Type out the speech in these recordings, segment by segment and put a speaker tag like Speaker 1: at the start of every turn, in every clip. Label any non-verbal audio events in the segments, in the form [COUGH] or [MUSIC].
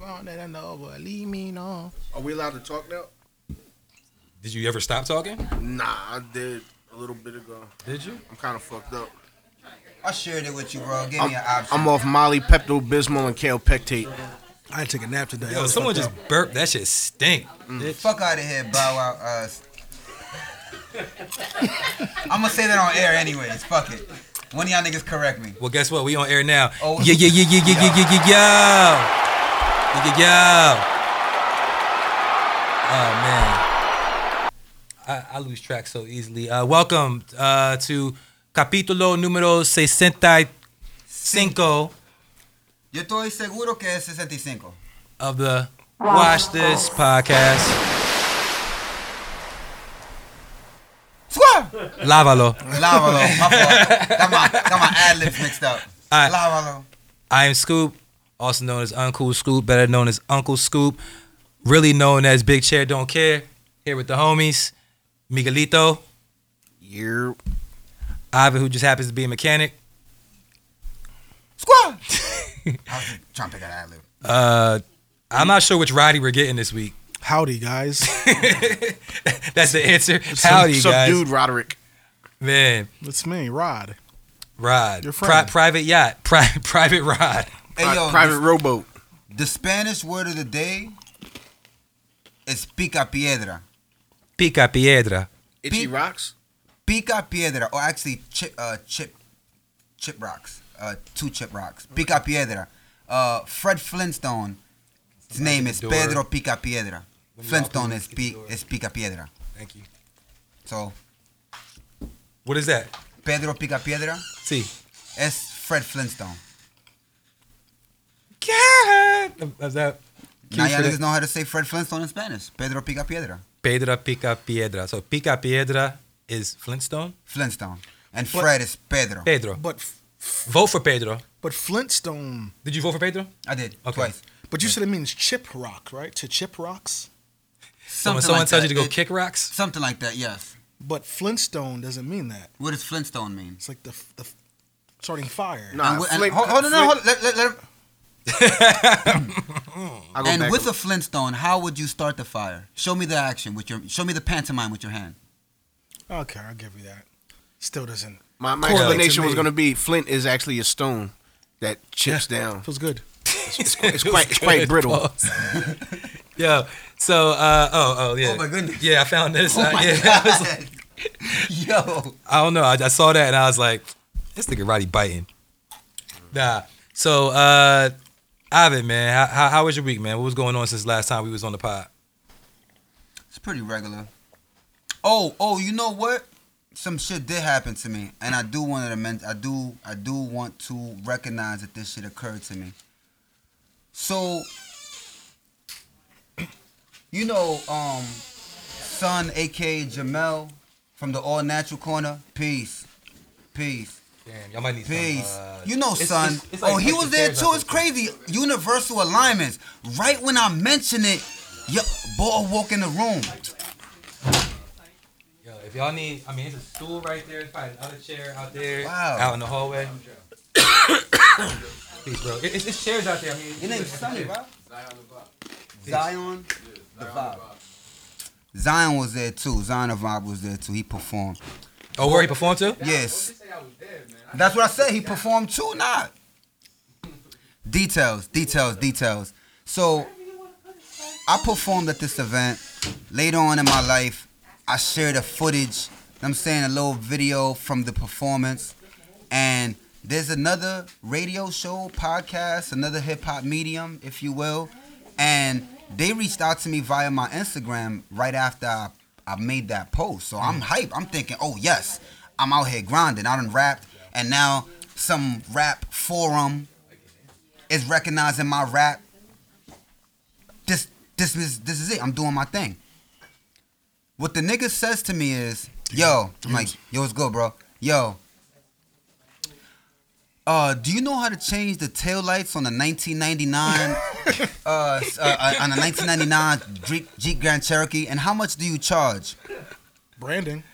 Speaker 1: on that I know, but leave me alone.
Speaker 2: Are we allowed to talk now?
Speaker 3: Did you ever stop talking?
Speaker 2: Nah, I did a little bit ago.
Speaker 3: Did you?
Speaker 2: I'm kind of fucked up.
Speaker 4: I shared it with you, bro. Give me an option.
Speaker 2: I'm off Molly, Pepto Bismol, and Kale Pectate.
Speaker 1: I took a nap today. I
Speaker 3: Yo,
Speaker 1: was
Speaker 3: someone
Speaker 1: fucked
Speaker 3: just burped. That shit stink.
Speaker 4: Fuck out of here, bow out uh, us. I'm gonna say that on air anyways. Fuck it. One of y'all niggas correct me.
Speaker 3: Well, guess what? We on air now.
Speaker 4: Oh.
Speaker 3: Yeah, yeah, yeah, yeah, yeah, yeah, yeah, yeah, yeah. Yeah, yeah, yeah. Oh man, I, I lose track so easily. Uh, welcome uh, to capítulo número 65
Speaker 4: Yo estoy seguro que es 65.
Speaker 3: of the Watch This podcast.
Speaker 4: Swear!
Speaker 3: Lávalo.
Speaker 4: Lávalo. My
Speaker 2: [LAUGHS]
Speaker 4: fault. Got my, got my ad libs mixed up.
Speaker 3: All right.
Speaker 4: Lávalo.
Speaker 3: I am Scoop, also known as Uncool Scoop, better known as Uncle Scoop, really known as Big Chair Don't Care. Here with the homies, Miguelito,
Speaker 2: Yeah.
Speaker 3: Ivan, who just happens to be a mechanic,
Speaker 4: Squad! I was just trying to pick an ad lib.
Speaker 3: Uh, I'm not sure which Roddy we're getting this week.
Speaker 1: up.
Speaker 3: [LAUGHS]
Speaker 1: Howdy, guys.
Speaker 3: That's the answer. Howdy, guys.
Speaker 2: Subdued Roderick.
Speaker 3: Man,
Speaker 1: It's me, Rod.
Speaker 3: Rod.
Speaker 1: Your
Speaker 3: Pri-
Speaker 1: friend.
Speaker 3: private yacht. [LAUGHS] Pri- private Rod.
Speaker 4: Hey, yo,
Speaker 2: Private
Speaker 4: the,
Speaker 2: rowboat.
Speaker 4: the Spanish word of the day is pica piedra.
Speaker 3: Pica piedra.
Speaker 2: Itchy
Speaker 4: Beep.
Speaker 2: rocks.
Speaker 4: Pica piedra, or actually chip, uh, chip, chip rocks, uh, two chip rocks. Pica piedra. Uh, Fred Flintstone. His name is
Speaker 3: door.
Speaker 4: Pedro Pica Piedra.
Speaker 3: Let me
Speaker 4: Flintstone
Speaker 3: open
Speaker 4: is,
Speaker 3: the
Speaker 4: pi-
Speaker 3: door.
Speaker 4: is Pica Piedra.
Speaker 3: Thank you.
Speaker 4: So
Speaker 3: What is that?
Speaker 4: Pedro Pica Piedra
Speaker 3: See.
Speaker 4: is Fred Flintstone.
Speaker 3: God. Is that?
Speaker 4: now
Speaker 3: cute
Speaker 4: y'all
Speaker 3: for
Speaker 4: niggas
Speaker 3: that?
Speaker 4: know how to say Fred Flintstone in Spanish. Pedro Pica Piedra.
Speaker 3: Pedra pica piedra. So pica piedra is Flintstone.
Speaker 4: Flintstone. And
Speaker 1: What?
Speaker 4: Fred is Pedro.
Speaker 3: Pedro.
Speaker 1: But f-
Speaker 3: Vote for Pedro.
Speaker 1: but Flintstone.
Speaker 3: Did you vote for Pedro?
Speaker 4: I did
Speaker 3: Okay.
Speaker 4: twice.
Speaker 1: But you said it means chip rock, right? To chip rocks.
Speaker 3: So when
Speaker 4: Something
Speaker 3: someone
Speaker 4: like
Speaker 3: tells you
Speaker 4: that.
Speaker 3: to go
Speaker 4: It-
Speaker 3: kick rocks,
Speaker 4: Something like that, yes.
Speaker 1: But Flintstone doesn't mean that.
Speaker 4: What does Flintstone mean?
Speaker 1: It's like the f- the f- starting fire.
Speaker 3: Uh,
Speaker 2: Nah,
Speaker 4: and, wi- and,
Speaker 2: Flint-
Speaker 4: hold, hold on, no,
Speaker 2: Flint-
Speaker 4: hold on. Let, let, let, him-
Speaker 2: I go
Speaker 4: and
Speaker 2: back
Speaker 4: with
Speaker 2: a-
Speaker 4: a Flintstone, how would you start the fire? Show me the action with your. Show me the pantomime with your hand.
Speaker 1: Okay, I'll give you that. Still doesn't.
Speaker 2: my, my
Speaker 3: correlate to
Speaker 2: explanation was
Speaker 3: me.
Speaker 2: going to be Flint is actually a stone that chips
Speaker 4: [LAUGHS]
Speaker 2: down.
Speaker 1: Feels good.
Speaker 2: It's, quite- it's quite, it's
Speaker 3: [LAUGHS]
Speaker 2: quite brittle.
Speaker 3: Yo, so uh, oh oh yeah.
Speaker 4: Oh, my goodness.
Speaker 3: Yeah, I found this. [LAUGHS] Uh, yeah, I was like-
Speaker 4: Oh [LAUGHS] Yo,
Speaker 3: I don't know. I, I saw that and I was like, this nigga Roddy biting. Nah. So, uh, Ivan, man, how, how, how was your week, man? What was going on since last time we was on the pod?
Speaker 4: it's pretty regular. Oh, oh, you know what? Some shit did happen to me, and I do want to men- I do, I do want to recognize that this shit occurred to me. So, [CLEARS THROAT] you know, um, son, aka Jamel, from the All Natural Corner. Peace, peace.
Speaker 3: Damn, y'all might need
Speaker 4: Peace.
Speaker 3: some. Uh,
Speaker 4: you know,
Speaker 3: it's-
Speaker 4: son.
Speaker 3: it's- it's like
Speaker 4: oh, he
Speaker 3: extra
Speaker 4: was there
Speaker 3: stairs
Speaker 4: too.
Speaker 3: up
Speaker 4: It's
Speaker 3: there.
Speaker 4: crazy. Universal alignments. Right when I mention it, yo, boy walk in the room.
Speaker 3: Yo, if y'all need, I mean, it's a stool right there. It's probably another chair out there.
Speaker 4: Wow.
Speaker 3: Out in the hallway.
Speaker 4: [COUGHS]
Speaker 3: Peace, bro. It, it's, it's chairs out there. I mean,
Speaker 4: Your name's Sonny, bro. Zion the Vibe. Zion was there too. Zion the Vibe was there too. He performed.
Speaker 3: Oh, where he performed to?
Speaker 4: Yes. That's what I said. He performed too, not. Details, details, details. So I performed at this event. Later on in my life, I shared a footage, I'm saying a little video from the performance. And there's another radio show, podcast, another hip hop medium, if you will. And they reached out to me via my Instagram right after I, I made that post. So I'm hype. I'm thinking, oh, yes, I'm out here grinding. I done rapped. And now some rap forum is recognizing my rap. This, this, is this is it. I'm doing my thing. What the nigga says to me is, yo, I'm like, yo, what's good, bro? Yo, uh, do you know how to change the taillights on a 1999 uh, s- uh, uh, on a 1999 Jeep, Jeep Grand Cherokee? And how much do you charge?
Speaker 1: Branding.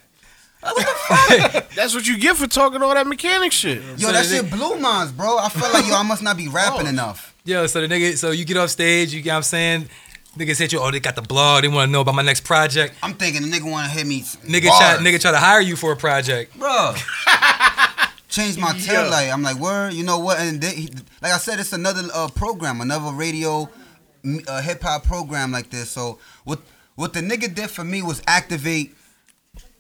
Speaker 2: That's what you [LAUGHS] get for talking all that mechanic shit.
Speaker 3: So
Speaker 4: Yo, that
Speaker 3: they- [LAUGHS]
Speaker 4: shit blew minds, bro. I felt like yo, I must not be rapping enough.
Speaker 3: Yo, so the nigga, so you get off stage, you get what I'm saying? Niggas hit you, oh, they got the blog, they wanna know about my next project.
Speaker 4: I'm thinking the nigga want to hit me. s-
Speaker 3: Nigga try,
Speaker 4: bars.
Speaker 3: nigga try to hire you for a project. [LAUGHS]
Speaker 4: bro. Changed my tail light. I'm like, word. You know what? And they, like I said, it's another uh, program, another radio, m- uh, hip hop program like this. So what what the nigga did for me was activate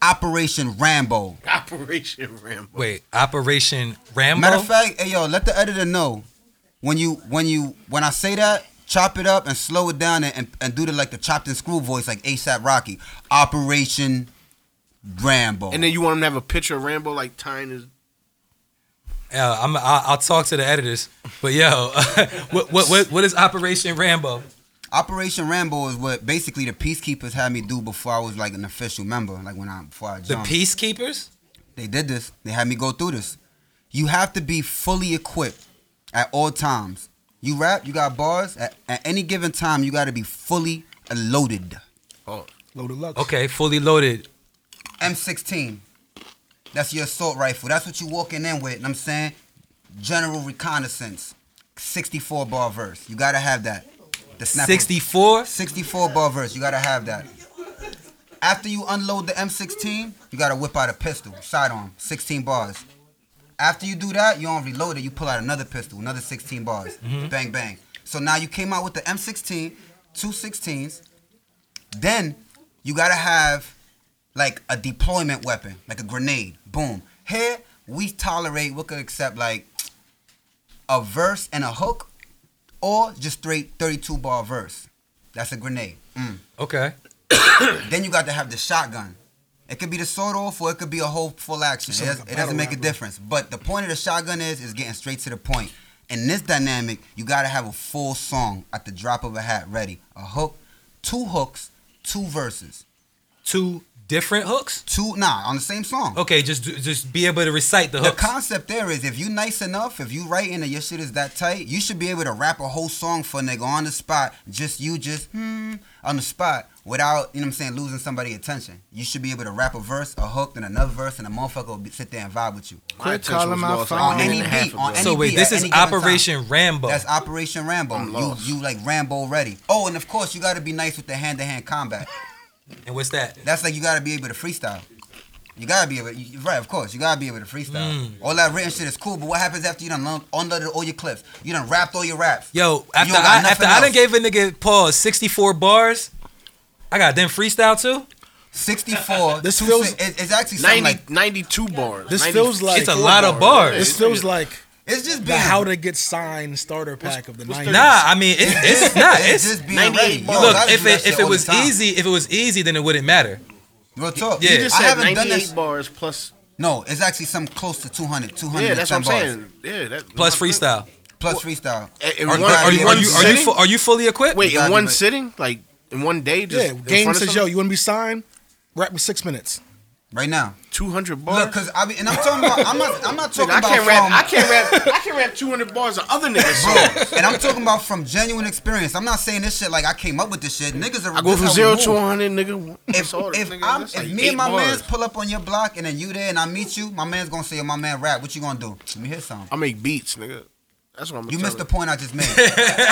Speaker 4: Operation Rambo.
Speaker 2: Operation Rambo.
Speaker 3: Wait, Operation Rambo?
Speaker 4: Matter of fact, hey yo, let the editor know when you when you when I say that, chop it up and slow it down and, and, and do the like the chopped and screw voice like ASAP Rocky. Operation Rambo.
Speaker 2: And then you want him to have a picture of Rambo like tying his.
Speaker 3: Yeah, I'm, I'll, I'll talk to the editors. But yo, [LAUGHS] what, what, what, what is Operation Rambo?
Speaker 4: Operation Rambo is what basically the peacekeepers had me do before I was like an official member, like when I before I
Speaker 3: The
Speaker 4: joined.
Speaker 3: Peacekeepers?
Speaker 4: they did this. They had me go through this. You have to be fully equipped at all times. You rap, you got bars. At, at any given time, you got to be fully loaded.
Speaker 2: Oh,
Speaker 1: Load of luck.
Speaker 3: Okay, fully loaded.
Speaker 4: M16. That's your assault rifle. That's what you walking in with. And I'm saying general reconnaissance, 64 bar verse. You gotta have that. The snapper-
Speaker 3: 64?
Speaker 4: 64 bar verse. You gotta have that. After you unload the M16, you gotta whip out a pistol, sidearm, 16 bars. After you do that, you don't reload it. You pull out another pistol, another 16 bars. Bang bang. So now you came out with the M16, two 16s. Then you gotta have like a deployment weapon, like a grenade. Boom. Here we tolerate, we could accept like a verse and a hook, or just straight 32 bar verse. That's a grenade. Mm.
Speaker 3: Okay.
Speaker 4: Then you got to have the shotgun. It could be the sword off or it could be a whole full action. It,
Speaker 1: Sound
Speaker 4: does,
Speaker 1: like a
Speaker 4: it
Speaker 1: battle
Speaker 4: doesn't make a
Speaker 1: rap, bro.
Speaker 4: difference. But the point of the shotgun is is getting straight to the point. In this dynamic, you gotta have a full song at the drop of a hat ready. A hook, two hooks, two verses.
Speaker 3: Two different hooks?
Speaker 4: Two nah, on the same song.
Speaker 3: Okay, just just be able to recite the
Speaker 4: The
Speaker 3: hooks.
Speaker 4: concept there is if you nice enough, if you writing and your shit is that tight, you should be able to rap a whole song for a nigga on the spot. Just you just hmm on the spot without, you know what I'm saying, losing somebody's attention. You should be able to rap a verse, a hook, then another verse, and a motherfucker will be, sit there and vibe with you.
Speaker 1: Quit
Speaker 2: attention
Speaker 1: calling
Speaker 2: was
Speaker 1: my
Speaker 2: lost
Speaker 1: phone.
Speaker 2: on
Speaker 1: On
Speaker 2: minute
Speaker 1: any
Speaker 2: and a half
Speaker 4: beat, on
Speaker 2: ago.
Speaker 4: any-
Speaker 3: so wait,
Speaker 4: NDP
Speaker 3: this
Speaker 4: at
Speaker 3: is
Speaker 4: any given time.
Speaker 3: Operation Rambo.
Speaker 4: That's Operation Rambo.
Speaker 2: I'm
Speaker 4: You
Speaker 2: lost.
Speaker 4: you like Rambo ready. Oh, and of course you gotta be nice with the hand to hand combat.
Speaker 3: and what's that?
Speaker 4: That's like you gotta be able to freestyle. You gotta be able, you, right? Of course, you gotta be able to freestyle. All that written shit is cool, but what happens after you done lo- unloaded all your clips? You done wrapped all your raps.
Speaker 3: Yo, after
Speaker 4: don't got
Speaker 3: I,
Speaker 4: nothing
Speaker 3: after I done
Speaker 4: else.
Speaker 3: gave a nigga pause 64 bars, I got them freestyle too?
Speaker 4: Sixty-four.
Speaker 1: This
Speaker 4: two
Speaker 1: feels-
Speaker 4: si- it- it's actually something
Speaker 2: 90,
Speaker 4: like
Speaker 2: 92 bars.
Speaker 1: This
Speaker 2: 94
Speaker 1: feels like- It's a
Speaker 3: lot of bars.
Speaker 2: Yeah,
Speaker 1: This
Speaker 2: it's
Speaker 1: feels
Speaker 2: like-
Speaker 1: like
Speaker 4: it's just
Speaker 1: the
Speaker 4: being
Speaker 1: how to get signed starter pack of the
Speaker 2: what's
Speaker 1: nineties.
Speaker 3: Nah, I mean,
Speaker 4: [LAUGHS]
Speaker 3: it, it's not. It's,
Speaker 4: It's just being
Speaker 2: 98
Speaker 4: ready. You
Speaker 2: bars.
Speaker 4: don't
Speaker 3: look,
Speaker 4: gotta
Speaker 3: if
Speaker 4: do that
Speaker 3: it,
Speaker 4: shit
Speaker 3: if it
Speaker 4: all the
Speaker 3: was
Speaker 4: time.
Speaker 3: easy, if it was easy, then it wouldn't matter.
Speaker 4: real talk.
Speaker 3: Yeah.
Speaker 2: You just
Speaker 4: I
Speaker 2: said
Speaker 4: haven't done
Speaker 2: 98
Speaker 4: this.
Speaker 2: bars plus.
Speaker 4: No, it's actually some close to 200, 200
Speaker 2: Yeah,
Speaker 4: and
Speaker 2: that's what I'm
Speaker 4: 10 bars.
Speaker 2: saying. Yeah, that,
Speaker 3: Plus freestyle.
Speaker 4: Plus freestyle.
Speaker 2: A- in
Speaker 3: Are,
Speaker 2: one-
Speaker 3: are, are, you,
Speaker 2: in
Speaker 3: are,
Speaker 2: one
Speaker 3: you, are, you,
Speaker 2: sitting?
Speaker 3: fu- are you fully equipped?
Speaker 2: Wait, in
Speaker 4: Exactly,
Speaker 2: one
Speaker 4: but-
Speaker 2: sitting? Like, in one day? Just
Speaker 1: yeah,
Speaker 2: in
Speaker 1: game
Speaker 2: front of
Speaker 1: says, yo,
Speaker 2: somebody?
Speaker 1: you want to be signed? Rap with six minutes.
Speaker 4: Right now.
Speaker 2: 200 bars?
Speaker 4: Look, cause I be, and I'm talking about, I'm not, I'm not
Speaker 2: Nigga,
Speaker 4: talking
Speaker 2: I
Speaker 4: about
Speaker 2: can't rap.
Speaker 4: from-
Speaker 2: I can't
Speaker 4: [LAUGHS]
Speaker 2: rap. I can rap 200 bars of other niggas. songs.
Speaker 4: Bro, and I'm talking about from genuine experience. I'm not saying this shit like I came up with this shit. Niggas are.
Speaker 2: I go
Speaker 4: this
Speaker 2: from
Speaker 4: how we
Speaker 2: zero
Speaker 4: move.
Speaker 2: to 100, nigga.
Speaker 4: If,
Speaker 2: That's all that,
Speaker 4: if,
Speaker 2: nigga.
Speaker 4: I'm,
Speaker 2: That's
Speaker 4: if
Speaker 2: like
Speaker 4: me
Speaker 2: eight
Speaker 4: and my
Speaker 2: bars.
Speaker 4: man's pull up on your block and then you there and I meet you, my man's gonna say, "Yo, my man rap. What you gonna do? Let me hear something."
Speaker 2: I make beats, nigga. That's what I'm.
Speaker 4: You
Speaker 2: tell
Speaker 4: missed the
Speaker 2: him.
Speaker 4: point I just made.
Speaker 2: I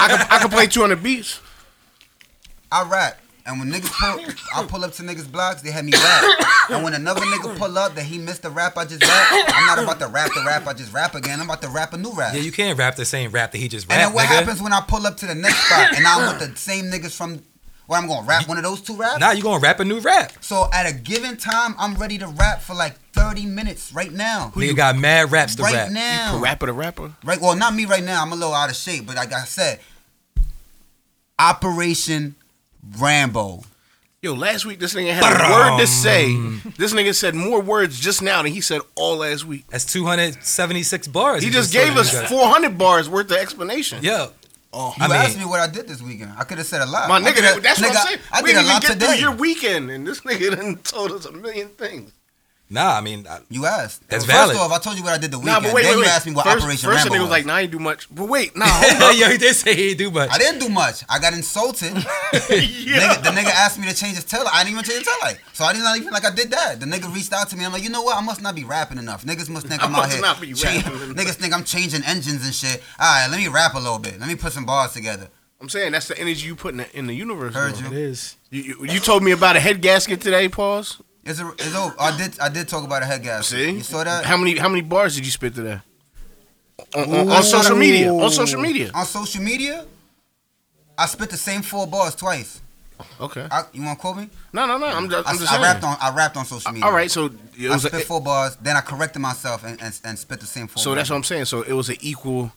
Speaker 2: can I can play 200 beats.
Speaker 4: I rap. And when niggas pull, I pull up to niggas blocks, they had me rap. And when another nigga pull up that he missed the rap I just rap, I'm not about to rap the rap I just rap again. I'm about to rap a new rap.
Speaker 3: Yeah, you can't rap the same rap that he just
Speaker 4: And
Speaker 3: rapped,
Speaker 4: then what
Speaker 3: nigga.
Speaker 4: happens when I pull up to the next spot and I'm with the same niggas from where I'm gonna rap one of those two raps?
Speaker 3: Now you gonna rap a new rap.
Speaker 4: So at a given time, I'm ready to rap for like 30 minutes right now.
Speaker 3: Nigga got mad raps to
Speaker 4: Right
Speaker 3: rap.
Speaker 4: now.
Speaker 2: Rapper to rapper.
Speaker 4: Right. Well, not me right now. I'm a little out of shape, but like I said, Operation Rambo.
Speaker 2: Yo, last week this nigga had a word to say. This nigga said more words just now than he said all last week.
Speaker 3: That's 276 bars.
Speaker 2: He just gave
Speaker 3: told
Speaker 2: us
Speaker 3: you guys.
Speaker 2: 400 bars worth of explanation.
Speaker 3: Yeah.
Speaker 4: Oh, you
Speaker 3: I mean-
Speaker 4: asked me what I did this weekend. I could have said a lot.
Speaker 2: My
Speaker 4: I did a-
Speaker 2: nigga, that's what
Speaker 4: nigga,
Speaker 2: I'm saying.
Speaker 4: I
Speaker 2: we
Speaker 4: did a
Speaker 2: didn't even
Speaker 4: lot
Speaker 2: get [LAUGHS]
Speaker 4: today.
Speaker 2: through your weekend, and this nigga done told us a million things.
Speaker 3: Nah, I mean, [LAUGHS] I,
Speaker 4: You asked.
Speaker 3: That's
Speaker 4: First
Speaker 3: valid.
Speaker 4: off, I told you what I did the
Speaker 2: Nah,
Speaker 4: weekend.
Speaker 2: but wait,
Speaker 4: then
Speaker 2: wait, wait.
Speaker 4: you asked me what
Speaker 2: first,
Speaker 4: Operation
Speaker 2: first
Speaker 4: Rambo
Speaker 2: nigga was like,
Speaker 4: was.
Speaker 2: nah, I ain't do much. But wait,
Speaker 4: [LAUGHS]
Speaker 2: nah,
Speaker 3: [LAUGHS]
Speaker 2: hold up.
Speaker 3: yo, he did say he do, but
Speaker 4: I didn't do much. I got
Speaker 2: [LAUGHS]
Speaker 4: insulted.
Speaker 2: yeah.
Speaker 4: nigga, the nigga asked me to change his tail. I didn't even change his tail So I did not even like I did that. The nigga reached out to me. I'm like, you know what? I must not be rapping enough. Niggas must
Speaker 2: [LAUGHS]
Speaker 4: think
Speaker 2: I
Speaker 4: I'm out
Speaker 2: must
Speaker 4: here.
Speaker 2: not be
Speaker 4: change- [LAUGHS]
Speaker 2: rapping enough.
Speaker 4: Niggas think I'm changing engines and shit. All right, let me rap a little bit. Let me put some bars together.
Speaker 2: I'm saying that's the energy you put in the, in the universe.
Speaker 4: Heard
Speaker 2: bro.
Speaker 4: you.
Speaker 1: It is.
Speaker 2: You, you. you told me about a head gasket today, Pauls.
Speaker 4: It's a, it's over. I did I did talk about a head gasket.
Speaker 2: See,
Speaker 4: you saw that
Speaker 2: How many how many bars did you spit today? On, on, on social
Speaker 1: Ooh.
Speaker 2: media. On social media.
Speaker 4: on social media. I spit the same four bars twice.
Speaker 2: Okay.
Speaker 4: I, you want to quote me?
Speaker 2: No, no, no. I'm just,
Speaker 4: I,
Speaker 2: I'm just saying.
Speaker 4: I rapped on I rapped on social media.
Speaker 2: All right, so it
Speaker 4: I
Speaker 2: was
Speaker 4: spit
Speaker 2: a,
Speaker 4: four bars, then I corrected myself and, and, and spit the same four.
Speaker 2: so
Speaker 4: bars.
Speaker 2: that's what I'm saying. So it was an equal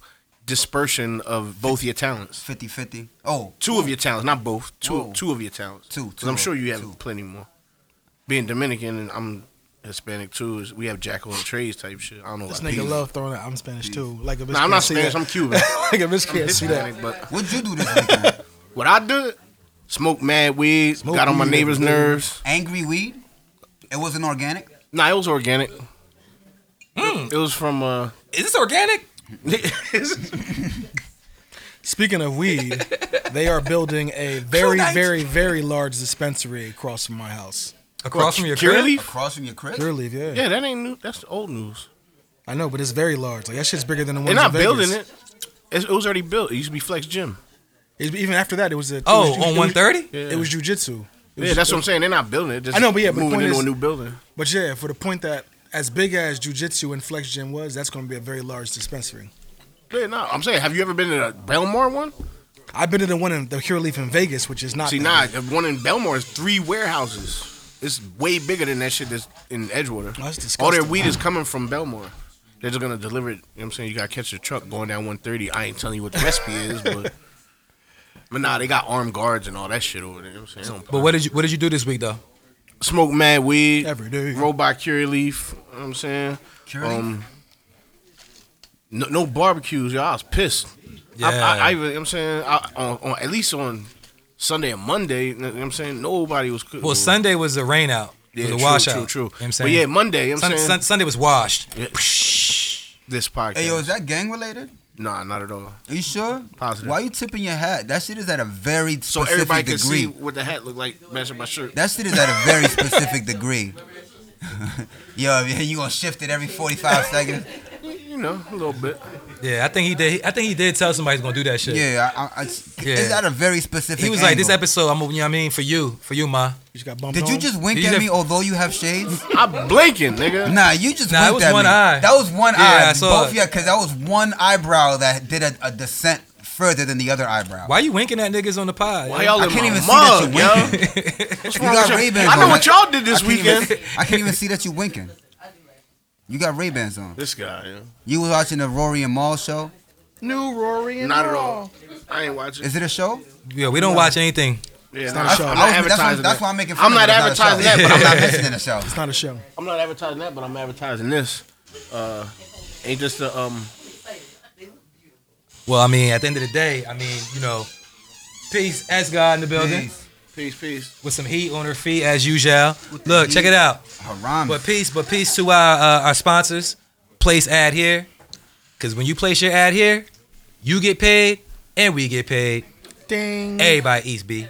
Speaker 2: dispersion of both your talents.
Speaker 4: 50 50. Oh,
Speaker 2: Two of your talents, not both. Two
Speaker 4: Whoa.
Speaker 2: two of your talents.
Speaker 4: Two,
Speaker 2: 'Cause I'm
Speaker 4: two,
Speaker 2: sure you have
Speaker 4: two.
Speaker 2: plenty more. Being Dominican and I'm Hispanic too. Is we have jack of all trades type shit. I don't know.
Speaker 1: This
Speaker 2: about
Speaker 1: nigga
Speaker 2: these.
Speaker 1: love throwing out. I'm Spanish too. Like a bitch.
Speaker 2: Nah, I'm not
Speaker 1: can't see
Speaker 2: Spanish.
Speaker 1: that. [LAUGHS]
Speaker 2: I'm Cuban.
Speaker 1: like a bitch can't see that.
Speaker 2: Hispanic, but
Speaker 4: what'd you do this weekend?
Speaker 2: what I did, smoked mad weed,
Speaker 1: Smoked
Speaker 2: got on my
Speaker 1: weed,
Speaker 2: neighbor's
Speaker 1: dude.
Speaker 2: nerves.
Speaker 4: Angry weed? It wasn't organic?
Speaker 2: Nah, it was organic.
Speaker 1: Hmm.
Speaker 2: It was from uh
Speaker 3: is this organic?
Speaker 1: Speaking of weed, they are building a very,
Speaker 3: Cool night.
Speaker 1: very, very large dispensary across from my house.
Speaker 3: Across from your
Speaker 2: Curly?
Speaker 3: crib?
Speaker 4: Across from your crib?
Speaker 1: Pure leaf, yeah.
Speaker 2: Yeah, that ain't new. That's old news.
Speaker 1: I know, but it's very large. Like that shit's bigger than the one.
Speaker 2: They're not building it. It's, it was already built. It used to be Flex Gym.
Speaker 1: Even after that, it was a. it was-
Speaker 3: Oh,
Speaker 1: it
Speaker 3: on
Speaker 1: was-
Speaker 3: one thirty?
Speaker 2: Yeah,
Speaker 1: It was jujitsu. It was-
Speaker 2: yeah, that's what I'm saying. They're not building it. Just
Speaker 1: I know, but yeah, but the
Speaker 2: moving
Speaker 1: point
Speaker 2: into
Speaker 1: is-
Speaker 2: a new building.
Speaker 1: But yeah, for the point that as big as jujitsu and flex gym was, that's going to be a very large dispensary.
Speaker 2: Yeah, no, I'm saying, have you ever been to a Belmar one?
Speaker 1: I've been to the one in the Pure Leaf in Vegas, which is not.
Speaker 2: See,
Speaker 1: that
Speaker 2: nah,
Speaker 1: big.
Speaker 2: the one in Belmar is three warehouses. It's way bigger than that shit that's in Edgewater.
Speaker 1: That's disgusting.
Speaker 2: All their weed is coming from Belmar. They're just gonna deliver it. You know what I'm saying? You gotta catch the truck going down 130. I ain't telling you what the
Speaker 1: [LAUGHS]
Speaker 2: recipe is, but but nah, they got armed guards and all that shit over there. You know what I'm saying?
Speaker 3: But what did you what did you do this week though?
Speaker 2: smoke mad weed
Speaker 1: Every day.
Speaker 2: Robot Curie Leaf. You know what I'm saying? Um,
Speaker 4: Curly?
Speaker 3: um,
Speaker 2: no, no barbecues, y'all. I was pissed.
Speaker 3: Yeah.
Speaker 2: I, I, I even, you know what I'm saying, I, uh, on, on, at least on Sunday and Monday, you know what I'm saying, nobody was cooking.
Speaker 3: Well, Sunday was a rain out. It was a
Speaker 2: true, True,
Speaker 3: washout.
Speaker 2: true.
Speaker 3: You know what I'm
Speaker 2: But
Speaker 3: saying?
Speaker 2: yeah, Monday, you know what
Speaker 3: Sun-
Speaker 2: I'm
Speaker 3: Sun-
Speaker 2: saying,
Speaker 3: Sunday was washed.
Speaker 2: this podcast.
Speaker 4: Hey, yo, is that gang related?
Speaker 2: nah, not at all.
Speaker 4: Are you sure?
Speaker 2: Positive.
Speaker 4: Why you tipping your hat? That shit is at a very specific
Speaker 2: So everybody could
Speaker 4: degree.
Speaker 2: see what the hat looked like matching my shirt.
Speaker 4: That shit is at a very specific degree. [LAUGHS] yo, you gonna shift it
Speaker 3: [LAUGHS]
Speaker 4: every 45 seconds?
Speaker 2: You know, a little bit.
Speaker 3: Yeah, I think he did. I think he did tell somebody he's gonna do that shit.
Speaker 4: Yeah, I, I, I, it's
Speaker 3: Yeah.
Speaker 4: at a very specific
Speaker 3: He was like, "This
Speaker 4: angle.
Speaker 3: episode, I'm, you know what I mean, for you, for you, ma."
Speaker 1: You just got bumped.
Speaker 4: Did you
Speaker 1: on.
Speaker 4: just wink
Speaker 3: Did you
Speaker 4: at
Speaker 3: just-
Speaker 4: me although you
Speaker 3: [LAUGHS]
Speaker 4: have shades?
Speaker 2: I'm blinking, nigga.
Speaker 4: Nah, you just
Speaker 3: Nah, it
Speaker 4: winked
Speaker 3: was
Speaker 4: at
Speaker 3: one
Speaker 4: me.
Speaker 3: eye.
Speaker 4: That was one
Speaker 3: Yeah,
Speaker 4: eye.
Speaker 3: I saw
Speaker 4: Both,
Speaker 3: it.
Speaker 4: yeah, because that was one eyebrow that did a, a descent further than the other eyebrow.
Speaker 3: Why you winking at niggas on the pod? [LAUGHS]
Speaker 2: Why y'all
Speaker 4: I
Speaker 2: in
Speaker 4: can't
Speaker 2: my
Speaker 4: even see that
Speaker 2: mug,
Speaker 4: you
Speaker 2: yo?
Speaker 4: winking.
Speaker 2: What's
Speaker 4: You
Speaker 2: wrong
Speaker 4: got
Speaker 2: with y'all?
Speaker 4: Ray-Bans
Speaker 2: I know
Speaker 4: on.
Speaker 2: what y'all did
Speaker 4: I
Speaker 2: this
Speaker 4: can't even-
Speaker 2: weekend.
Speaker 4: I can't even see that you winking. You got Ray Bans on.
Speaker 2: This guy, yeah.
Speaker 4: You was watching the Rory and Maul show.
Speaker 1: new Rory? And
Speaker 2: Not at all. I ain't watching.
Speaker 4: Is it a show?
Speaker 3: Yeah, we don't watch anything.
Speaker 2: Yeah,
Speaker 1: not
Speaker 2: nah,
Speaker 1: a show.
Speaker 2: I'm not
Speaker 4: I was- that's, why,
Speaker 2: advertising.
Speaker 4: that's
Speaker 2: that.
Speaker 4: why I'm making fun
Speaker 2: I'm
Speaker 4: of
Speaker 2: not
Speaker 4: it, it's not a
Speaker 2: advertising that, but
Speaker 4: [LAUGHS] show.
Speaker 2: I'm
Speaker 4: I'm
Speaker 2: not,
Speaker 4: not mentioning the show.
Speaker 1: It's not a show.
Speaker 2: I'm not advertising that, but I'm advertising this. Uh, ain't just the um.
Speaker 3: Well, I mean, at the end of the day, I mean, you know, peace, S God in the building
Speaker 4: Jeez,
Speaker 2: Peace, peace.
Speaker 3: with some heat on her feet as usual. Look, check it out.
Speaker 4: Haram.
Speaker 3: But peace, but peace to our uh, our sponsors. Place ad here, because when you place your ad here, you get paid and we get paid.
Speaker 1: Ding.
Speaker 3: Everybody eats B.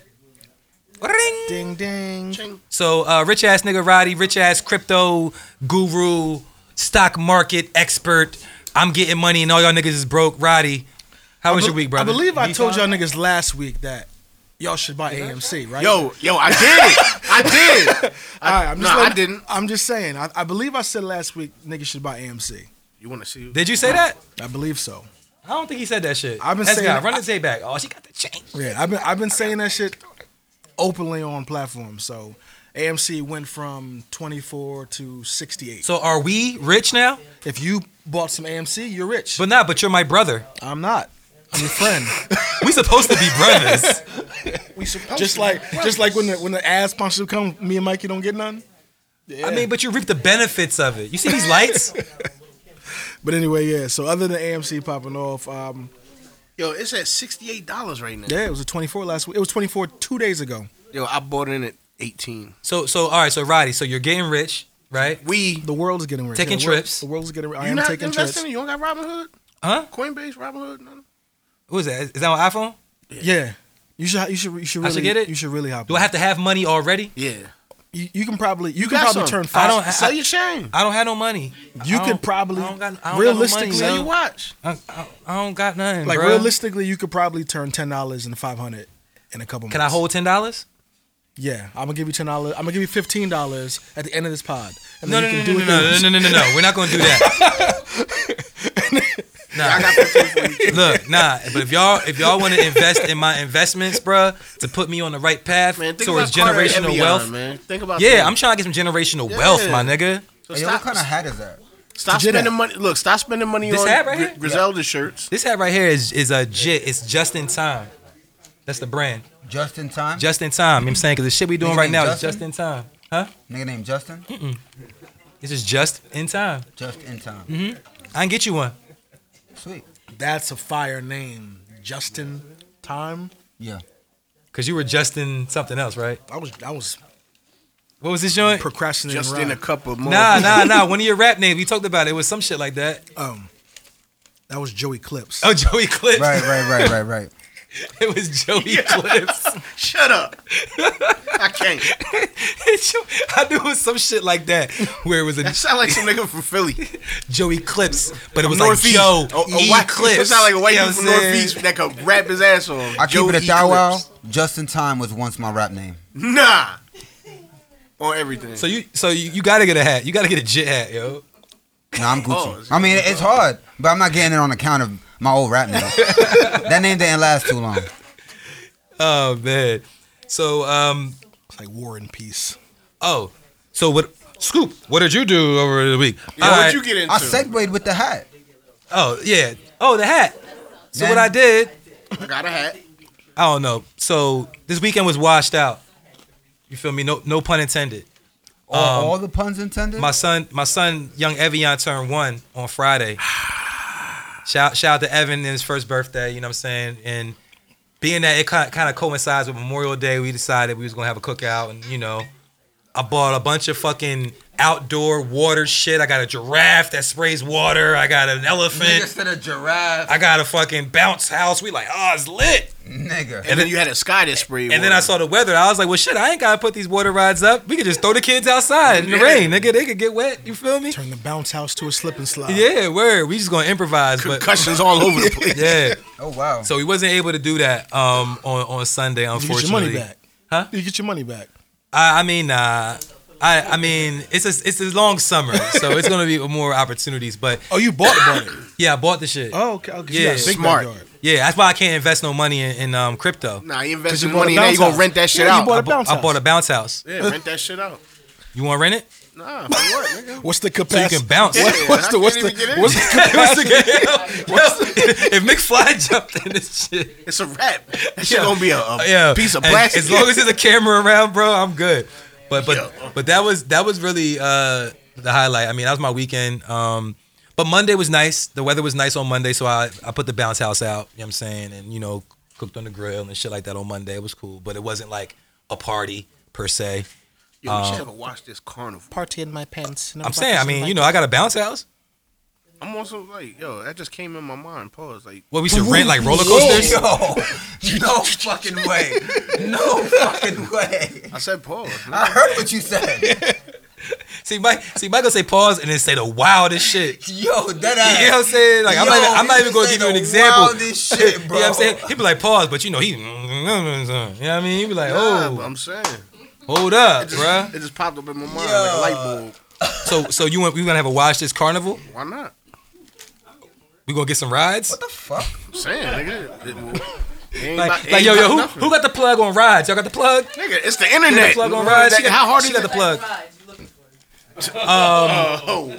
Speaker 3: Ring.
Speaker 1: Ding ding.
Speaker 2: Ching.
Speaker 3: So uh, rich ass nigga Roddy, rich ass crypto guru, stock market expert. I'm getting money and all y'all niggas is broke. Roddy, how was your week, brother?
Speaker 1: I believe I
Speaker 3: You
Speaker 1: told y'all
Speaker 3: fine?
Speaker 1: niggas last week that y'all should buy AMC, right?
Speaker 2: Yo, yo, I did. I did.
Speaker 1: All right, I'm just
Speaker 2: nah,
Speaker 1: letting-
Speaker 2: I didn't.
Speaker 1: I'm just saying. I, I believe I said last week niggas should buy AMC.
Speaker 2: You want to see?
Speaker 3: Did you say that?
Speaker 1: I believe so.
Speaker 3: I don't think he said that shit.
Speaker 1: I've been
Speaker 3: That's
Speaker 1: saying-
Speaker 3: God, run the tape back. Oh, she got the change.
Speaker 1: Yeah, I've been I've been saying that shit openly on platforms. So AMC went from 24 to 68.
Speaker 3: So are we rich now?
Speaker 1: If you bought some AMC, you're rich.
Speaker 3: But not. But you're my brother.
Speaker 1: I'm not. I'm your friend.
Speaker 3: We supposed to be brothers.
Speaker 2: We
Speaker 1: [LAUGHS]
Speaker 2: supposed
Speaker 1: just like just like when the when the ad sponsorship come, me and Mikey don't get none.
Speaker 3: I mean, but you reap the benefits of it. You see these lights? [LAUGHS]
Speaker 1: But anyway, yeah. So other than AMC popping off, um,
Speaker 2: yo, it's at sixty eight dollars right now.
Speaker 1: yeah, it was a 24 last week. It was 24 two days ago.
Speaker 2: Yo, I bought in at eighteen.
Speaker 3: so so all right. So Roddy, so you're getting rich, right?
Speaker 2: We
Speaker 1: The world is getting rich.
Speaker 3: Taking
Speaker 1: the world-
Speaker 3: trips.
Speaker 1: The world is getting rich. I
Speaker 2: you
Speaker 1: am
Speaker 2: not
Speaker 1: taking
Speaker 2: investing?
Speaker 1: trips.
Speaker 2: You don't got Robinhood,
Speaker 3: Huh?
Speaker 2: Coinbase, Robinhood. None?
Speaker 3: What is that? Is that on iPhone?
Speaker 1: Yeah. You should, you should, you should
Speaker 3: I
Speaker 1: really,
Speaker 3: should get it?
Speaker 1: you should really hop.
Speaker 3: Do I have to have money already?
Speaker 2: Yeah,
Speaker 1: You, you can probably, you, can
Speaker 2: got
Speaker 1: probably
Speaker 2: some.
Speaker 1: turn.
Speaker 3: I
Speaker 1: Five,
Speaker 3: don't.
Speaker 2: sell
Speaker 3: I,
Speaker 2: your chain,
Speaker 3: I don't have no money.
Speaker 1: You
Speaker 3: I don't-
Speaker 1: could probably,
Speaker 3: I don't got- I don't got no
Speaker 1: realistically,
Speaker 3: money,
Speaker 2: sell your watch.
Speaker 3: I, I, I don't got nothing.
Speaker 1: like
Speaker 3: bruh.
Speaker 1: realistically, you could probably turn ten dollars into five hundred in a couple. months.
Speaker 3: Can I hold ten dollars?
Speaker 1: Yeah, I'm gonna give you ten dollars. I'm gonna give you fifteen dollars at the end of this pod, and
Speaker 3: No, no,
Speaker 1: then
Speaker 3: no,
Speaker 1: you
Speaker 3: no,
Speaker 1: can
Speaker 3: no,
Speaker 1: do it.
Speaker 3: no, no, no, no, no. We're not gonna do that.
Speaker 2: I
Speaker 3: [LAUGHS] Nah,
Speaker 2: got fifteen for you.
Speaker 3: look, nah. But if y'all if y'all want to invest in my investments, bruh, to put me on the right path
Speaker 2: Man, think
Speaker 3: towards
Speaker 2: about Carter
Speaker 3: generational
Speaker 2: Evian,
Speaker 3: wealth,
Speaker 2: man. Think about
Speaker 3: yeah,
Speaker 2: that.
Speaker 3: I'm trying to get some generational wealth, my nigga.
Speaker 2: So
Speaker 4: Hey, yo,
Speaker 2: stop,
Speaker 4: what kind of hat is that?
Speaker 2: stop
Speaker 1: Jedi.
Speaker 2: spending money. Look, stop spending money
Speaker 3: This
Speaker 2: on
Speaker 3: hat right
Speaker 2: Gri-
Speaker 3: here?
Speaker 2: Griselda shirts.
Speaker 3: This hat right here is is a jit. It's just in time. That's the brand.
Speaker 4: Just in time.
Speaker 3: Just in time. You know what I'm saying because the shit we doing
Speaker 4: Nigga
Speaker 3: right
Speaker 4: named
Speaker 3: now is
Speaker 4: Justin?
Speaker 3: just in time, huh?
Speaker 4: Nigga named Justin.
Speaker 3: This is just in time.
Speaker 4: Just in time.
Speaker 3: I can get you one.
Speaker 4: Sweet.
Speaker 1: That's a fire name, Justin. Time.
Speaker 4: Yeah.
Speaker 3: Cause you were Justin something else, right?
Speaker 1: I was I was
Speaker 3: What was this joint?
Speaker 1: procrastinating.
Speaker 2: Just in a
Speaker 1: Rob.
Speaker 2: couple of
Speaker 3: Nah, nah, nah. One of your rap names. We talked about it. It was some shit like that.
Speaker 1: um, that was Joey Clips.
Speaker 3: Oh, Joey Clips.
Speaker 4: Right, right, right, right, right.
Speaker 3: [LAUGHS] It was Joey Clips. [LAUGHS]
Speaker 2: Shut up. I can't.
Speaker 3: I knew it was some shit like that where it was a
Speaker 2: That sound like some nigga from Philly.
Speaker 3: Joey Clips, but it was
Speaker 2: Northeast.
Speaker 3: like Joe
Speaker 2: A- a
Speaker 3: E
Speaker 2: white-
Speaker 3: Clips.
Speaker 2: It sound like a white
Speaker 3: You know
Speaker 2: dude
Speaker 3: what
Speaker 2: from
Speaker 3: I'm saying?
Speaker 2: Northeast that could rap his ass off.
Speaker 4: I keep
Speaker 2: Joe
Speaker 4: it a
Speaker 2: E.
Speaker 4: thou wow.
Speaker 2: Clips.
Speaker 4: Just in time was once my rap name.
Speaker 2: Nah. On everything.
Speaker 3: So you, so you, you gotta get a hat. You gotta get a jit hat, yo.
Speaker 4: No, I'm
Speaker 2: Oh,
Speaker 4: Gucci.
Speaker 2: it's-
Speaker 4: I mean, it's hard, but I'm not getting it on account of my old rap [LAUGHS] name. that name didn't last too long.
Speaker 3: Oh man. So um,
Speaker 1: It's like War and Peace.
Speaker 3: oh, so what? Scoop, what did you do over the week?
Speaker 2: yeah,
Speaker 3: All
Speaker 2: what'd
Speaker 3: right.
Speaker 2: you get into?
Speaker 4: I segued with the hat.
Speaker 3: Oh yeah. Oh the hat. So
Speaker 4: Then-
Speaker 3: what I did,
Speaker 2: I got a hat.
Speaker 3: I don't know. So this weekend was washed out. You feel me? No, no pun intended.
Speaker 4: All, all the puns intended.
Speaker 3: Um, My son, my son, young Evian turned one on Friday. shout, shout out to Evan in his first birthday. You know what I'm saying? And being that it kind of, kind of coincides with Memorial Day, we decided we was gonna have a cookout, and you know, I bought a bunch of fucking outdoor water shit. I got a giraffe that sprays water. I got an elephant.
Speaker 4: a giraffe,
Speaker 3: I got a fucking bounce house. We like, oh, it's lit.
Speaker 4: nigga.
Speaker 2: And, then you had a sky that sprayed.
Speaker 3: And then I saw the weather. I was like, well, shit, I ain't gotta put these water rides up. We could just throw the kids outside in the
Speaker 2: Yeah.
Speaker 3: rain. Nigga, they could get wet. You feel me?
Speaker 1: Turn the bounce house to a slip and slide.
Speaker 3: Yeah, word. We just gonna improvise, but
Speaker 2: concussions all over the place.
Speaker 3: [LAUGHS] yeah.
Speaker 4: Oh wow.
Speaker 3: So we wasn't able to do that um, on on Sunday,
Speaker 1: you get your
Speaker 3: unfortunately.
Speaker 1: money back.
Speaker 3: Huh?
Speaker 1: You get your money back.
Speaker 3: I, I mean, uh, I I mean, it's a it's a long summer, so it's gonna be more opportunities. But
Speaker 1: Oh, you bought the money.
Speaker 3: yeah, I bought the shit.
Speaker 1: [COUGHS] Oh, okay. okay.
Speaker 3: Yeah.
Speaker 1: Yeah, you got a big
Speaker 2: Smart.
Speaker 1: backyard.
Speaker 3: Yeah, that's why I can't invest no money in, in um, crypto.
Speaker 2: Nah, you
Speaker 1: Cause
Speaker 2: invest
Speaker 1: you
Speaker 2: your
Speaker 1: bought a
Speaker 2: money and now you
Speaker 1: bounce
Speaker 2: gonna
Speaker 1: house.
Speaker 2: rent that shit
Speaker 1: Yeah, you
Speaker 2: out.
Speaker 1: bought
Speaker 3: I,
Speaker 1: a bounce
Speaker 3: I bought a
Speaker 1: house.
Speaker 3: bounce house.
Speaker 2: yeah, rent that shit out.
Speaker 3: You want to
Speaker 1: [LAUGHS]
Speaker 3: rent it? [LAUGHS]
Speaker 2: Nah, for what, nigga?
Speaker 1: What's the
Speaker 3: So you
Speaker 1: capacity?
Speaker 3: can bounce.
Speaker 2: Yeah,
Speaker 1: What- what's
Speaker 2: I
Speaker 1: the what's
Speaker 2: can't even
Speaker 1: the
Speaker 2: get in.
Speaker 1: what's the
Speaker 3: [LAUGHS]
Speaker 1: capacity?
Speaker 3: if McFly [LAUGHS] jumped in this shit,
Speaker 2: It's a rap. That shit gonna be a, a
Speaker 3: yeah.
Speaker 2: piece of
Speaker 3: And
Speaker 2: plastic.
Speaker 3: As long as there's a camera around, bro, I'm good. But but
Speaker 2: Yeah.
Speaker 3: but that was that was really uh the highlight. I mean, that was my weekend. Um but Monday was nice. The weather was nice on Monday, so I, I put the bounce house out, you know what I'm saying? And you know, cooked on the grill and shit like that on Monday. It was cool, but it wasn't like a party per se.
Speaker 2: [LAUGHS] Yo, we should
Speaker 3: Uh,
Speaker 2: have watched this carnival.
Speaker 1: Party in my pants.
Speaker 3: I'm saying, I mean, you know, I got a bounce house.
Speaker 2: I'm also like, yo, that just came in my mind. Pause. Like,
Speaker 3: What we should rent like roller coasters.
Speaker 4: Yo, no fucking way. No fucking way.
Speaker 2: I said pause.
Speaker 3: [LAUGHS]
Speaker 4: I heard what you said.
Speaker 3: See Mike see Michael say pause and then say the wildest shit.
Speaker 4: [LAUGHS] Yo, that
Speaker 3: You know what I'm saying? Like I'm
Speaker 4: Yo,
Speaker 3: not even, I'm not
Speaker 4: you
Speaker 3: even gonna
Speaker 4: say
Speaker 3: give you an
Speaker 4: the
Speaker 3: example.
Speaker 4: wildest shit,
Speaker 3: [LAUGHS]
Speaker 4: bro.
Speaker 3: You know what I'm saying? He'd be like, pause, but you know, he, you know what I mean? He'd be like,
Speaker 2: Nah,
Speaker 3: oh,
Speaker 2: but I'm saying,
Speaker 3: hold up,
Speaker 2: it just,
Speaker 3: bruh.
Speaker 2: it just popped up in my mind
Speaker 4: Yo.
Speaker 2: like a light bulb.
Speaker 3: So, so you want, we gonna have a watch this carnival?
Speaker 2: Why not?
Speaker 3: We gonna get some rides?
Speaker 4: What the fuck?
Speaker 2: I'm saying, nigga, it, it ain't about-
Speaker 3: Like,
Speaker 2: it
Speaker 3: like
Speaker 2: ain't
Speaker 3: yo, yo,
Speaker 2: about
Speaker 3: who,
Speaker 2: nothing.
Speaker 3: who got the plug on rides? Y'all got the plug?
Speaker 2: Nigga, it's the
Speaker 3: She got the
Speaker 2: internet.
Speaker 3: plug on rides? She got,
Speaker 2: How hard
Speaker 3: she
Speaker 2: is
Speaker 3: got the
Speaker 2: it?
Speaker 3: plug?
Speaker 1: y'all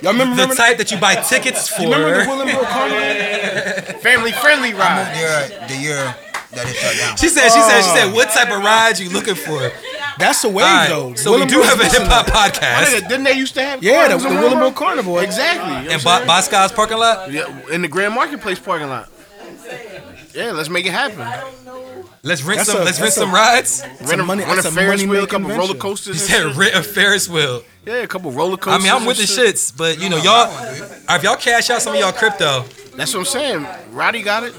Speaker 1: remember,
Speaker 3: The
Speaker 1: remember,
Speaker 3: type that you buy tickets for.
Speaker 1: remember the Willem Hill Carnival?
Speaker 2: Family friendly ride.
Speaker 4: The year, the year that it shut down.
Speaker 3: She said, she said, she said, what type of rides you looking for?
Speaker 1: That's the wave
Speaker 3: All right,
Speaker 1: though.
Speaker 3: so we
Speaker 1: Willem
Speaker 3: do
Speaker 1: Hill's
Speaker 3: have a
Speaker 1: missing
Speaker 3: hip hop
Speaker 1: that.
Speaker 3: podcast.
Speaker 2: Nigga, didn't they used to have?
Speaker 1: Yeah, the,
Speaker 2: carnivals
Speaker 1: the
Speaker 2: in
Speaker 1: Willem Hill
Speaker 2: Wilmore?
Speaker 1: Carnival.
Speaker 2: Exactly. you know
Speaker 3: And
Speaker 2: what
Speaker 3: Bo- Boscov's parking lot?
Speaker 2: I'm saying? Yeah, in the Grand Marketplace parking lot. Yeah, let's make it happen.
Speaker 3: Let's rent
Speaker 1: That's
Speaker 3: some.
Speaker 1: a-
Speaker 3: let's rent
Speaker 1: that's a-
Speaker 3: some rides.
Speaker 1: It's
Speaker 2: Rent
Speaker 1: a
Speaker 2: a,
Speaker 1: money-
Speaker 2: rent
Speaker 1: that's
Speaker 2: a
Speaker 1: a
Speaker 2: Ferris wheel, a
Speaker 1: money-making
Speaker 2: couple roller
Speaker 1: venture.
Speaker 2: coasters.
Speaker 3: He
Speaker 2: and
Speaker 3: said
Speaker 2: shit.
Speaker 3: rent a Ferris wheel.
Speaker 2: yeah, a couple roller
Speaker 3: I
Speaker 2: coasters.
Speaker 3: mean, I'm
Speaker 2: and
Speaker 3: with the
Speaker 2: shit.
Speaker 3: shits, but you know, y'all, if y'all cash out some of y'all crypto,
Speaker 2: That's what I'm saying. Roddy got it.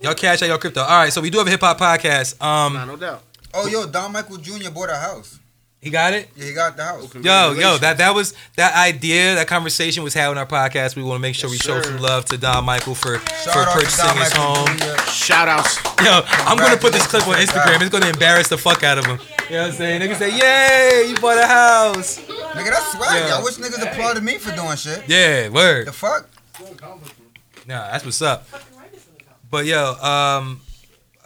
Speaker 3: y'all cash out y'all crypto. All right, so we do have a hip hop podcast.
Speaker 2: Nah,
Speaker 3: Um,
Speaker 2: no doubt.
Speaker 4: Oh, yo, Don Michael Jr. bought a house.
Speaker 3: he got it.
Speaker 4: Yeah, he got the house.
Speaker 3: Yo, yo, that that was that idea, that conversation was had on our podcast. We want to make sure we
Speaker 2: Yes,
Speaker 3: show
Speaker 2: sir.
Speaker 3: some love to Don Michael for
Speaker 4: Shout
Speaker 3: for
Speaker 4: out to
Speaker 3: purchasing
Speaker 4: Don
Speaker 3: his
Speaker 4: Michael
Speaker 3: home.
Speaker 4: Jr.
Speaker 2: Shout outs.
Speaker 3: Yo, I'm gonna put this clip on Instagram. It's gonna embarrass the fuck out of him. You know what I'm saying? Niggas say, "Yay, you bought a house."
Speaker 4: Nigga, that's swag.
Speaker 3: Yeah.
Speaker 4: I wish niggas applauded me for doing shit.
Speaker 3: Yeah, word.
Speaker 4: The fuck?
Speaker 3: Nah, that's what's up. But yo, um,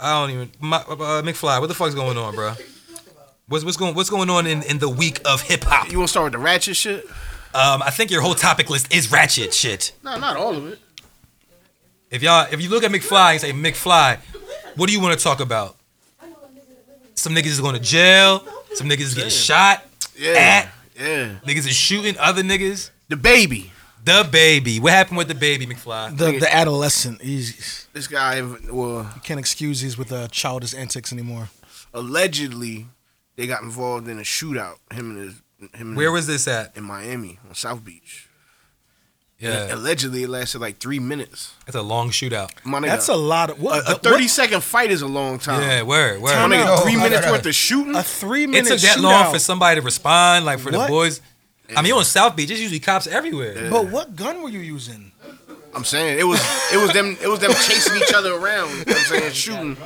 Speaker 3: I don't even my, uh, McFly. What the fuck's going on, bro? What's what's going what's going on in, in the week of hip hop?
Speaker 2: Ah, You want to start with the ratchet shit?
Speaker 3: Um, I think your whole topic list is ratchet shit.
Speaker 2: No, not all of it.
Speaker 3: If y'all if you look at McFly and say McFly, what do you want to talk about? Some niggas is going to jail. Some niggas is getting shot.
Speaker 2: Yeah, yeah.
Speaker 3: Niggas is shooting other niggas.
Speaker 2: The baby.
Speaker 3: The baby. What happened with the baby, McFly?
Speaker 1: The the adolescent, he's
Speaker 2: This guy, well,
Speaker 1: you can't excuse these with uh, childish antics anymore.
Speaker 2: allegedly, they got involved in a shootout. Him and his, him. And
Speaker 3: Where was this at?
Speaker 2: in Miami on South Beach?
Speaker 3: Yeah,
Speaker 2: Allegedly, it lasted like three minutes.
Speaker 3: that's a long shootout.
Speaker 2: My nigga,
Speaker 1: That's a lot of what
Speaker 2: a thirty-second fight is a long Oh. time.
Speaker 3: Yeah, word, word. Oh,
Speaker 2: My nigga,
Speaker 4: No,
Speaker 2: three
Speaker 4: no,
Speaker 2: minutes
Speaker 4: no.
Speaker 2: worth of shooting.
Speaker 1: a three
Speaker 3: It
Speaker 1: minute
Speaker 3: took that
Speaker 1: shootout.
Speaker 3: long for somebody to respond, like for the
Speaker 1: What?
Speaker 3: boys. I mean, on South Beach, there's usually cops everywhere.
Speaker 1: But what gun were you using?
Speaker 2: I'm saying it was it was them it was them chasing each other around. You know what I'm saying shooting,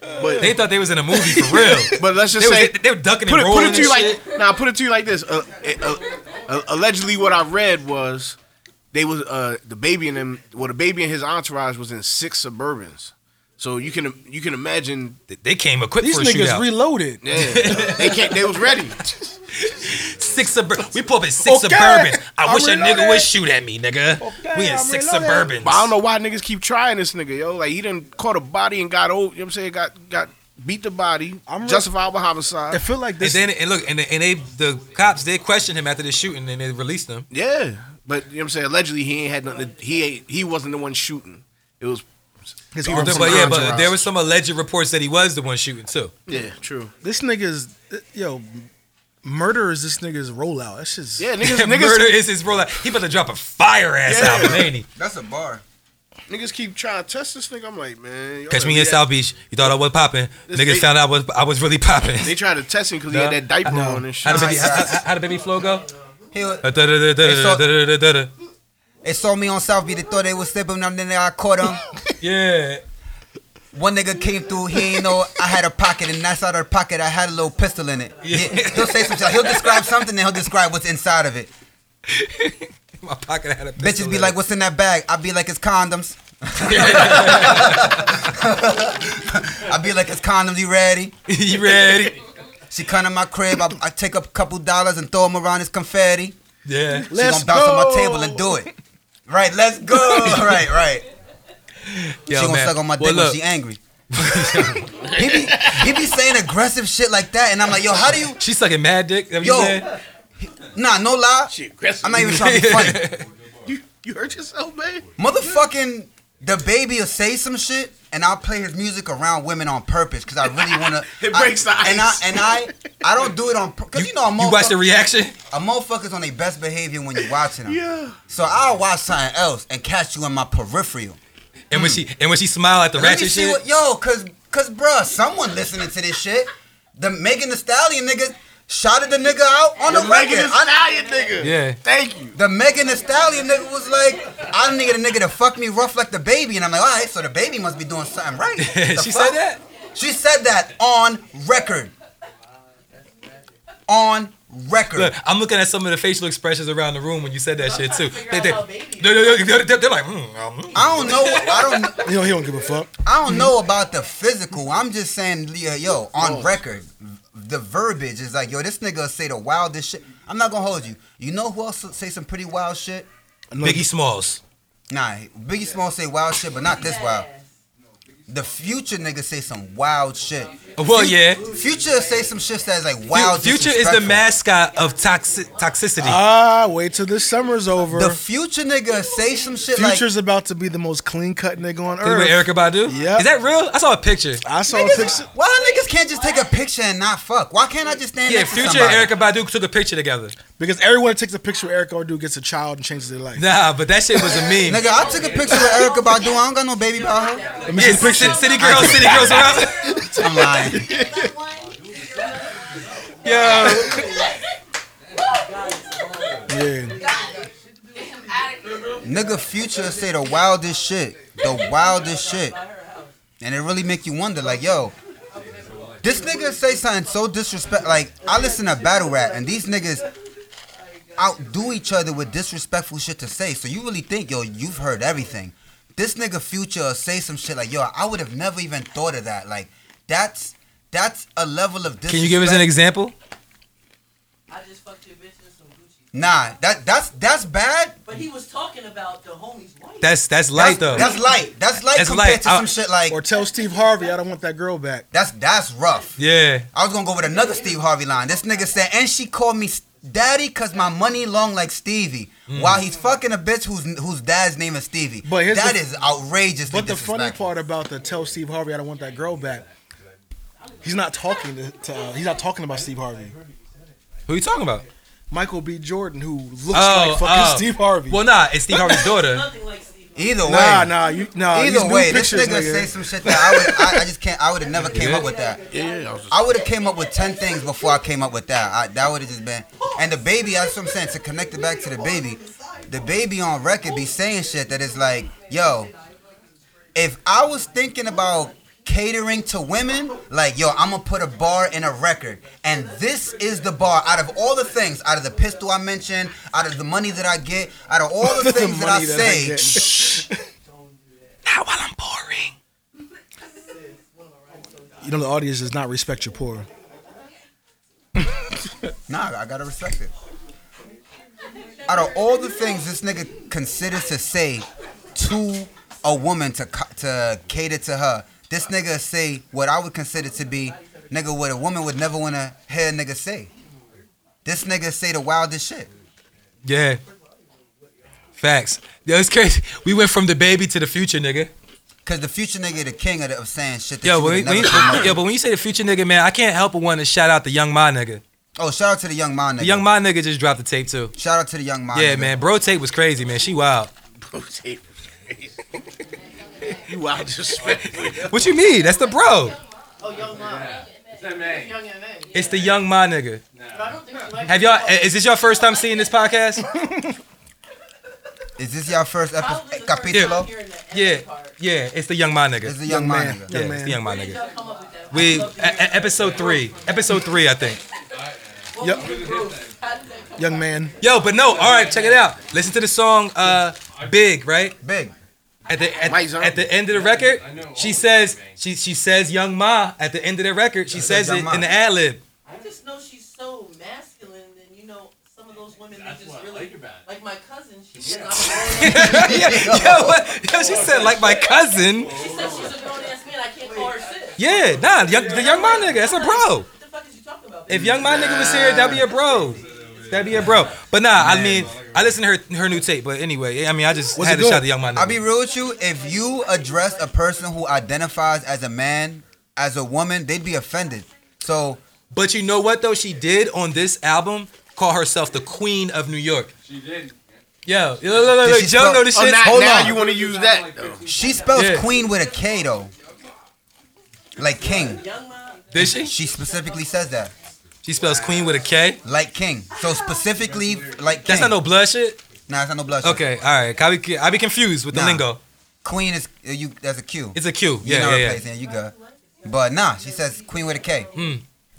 Speaker 2: but
Speaker 3: They thought they was in a movie for real.
Speaker 2: but let's [LAUGHS]
Speaker 3: they,
Speaker 2: just
Speaker 3: was,
Speaker 2: say
Speaker 3: they, they were ducking
Speaker 2: put it
Speaker 3: and
Speaker 2: put
Speaker 3: rolling
Speaker 2: it to you
Speaker 3: and shit.
Speaker 2: like now put it to you like this. Uh, uh, uh, allegedly, what I read was they was uh the baby and them well the baby and his entourage was in six Suburbans. So you can you can imagine,
Speaker 3: They- they came equipped
Speaker 1: These
Speaker 3: for a
Speaker 1: niggas
Speaker 3: shootout.
Speaker 1: reloaded.
Speaker 2: yeah,
Speaker 3: [LAUGHS]
Speaker 2: they can't, they was ready.
Speaker 3: six suburban. We pull up in six
Speaker 1: Okay,
Speaker 3: suburbans. I
Speaker 1: I'm
Speaker 3: wish a nigga
Speaker 1: reloaded.
Speaker 3: would shoot at me, nigga.
Speaker 1: Okay,
Speaker 3: we in
Speaker 1: I'm
Speaker 3: six
Speaker 1: reloaded.
Speaker 3: suburbans.
Speaker 2: But I don't know why niggas keep trying this nigga, yo. Like he done caught a body and got old. You know what I'm saying? Got got beat the body.
Speaker 1: I'm re-
Speaker 2: justifiable homicide.
Speaker 1: I feel like
Speaker 3: And
Speaker 1: this.
Speaker 3: then and look and they, and they the cops they questioned him after the shooting and they released him.
Speaker 2: Yeah, but you know what I'm saying. Allegedly, he ain't had nothing. To, he ain't, he wasn't the one shooting. It was
Speaker 1: His
Speaker 3: But,
Speaker 1: arms
Speaker 3: but
Speaker 1: and
Speaker 3: yeah,
Speaker 1: arms
Speaker 3: but
Speaker 1: around.
Speaker 3: there was some alleged reports that he was the one shooting too.
Speaker 2: yeah, true.
Speaker 1: this nigga's yo murder is this nigga's rollout. That's just
Speaker 2: Yeah, niggas niggas
Speaker 3: [LAUGHS] Murder is his rollout. He about to drop a fire ass
Speaker 2: Yeah.
Speaker 3: album, ain't he?
Speaker 4: That's a bar.
Speaker 2: niggas keep trying to test this nigga. I'm like, man, y'all
Speaker 3: Catch
Speaker 2: gotta
Speaker 3: me
Speaker 2: be
Speaker 3: in
Speaker 2: that-
Speaker 3: South Beach. You thought I was popping.
Speaker 2: This
Speaker 3: Niggas
Speaker 2: big-
Speaker 3: found out I was I was really [LAUGHS] popping.
Speaker 2: They tried to test him because he had that diaper
Speaker 1: No.
Speaker 2: on and
Speaker 3: How
Speaker 2: shit.
Speaker 3: did baby,
Speaker 4: Nah,
Speaker 3: how,
Speaker 4: guys.
Speaker 3: how, how did baby flow go?
Speaker 4: He was-
Speaker 3: Uh, da- da- da- da-
Speaker 4: Hey, so-
Speaker 3: da- da- da- da- da.
Speaker 4: They saw me on South Beach. They thought they was slipping. And then I
Speaker 3: [LAUGHS]
Speaker 4: caught them.
Speaker 3: Yeah.
Speaker 4: One nigga came through. He ain't know I had a pocket, and that's out of the pocket. I had a little pistol in it. He,
Speaker 3: Yeah.
Speaker 4: will say some shit. He'll describe something, and he'll describe what's inside of it.
Speaker 3: My pocket had a pistol
Speaker 4: Bitches be
Speaker 3: in [LAUGHS]
Speaker 4: like,
Speaker 3: it.
Speaker 4: "What's in that bag?" I be like,
Speaker 3: [LAUGHS]
Speaker 4: "It's condoms." I be like, "It's condoms. You ready?"
Speaker 3: you ready?
Speaker 4: She come to my crib. I, I take a couple dollars and throw them around as confetti.
Speaker 3: [LAUGHS] Yeah.
Speaker 4: She
Speaker 1: Let's
Speaker 4: gonna bounce on
Speaker 1: go.
Speaker 4: my table and do it. Right, let's
Speaker 3: [LAUGHS]
Speaker 4: go. right, right.
Speaker 3: Yo,
Speaker 4: she gonna
Speaker 3: man.
Speaker 4: suck on my dick
Speaker 3: well,
Speaker 4: when
Speaker 3: look,
Speaker 4: she angry. he, be, he be saying aggressive shit like that, and I'm like, yo, how do you?
Speaker 3: She sucking mad dick. That
Speaker 4: Yo.
Speaker 3: you said?
Speaker 4: Nah, no lie.
Speaker 2: She aggressive.
Speaker 4: I'm not even trying to be
Speaker 3: [LAUGHS]
Speaker 4: funny.
Speaker 2: you, you hurt yourself, man.
Speaker 4: Motherfucking the baby will say some shit, and I'll play his music around women on purpose because I really wanna.
Speaker 2: It
Speaker 4: I-
Speaker 2: breaks the
Speaker 4: And I
Speaker 2: ice.
Speaker 4: and I I don't do it on because you, know a
Speaker 3: you watch the
Speaker 4: motherfucker-
Speaker 3: reaction.
Speaker 4: a motherfucker's on their best behavior when you're watching them.
Speaker 2: Yeah.
Speaker 4: So I'll watch something else and catch you in my peripheral.
Speaker 3: And when she and when she smile at the
Speaker 4: Mm. Let me
Speaker 3: ratchet
Speaker 4: see
Speaker 3: shit.
Speaker 4: what yo, cause cause bruh, someone listening to this shit. The Megan the Stallion nigga shouted the nigga out on the,
Speaker 2: You're making
Speaker 4: record.
Speaker 2: this
Speaker 4: I-
Speaker 2: Italian nigga.
Speaker 3: Yeah.
Speaker 2: Thank you.
Speaker 4: the Megan the Stallion nigga was like, I needed a nigga to fuck me rough like the baby, and I'm like, all right, so the baby must be doing
Speaker 3: [LAUGHS]
Speaker 4: something right. The
Speaker 3: she
Speaker 4: fuck?
Speaker 3: said that.
Speaker 4: She said that on record. On record.
Speaker 3: Look, I'm looking at some of the facial expressions around the room when you said that shit too.
Speaker 5: figure
Speaker 3: They,
Speaker 5: out
Speaker 3: they,
Speaker 5: how baby-
Speaker 3: they're, they're, they're, they're like, mm, um, mm.
Speaker 4: I don't know. What, I don't.
Speaker 1: You know, he don't give a fuck.
Speaker 4: I don't know about the physical. I'm just saying, yo, yo on record, v- the verbiage is like, yo, this nigga say the wildest shit. I'm not gonna hold you. You know who else say some pretty wild shit?
Speaker 1: No,
Speaker 3: Biggie Smalls.
Speaker 4: Nah, Biggie Small say wild shit, but not this wild. The future nigga say some wild shit.
Speaker 3: Well,
Speaker 4: Fu-
Speaker 3: yeah.
Speaker 4: Future say some shit that's like wild.
Speaker 3: Future is the
Speaker 4: man.
Speaker 3: mascot of toxic toxicity.
Speaker 1: Ah, wait till this summer's over.
Speaker 4: The future nigga say some shit
Speaker 1: Future's about to be the most clean cut nigga on
Speaker 3: Is it with
Speaker 1: earth.
Speaker 3: Erica Badu?
Speaker 1: Yep.
Speaker 3: Is that real? I saw a picture.
Speaker 1: I saw
Speaker 4: like.
Speaker 1: a picture.
Speaker 4: Niggas, why niggas can't just take a picture and not fuck? Why can't I just stand
Speaker 3: Yeah,
Speaker 4: next to
Speaker 3: Future and
Speaker 4: somebody?
Speaker 3: Erica Badu took a picture together.
Speaker 1: Because everyone that takes a picture of Eric Ordu gets a child and changes their life.
Speaker 3: Nah, but that shit was a meme.
Speaker 4: Nigga, I took a picture with Erica Badu. I don't got no baby by her.
Speaker 1: Let me see
Speaker 3: Yeah,
Speaker 1: the picture.
Speaker 3: city, city girls, city girls around.
Speaker 1: [LAUGHS]
Speaker 4: I'm lying.
Speaker 3: Yo,
Speaker 1: Yeah.
Speaker 4: Nigga, Future say the wildest shit, the wildest shit, and it really make you wonder, like, yo, this nigga say something so disrespect. Like, I listen to battle rap, and these niggas outdo each other with disrespectful shit to say. So you really think, yo, you've heard everything. This nigga Future say some shit like, yo, I would have never even thought of that. Like, that's that's a level of disrespect.
Speaker 3: can you give us an example?
Speaker 5: I just fucked your bitch in some Gucci.
Speaker 4: Nah, that that's that's bad.
Speaker 5: But he was talking about the homie's wife.
Speaker 3: That's that's
Speaker 4: That's,
Speaker 3: light though.
Speaker 4: that's light. That's light
Speaker 3: That's
Speaker 4: compared
Speaker 3: light.
Speaker 4: to
Speaker 3: I-
Speaker 4: some shit like
Speaker 1: Or tell Steve Harvey I don't want that girl back.
Speaker 4: that's that's rough.
Speaker 3: yeah,
Speaker 4: I was gonna go with another Steve Harvey line. This nigga said, and she called me s- daddy cause my money long like Stevie.
Speaker 3: Hmm.
Speaker 4: While he's fucking a bitch whose whose dad's name is Stevie.
Speaker 1: But here's
Speaker 4: that
Speaker 1: the-
Speaker 4: is outrageously
Speaker 1: But the funny
Speaker 4: disrespectful.
Speaker 1: part about the tell Steve Harvey I don't want that girl back, he's not talking to, to uh, he's not talking about Steve Harvey.
Speaker 3: who you talking about?
Speaker 1: Michael B. Jordan, who looks
Speaker 3: Oh,
Speaker 1: like fucking
Speaker 3: oh.
Speaker 1: Steve Harvey.
Speaker 3: Well, nah, it's Steve
Speaker 1: [LAUGHS]
Speaker 3: Harvey's daughter.
Speaker 5: Nothing like Steve.
Speaker 4: Either way,
Speaker 1: nah, nah, you nah. these
Speaker 4: either
Speaker 1: new
Speaker 4: way,
Speaker 1: pictures,
Speaker 4: this nigga,
Speaker 1: [LAUGHS]
Speaker 4: say some shit that I would I, I just can't I would have never
Speaker 3: [LAUGHS]
Speaker 4: came
Speaker 3: Yeah.
Speaker 4: up with that.
Speaker 2: Yeah, yeah. I was just,
Speaker 4: I would have came up with ten things before I came up with that. I, that would have just been. And the baby, that's what I'm saying. To connect it back to the baby, the baby on record be saying shit that is like, yo, if I was thinking about catering to women, like, yo, I'm gonna put a bar in a record, and this is the bar. Out of all the things, out of the pistol I mentioned, out of the money that I get, out of all the
Speaker 1: [LAUGHS] The
Speaker 4: things that I
Speaker 1: money that I
Speaker 4: say,
Speaker 1: get.
Speaker 3: Not while I'm boring.
Speaker 1: you know the audience does not respect your poor.
Speaker 4: Nah, I gotta respect it. Out of all the things this nigga considers to say to a woman to co- to cater to her, this nigga say what I would consider to be nigga what a woman would never wanna hear a nigga say. This nigga say the wildest shit.
Speaker 3: Yeah. Facts. Yo, it's crazy. We went from the baby to the future, nigga.
Speaker 4: Cause the future nigga the king of, the, of saying shit that
Speaker 3: Yo,
Speaker 4: you
Speaker 3: when,
Speaker 4: would
Speaker 3: when
Speaker 4: never
Speaker 3: you,
Speaker 4: come up
Speaker 3: yo,
Speaker 4: with.
Speaker 3: but when you say the future, nigga, man, I can't help but want to shout out the Young Ma nigga.
Speaker 4: Oh, shout out to the young man nigga.
Speaker 3: The Young Ma nigga just dropped the tape too.
Speaker 4: shout out to the young man.
Speaker 3: Yeah,
Speaker 4: nigga.
Speaker 3: man, bro, tape was crazy, man. She wild.
Speaker 2: you wild disrespectful.
Speaker 3: What you mean? That's the bro.
Speaker 5: Oh, young mom. Young and man.
Speaker 3: It's the Young Ma nigga.
Speaker 5: But I don't think she likes
Speaker 3: Have y'all? i- Is this your first time seeing this podcast?
Speaker 4: Is this your first
Speaker 5: Probably
Speaker 4: episode
Speaker 5: the first time
Speaker 4: capítulo?
Speaker 5: hearing the
Speaker 3: Yeah,
Speaker 5: end part.
Speaker 3: yeah. It's the Young Ma nigga.
Speaker 4: Is the
Speaker 1: Young
Speaker 4: young man
Speaker 1: man.
Speaker 4: nigga. eh,
Speaker 3: yeah,
Speaker 1: Young
Speaker 3: it's
Speaker 1: man.
Speaker 3: the Young Ma
Speaker 5: Did
Speaker 3: nigga.
Speaker 5: y'all come up with that?
Speaker 3: We
Speaker 5: I
Speaker 3: a,
Speaker 5: love you.
Speaker 3: a- episode three. Episode three, I think.
Speaker 5: What
Speaker 1: Yep.
Speaker 5: was the [LAUGHS] proof? How did that come
Speaker 1: Young man,
Speaker 3: Yo, but no. All right, check it out. Listen to the song uh, "Big," right?
Speaker 4: Big.
Speaker 3: At the at,
Speaker 2: Mike Zombie.
Speaker 3: at the end of the record, she says she she says "Young Ma" at the end of the record. She says
Speaker 4: Young
Speaker 3: it
Speaker 4: Ma.
Speaker 3: in the ad lib. [LAUGHS]
Speaker 5: I just know she's so masculine, and you know, some of those women, they just really, like my cousin, she said, I'm a grown-
Speaker 3: yeah, yeah, what? Yeah, she said like my cousin.
Speaker 5: she said she's a grown ass man, I can't call her sis.
Speaker 3: Yeah, nah, young, the Young Ma nigga. That's a bro.
Speaker 5: What the fuck is you talking about?
Speaker 3: If Young Ma nigga was here, that'd be a bro. That'd be a bro. But nah, I mean, I listened to her her new tape. But anyway, I mean, I just
Speaker 1: Was
Speaker 3: had
Speaker 1: it
Speaker 3: to shout
Speaker 1: good?
Speaker 3: the Young Ma nigga.
Speaker 4: I'll be real with you. If you address a person who identifies as a man, as a woman, they'd be offended. So
Speaker 3: But you know what though? She did on this album call herself the Queen of New York. She did. Yo, look, look, look,
Speaker 4: Did
Speaker 3: look,
Speaker 4: she
Speaker 3: Joe
Speaker 4: spell-
Speaker 3: know this
Speaker 2: Oh,
Speaker 3: shit.
Speaker 2: now,
Speaker 4: Hold
Speaker 2: now
Speaker 4: on.
Speaker 2: you want to use that though?
Speaker 4: she spells
Speaker 3: Yeah.
Speaker 4: queen with a K though. Like king.
Speaker 5: Young mom,
Speaker 3: Did she?
Speaker 4: She specifically says that.
Speaker 3: She spells Queen with a K.
Speaker 4: Like king. So specifically like king.
Speaker 3: That's not no blood shit.
Speaker 4: Nah, that's not no blush.
Speaker 3: Okay, all right. I be, I be confused with the
Speaker 4: Nah.
Speaker 3: lingo.
Speaker 4: Queen is uh, you that's a Q.
Speaker 3: It's a Q. Yeah,
Speaker 4: You're not
Speaker 3: yeah, yeah.
Speaker 4: replacing it, you good. But nah, she says queen with a K.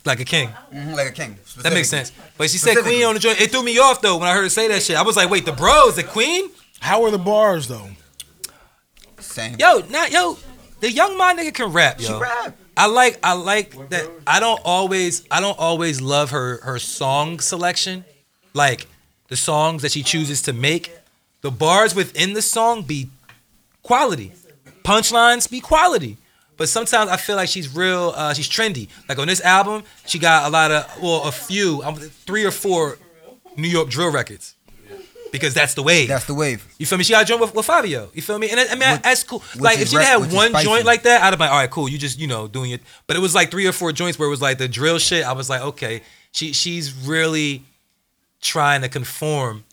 Speaker 3: Like a king.
Speaker 4: Mhm, like a king.
Speaker 3: That makes sense. But she said
Speaker 4: Specifically.
Speaker 3: Queen on the joint. It threw me off though when I heard her say that shit. I was like, wait, the bro is the Queen?
Speaker 1: how are the bars though?
Speaker 4: Same.
Speaker 3: Yo, not yo. The young my nigga can rap, yo.
Speaker 4: She rap.
Speaker 3: I like I like that I don't always I don't always love her her song selection. Like the songs that she chooses to make. The bars within the song be quality. Punchlines be quality. But sometimes I feel like she's real. Uh, she's trendy. Like on this album, she got a lot of, well, a few, um, three or four New York drill records, because that's the wave.
Speaker 4: That's the wave.
Speaker 3: You feel me? She got a joint with, with Fabio. You feel me? And I, I mean,
Speaker 4: Which-
Speaker 3: that's cool. Like
Speaker 4: is
Speaker 3: if she
Speaker 4: rap-
Speaker 3: had
Speaker 4: which is
Speaker 3: one
Speaker 4: spicy.
Speaker 3: joint like that, I'd have been all right, cool. You just you know doing it. But it was like three or four joints where it was like the drill shit. I was like, okay, she she's really trying to conform.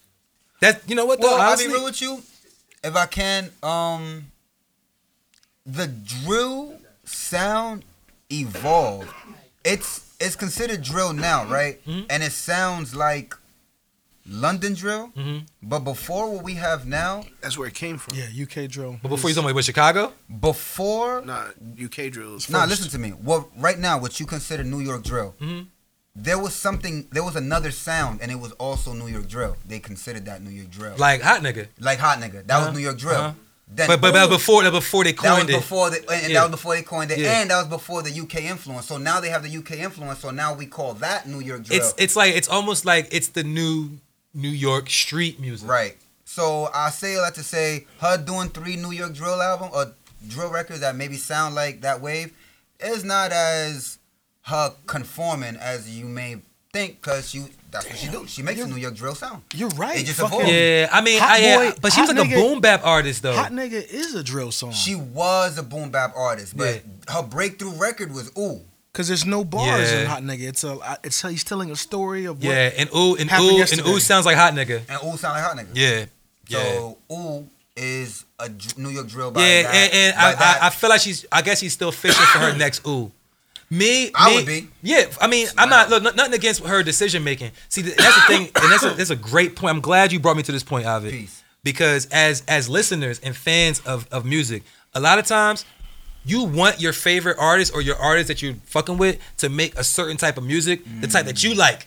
Speaker 3: That you know what though?
Speaker 4: Well, I'll be
Speaker 3: honestly,
Speaker 4: real with you, if I can. Um, the drill sound evolved. It's it's considered drill now, right?
Speaker 3: Mm-hmm.
Speaker 4: And it sounds like London drill,
Speaker 3: Mm-hmm.
Speaker 4: but before what we have now,
Speaker 2: That's where it came from.
Speaker 1: Yeah, UK drill.
Speaker 3: but before you told me with Chicago,
Speaker 4: before
Speaker 2: Nah, UK drills.
Speaker 4: Nah, listen to me. What right now, what you consider New York drill?
Speaker 3: Mhm.
Speaker 4: There was something. There was another sound, and it was also New York drill. They considered that New York drill, like,
Speaker 3: like hot nigga.
Speaker 4: hot nigga. That
Speaker 3: Uh-huh,
Speaker 4: was New York drill.
Speaker 3: uh-huh.
Speaker 4: Then,
Speaker 3: but but that was before that before they
Speaker 4: that was
Speaker 3: coined it.
Speaker 4: before the and
Speaker 3: Yeah.
Speaker 4: that was before they coined it,
Speaker 3: Yeah.
Speaker 4: and that was before the UK influence. So now they have the UK influence. So now we call that New York drill.
Speaker 3: It's it's like it's almost like it's the new New York street music.
Speaker 4: Right. So I say all that to say her doing three New York drill album or drill records that maybe sound like that wave is not as her conforming as you may think because she that's what she do. She makes a New York drill sound.
Speaker 1: You're right.
Speaker 4: They just
Speaker 1: fucking-
Speaker 4: evolved.
Speaker 3: Yeah, I mean,
Speaker 1: Hot
Speaker 3: I, yeah,
Speaker 1: boy-
Speaker 3: but she was
Speaker 1: hot
Speaker 3: like a
Speaker 1: nigga-
Speaker 3: boom bap artist though.
Speaker 1: Hot nigga is a drill song.
Speaker 4: She was a boom bap artist, but her breakthrough record was ooh.
Speaker 1: Cause there's no bars
Speaker 3: Yeah.
Speaker 1: in hot nigga. It's a it's he's telling a story of what
Speaker 3: yeah, and ooh and
Speaker 1: Happened
Speaker 3: ooh and
Speaker 1: yesterday.
Speaker 3: ooh sounds like hot nigga.
Speaker 4: And ooh sound like hot nigga.
Speaker 3: Yeah. Yeah.
Speaker 4: So ooh is a dr- New York drill by
Speaker 3: yeah,
Speaker 4: that-
Speaker 3: and, and
Speaker 4: by
Speaker 3: I,
Speaker 4: that.
Speaker 3: I, I feel like she's. I guess she's still fishing for
Speaker 4: [COUGHS]
Speaker 3: her next ooh. Me,
Speaker 4: I
Speaker 3: me-
Speaker 4: would be.
Speaker 3: Yeah, I mean, I'm not. Look, no- nothing against her decision making. See, th- that's the thing, and that's a, that's a great point. I'm glad you brought me to this point, Ovid.
Speaker 4: Peace.
Speaker 3: Because as as listeners and fans of of music, a lot of times you want your favorite artist or your artist that you're fucking with to make a certain type of music, the type that
Speaker 4: Mm.
Speaker 3: you like.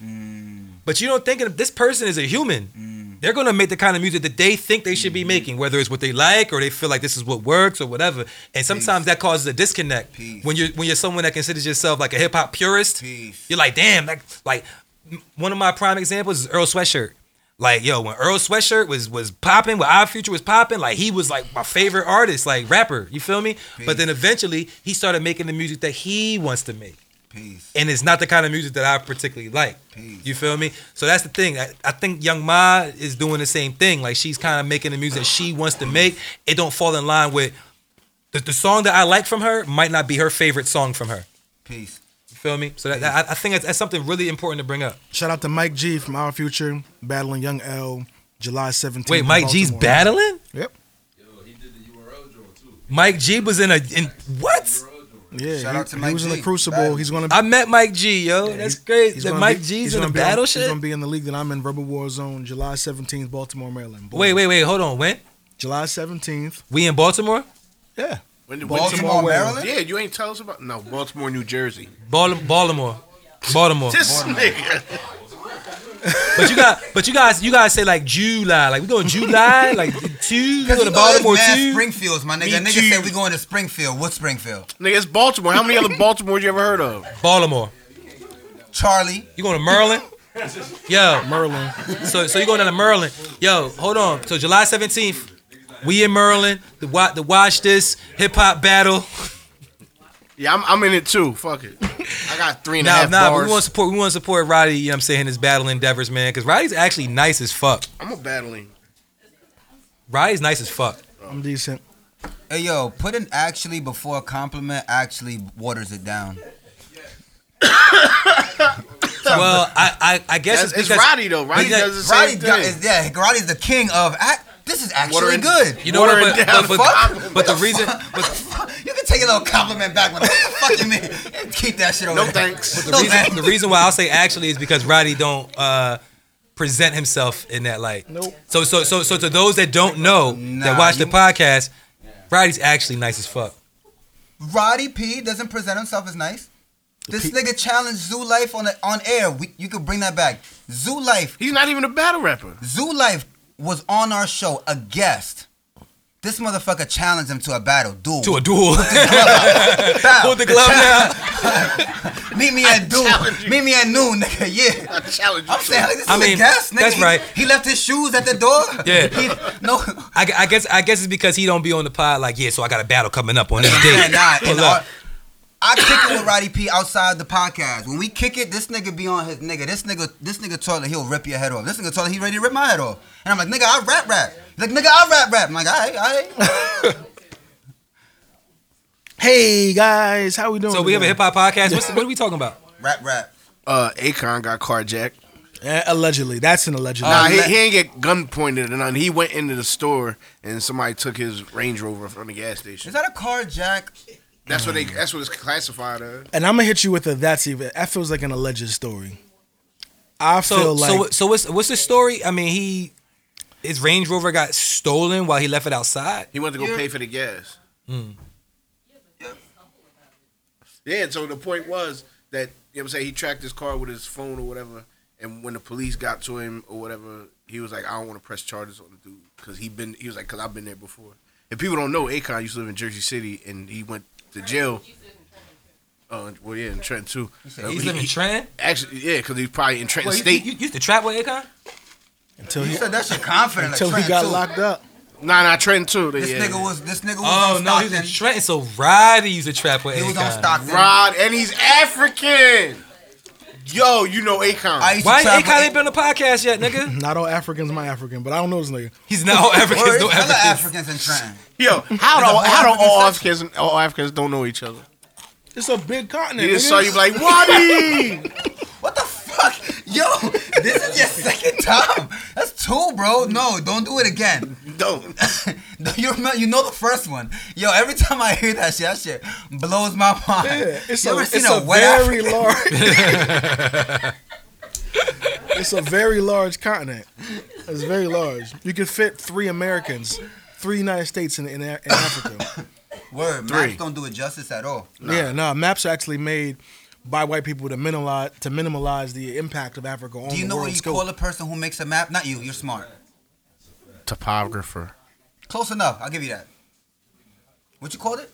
Speaker 3: But you don't think of this person is a human. They're gonna make the kind of music that they think they should
Speaker 4: Mm-hmm.
Speaker 3: be making, whether it's what they like or they feel like this is what works or whatever. And sometimes that causes a disconnect.
Speaker 4: Peace.
Speaker 3: When you're when you're someone that considers yourself like a hip hop purist,
Speaker 4: Peace.
Speaker 3: you're like, damn, like like m- one of my prime examples is Earl Sweatshirt. Like, yo, when Earl Sweatshirt was was popping, when Our Future was popping, like he was like my favorite artist, like rapper. You feel me? But then eventually he started making the music that he wants to make
Speaker 4: peace.
Speaker 3: and it's not the kind of music that I particularly like.
Speaker 4: Peace.
Speaker 3: You feel me? So that's the thing. I, I think Young Ma is doing the same thing. Like she's kind of making the music that she wants to make. It don't fall in line with the, the song that I like from her might not be her favorite song from her.
Speaker 4: Peace.
Speaker 3: You feel me? So that, that- I, I think that's, that's something really important to bring up.
Speaker 1: Shout out to Mike G from Our Future battling Young L, July 17th.
Speaker 3: Wait,
Speaker 1: in
Speaker 3: Mike G's
Speaker 1: Baltimore.
Speaker 3: battling?
Speaker 1: Yep.
Speaker 6: Yo, he did the URL draw too.
Speaker 3: Mike G was in a in what?
Speaker 6: URL draw.
Speaker 1: Yeah,
Speaker 4: Shout
Speaker 1: he,
Speaker 4: out to
Speaker 1: he
Speaker 4: Mike
Speaker 1: was in
Speaker 4: G.
Speaker 1: the Crucible.
Speaker 4: Battle.
Speaker 1: He's gonna.
Speaker 3: I met Mike G, yo.
Speaker 1: he's-
Speaker 3: that's great.
Speaker 1: he's
Speaker 3: That
Speaker 1: gonna
Speaker 3: Mike
Speaker 1: be-
Speaker 3: G's
Speaker 1: he's
Speaker 3: in a
Speaker 1: gonna be on-
Speaker 3: battle
Speaker 1: He's
Speaker 3: shit.
Speaker 1: gonna be in the league that I'm in, Rebel War Zone, July 17th, Baltimore, Maryland. Boom.
Speaker 3: Wait, wait, wait. Hold on. When
Speaker 1: July 17th.
Speaker 3: we in Baltimore?
Speaker 1: Yeah.
Speaker 2: When did
Speaker 4: Baltimore, Maryland.
Speaker 2: Yeah, you ain't tell us about no Baltimore, New Jersey.
Speaker 3: Bal- Baltimore. Baltimore.
Speaker 2: This nigga.
Speaker 3: But you got, but you guys, you guys say like July, like we going July, like two, we
Speaker 4: Because
Speaker 3: go
Speaker 4: you
Speaker 3: to
Speaker 4: know there's
Speaker 3: Baltimore
Speaker 4: mad
Speaker 3: two.
Speaker 4: Springfields, my
Speaker 2: Me
Speaker 4: nigga. Nigga
Speaker 2: too.
Speaker 4: said we going to Springfield. What Springfield?
Speaker 2: Nigga, it's Baltimore. How many other Baltimores you ever heard of?
Speaker 3: Baltimore,
Speaker 4: Charlie.
Speaker 3: you going to Maryland? Yo,
Speaker 1: Merlin.
Speaker 3: so so you going down to Maryland? Yo, hold on. So July seventeenth, we in Maryland. The watch, the watch this hip hop battle.
Speaker 2: Yeah, I'm, I'm in it too. Fuck it. I got three and a
Speaker 3: Nah,
Speaker 2: half
Speaker 3: nah, but we
Speaker 2: bars.
Speaker 3: want to support, we want to support Roddy. You know what I'm saying in his battle endeavors, man, because Roddy's actually nice as fuck.
Speaker 2: I'm a battling.
Speaker 3: Roddy's nice as fuck.
Speaker 1: I'm decent.
Speaker 4: Hey yo, put an actually before a compliment actually waters it down.
Speaker 3: Well, I I, I guess
Speaker 2: That's,
Speaker 3: it's
Speaker 2: it's
Speaker 3: because
Speaker 2: Roddy though. Roddy
Speaker 3: because-
Speaker 2: does the same
Speaker 4: Roddy
Speaker 2: thing.
Speaker 4: got, is, yeah, Roddy's the king of act. This is actually
Speaker 2: Watering-
Speaker 4: good.
Speaker 3: you know what,
Speaker 2: watering
Speaker 3: but,
Speaker 2: down
Speaker 3: but, but,
Speaker 2: the
Speaker 3: but the reason,
Speaker 4: [LAUGHS]
Speaker 3: but
Speaker 4: you can take a little compliment back when [LAUGHS] fuck you mean. Keep that shit over
Speaker 2: no
Speaker 4: there.
Speaker 2: thanks.
Speaker 4: No
Speaker 3: the reason,
Speaker 4: thanks.
Speaker 3: the reason why I'll say actually is because Roddy don't uh, present himself in that light.
Speaker 1: Nope.
Speaker 3: So so so so to those that don't know that
Speaker 4: Nah,
Speaker 3: watch the
Speaker 4: you-
Speaker 3: podcast, Roddy's actually nice as fuck.
Speaker 4: Roddy P doesn't present himself as nice. This nigga challenged Zoo Life on the, on air. We, you could bring that back. Zoo Life
Speaker 2: He's not even a battle rapper.
Speaker 4: Zoo Life was on our show, a guest. This motherfucker challenged him to a battle, duel.
Speaker 3: To a [LAUGHS]
Speaker 4: [LAUGHS]
Speaker 3: duel. [LAUGHS]
Speaker 4: Battle.
Speaker 3: Hold the glove down.
Speaker 4: Meet me at duel.
Speaker 2: challenge you.
Speaker 4: Meet me at noon, nigga. Yeah.
Speaker 2: I challenge you.
Speaker 4: I'm saying like this
Speaker 3: I
Speaker 4: is
Speaker 3: mean,
Speaker 4: a guess, nigga.
Speaker 3: that's
Speaker 4: He-
Speaker 3: right.
Speaker 4: He, left his shoes at the door.
Speaker 3: Yeah.
Speaker 4: [LAUGHS] He, no.
Speaker 3: I, gu- I guess I guess it's because he don't be on the pod like yeah. So I got a battle coming up on this day.
Speaker 4: Yeah, [LAUGHS] nah, you
Speaker 3: Pull
Speaker 4: know,
Speaker 3: up.
Speaker 4: I kick it with Roddy P outside the podcast. When we kick it, this nigga be on his nigga. This nigga, this nigga told he'll rip your head off. This nigga told he ready to rip my head off. And I'm like, nigga, I rap rap. He's Like, nigga, I rap rap. I'm like, all right, all right.
Speaker 3: [LAUGHS]
Speaker 1: Hey guys, how we doing?
Speaker 3: So we have a
Speaker 1: today?
Speaker 3: hip hop podcast. What's, what are we talking about?
Speaker 4: rap rap.
Speaker 2: Uh, Akon got carjacked.
Speaker 1: Eh, allegedly, that's an allegedly.
Speaker 3: Uh,
Speaker 2: Nah,
Speaker 4: Um,
Speaker 2: he,
Speaker 4: let-
Speaker 2: he ain't get gun pointed or nothing. He went into the store and somebody took his Range Rover from the gas
Speaker 4: Is
Speaker 2: station.
Speaker 4: that a carjack?
Speaker 2: That's what they. That's what it's classified as.
Speaker 1: and I'm gonna hit you with a that's even. That feels like an alleged story. I
Speaker 3: So
Speaker 1: feel like
Speaker 3: so what- so what's what's the story? I mean, he his Range Rover got stolen while he left it outside.
Speaker 2: He went to go
Speaker 4: Yeah.
Speaker 2: pay for the gas. Yeah, and so the point was that you know what I'm saying he tracked his car with his phone or whatever, and when the police got to him or whatever, he was like, "I don't want to press charges on the dude because he been he was like, "Cause I've been there before." If people don't know, Akon used to live in Jersey City, and he went to jail. Oh well, yeah, in Trenton too. Uh,
Speaker 3: He's
Speaker 2: he-
Speaker 3: living
Speaker 2: he-
Speaker 3: Trent.
Speaker 2: Actually, yeah, because he's probably in Trenton
Speaker 3: Wait, you,
Speaker 2: State.
Speaker 3: you, you used to trap with Akon?
Speaker 1: until
Speaker 4: You
Speaker 1: he
Speaker 4: said that shit confident.
Speaker 1: until
Speaker 4: like,
Speaker 1: he got
Speaker 4: too.
Speaker 1: locked up.
Speaker 2: nah, nah, Trenton too.
Speaker 4: This
Speaker 2: yeah.
Speaker 4: nigga was this nigga was
Speaker 3: Oh
Speaker 4: on
Speaker 3: no, he
Speaker 4: Stockton.
Speaker 3: was in Trenton. So Roddy used to trap with
Speaker 4: He was on
Speaker 3: Akon.
Speaker 4: Stockton.
Speaker 2: Rod, and he's African. Yo, you know Akon.
Speaker 4: I used to
Speaker 3: Why ain't
Speaker 4: travel-
Speaker 3: Akon ain't been on the podcast
Speaker 1: [LAUGHS]
Speaker 3: yet, nigga?
Speaker 1: Not all Africans, my African, but I don't know this nigga.
Speaker 3: He's not all
Speaker 4: Where
Speaker 3: Africans.
Speaker 4: is
Speaker 3: No
Speaker 4: other
Speaker 3: Africans.
Speaker 4: Africans in Trenton?
Speaker 2: Yo, how do
Speaker 4: whole
Speaker 2: how do
Speaker 4: African
Speaker 2: all Africans all Africans don't know each other?
Speaker 1: It's a big
Speaker 2: They
Speaker 1: continent.
Speaker 2: just
Speaker 1: nigga.
Speaker 2: saw you be [LAUGHS] like Wadi.
Speaker 4: What the fuck? Yo, this is your [LAUGHS] second time. That's two, bro. No, don't do it again.
Speaker 2: don't.
Speaker 4: [LAUGHS] you remember, you know the first one. Yo, every time I hear that shit, that shit blows my mind.
Speaker 1: Yeah, it's
Speaker 4: you
Speaker 1: a,
Speaker 4: ever seen
Speaker 1: it's a,
Speaker 4: a, wet [LAUGHS]
Speaker 1: very
Speaker 4: African?
Speaker 1: large.
Speaker 4: [LAUGHS]
Speaker 1: it's a very large continent. It's very large. You can fit three Americans, three United States in in, A- in
Speaker 4: [COUGHS]
Speaker 1: Africa.
Speaker 4: Word,
Speaker 2: Three.
Speaker 4: maps don't do it justice at all.
Speaker 1: Yeah, no, maps are actually made by white people to minimize to minimize the impact of Africa on
Speaker 4: Do you
Speaker 1: the
Speaker 4: know
Speaker 1: world
Speaker 4: what you
Speaker 1: scope.
Speaker 4: call a person who makes a map? Not you. You're smart.
Speaker 2: Topographer.
Speaker 4: Close enough. I'll give you that. What you called it?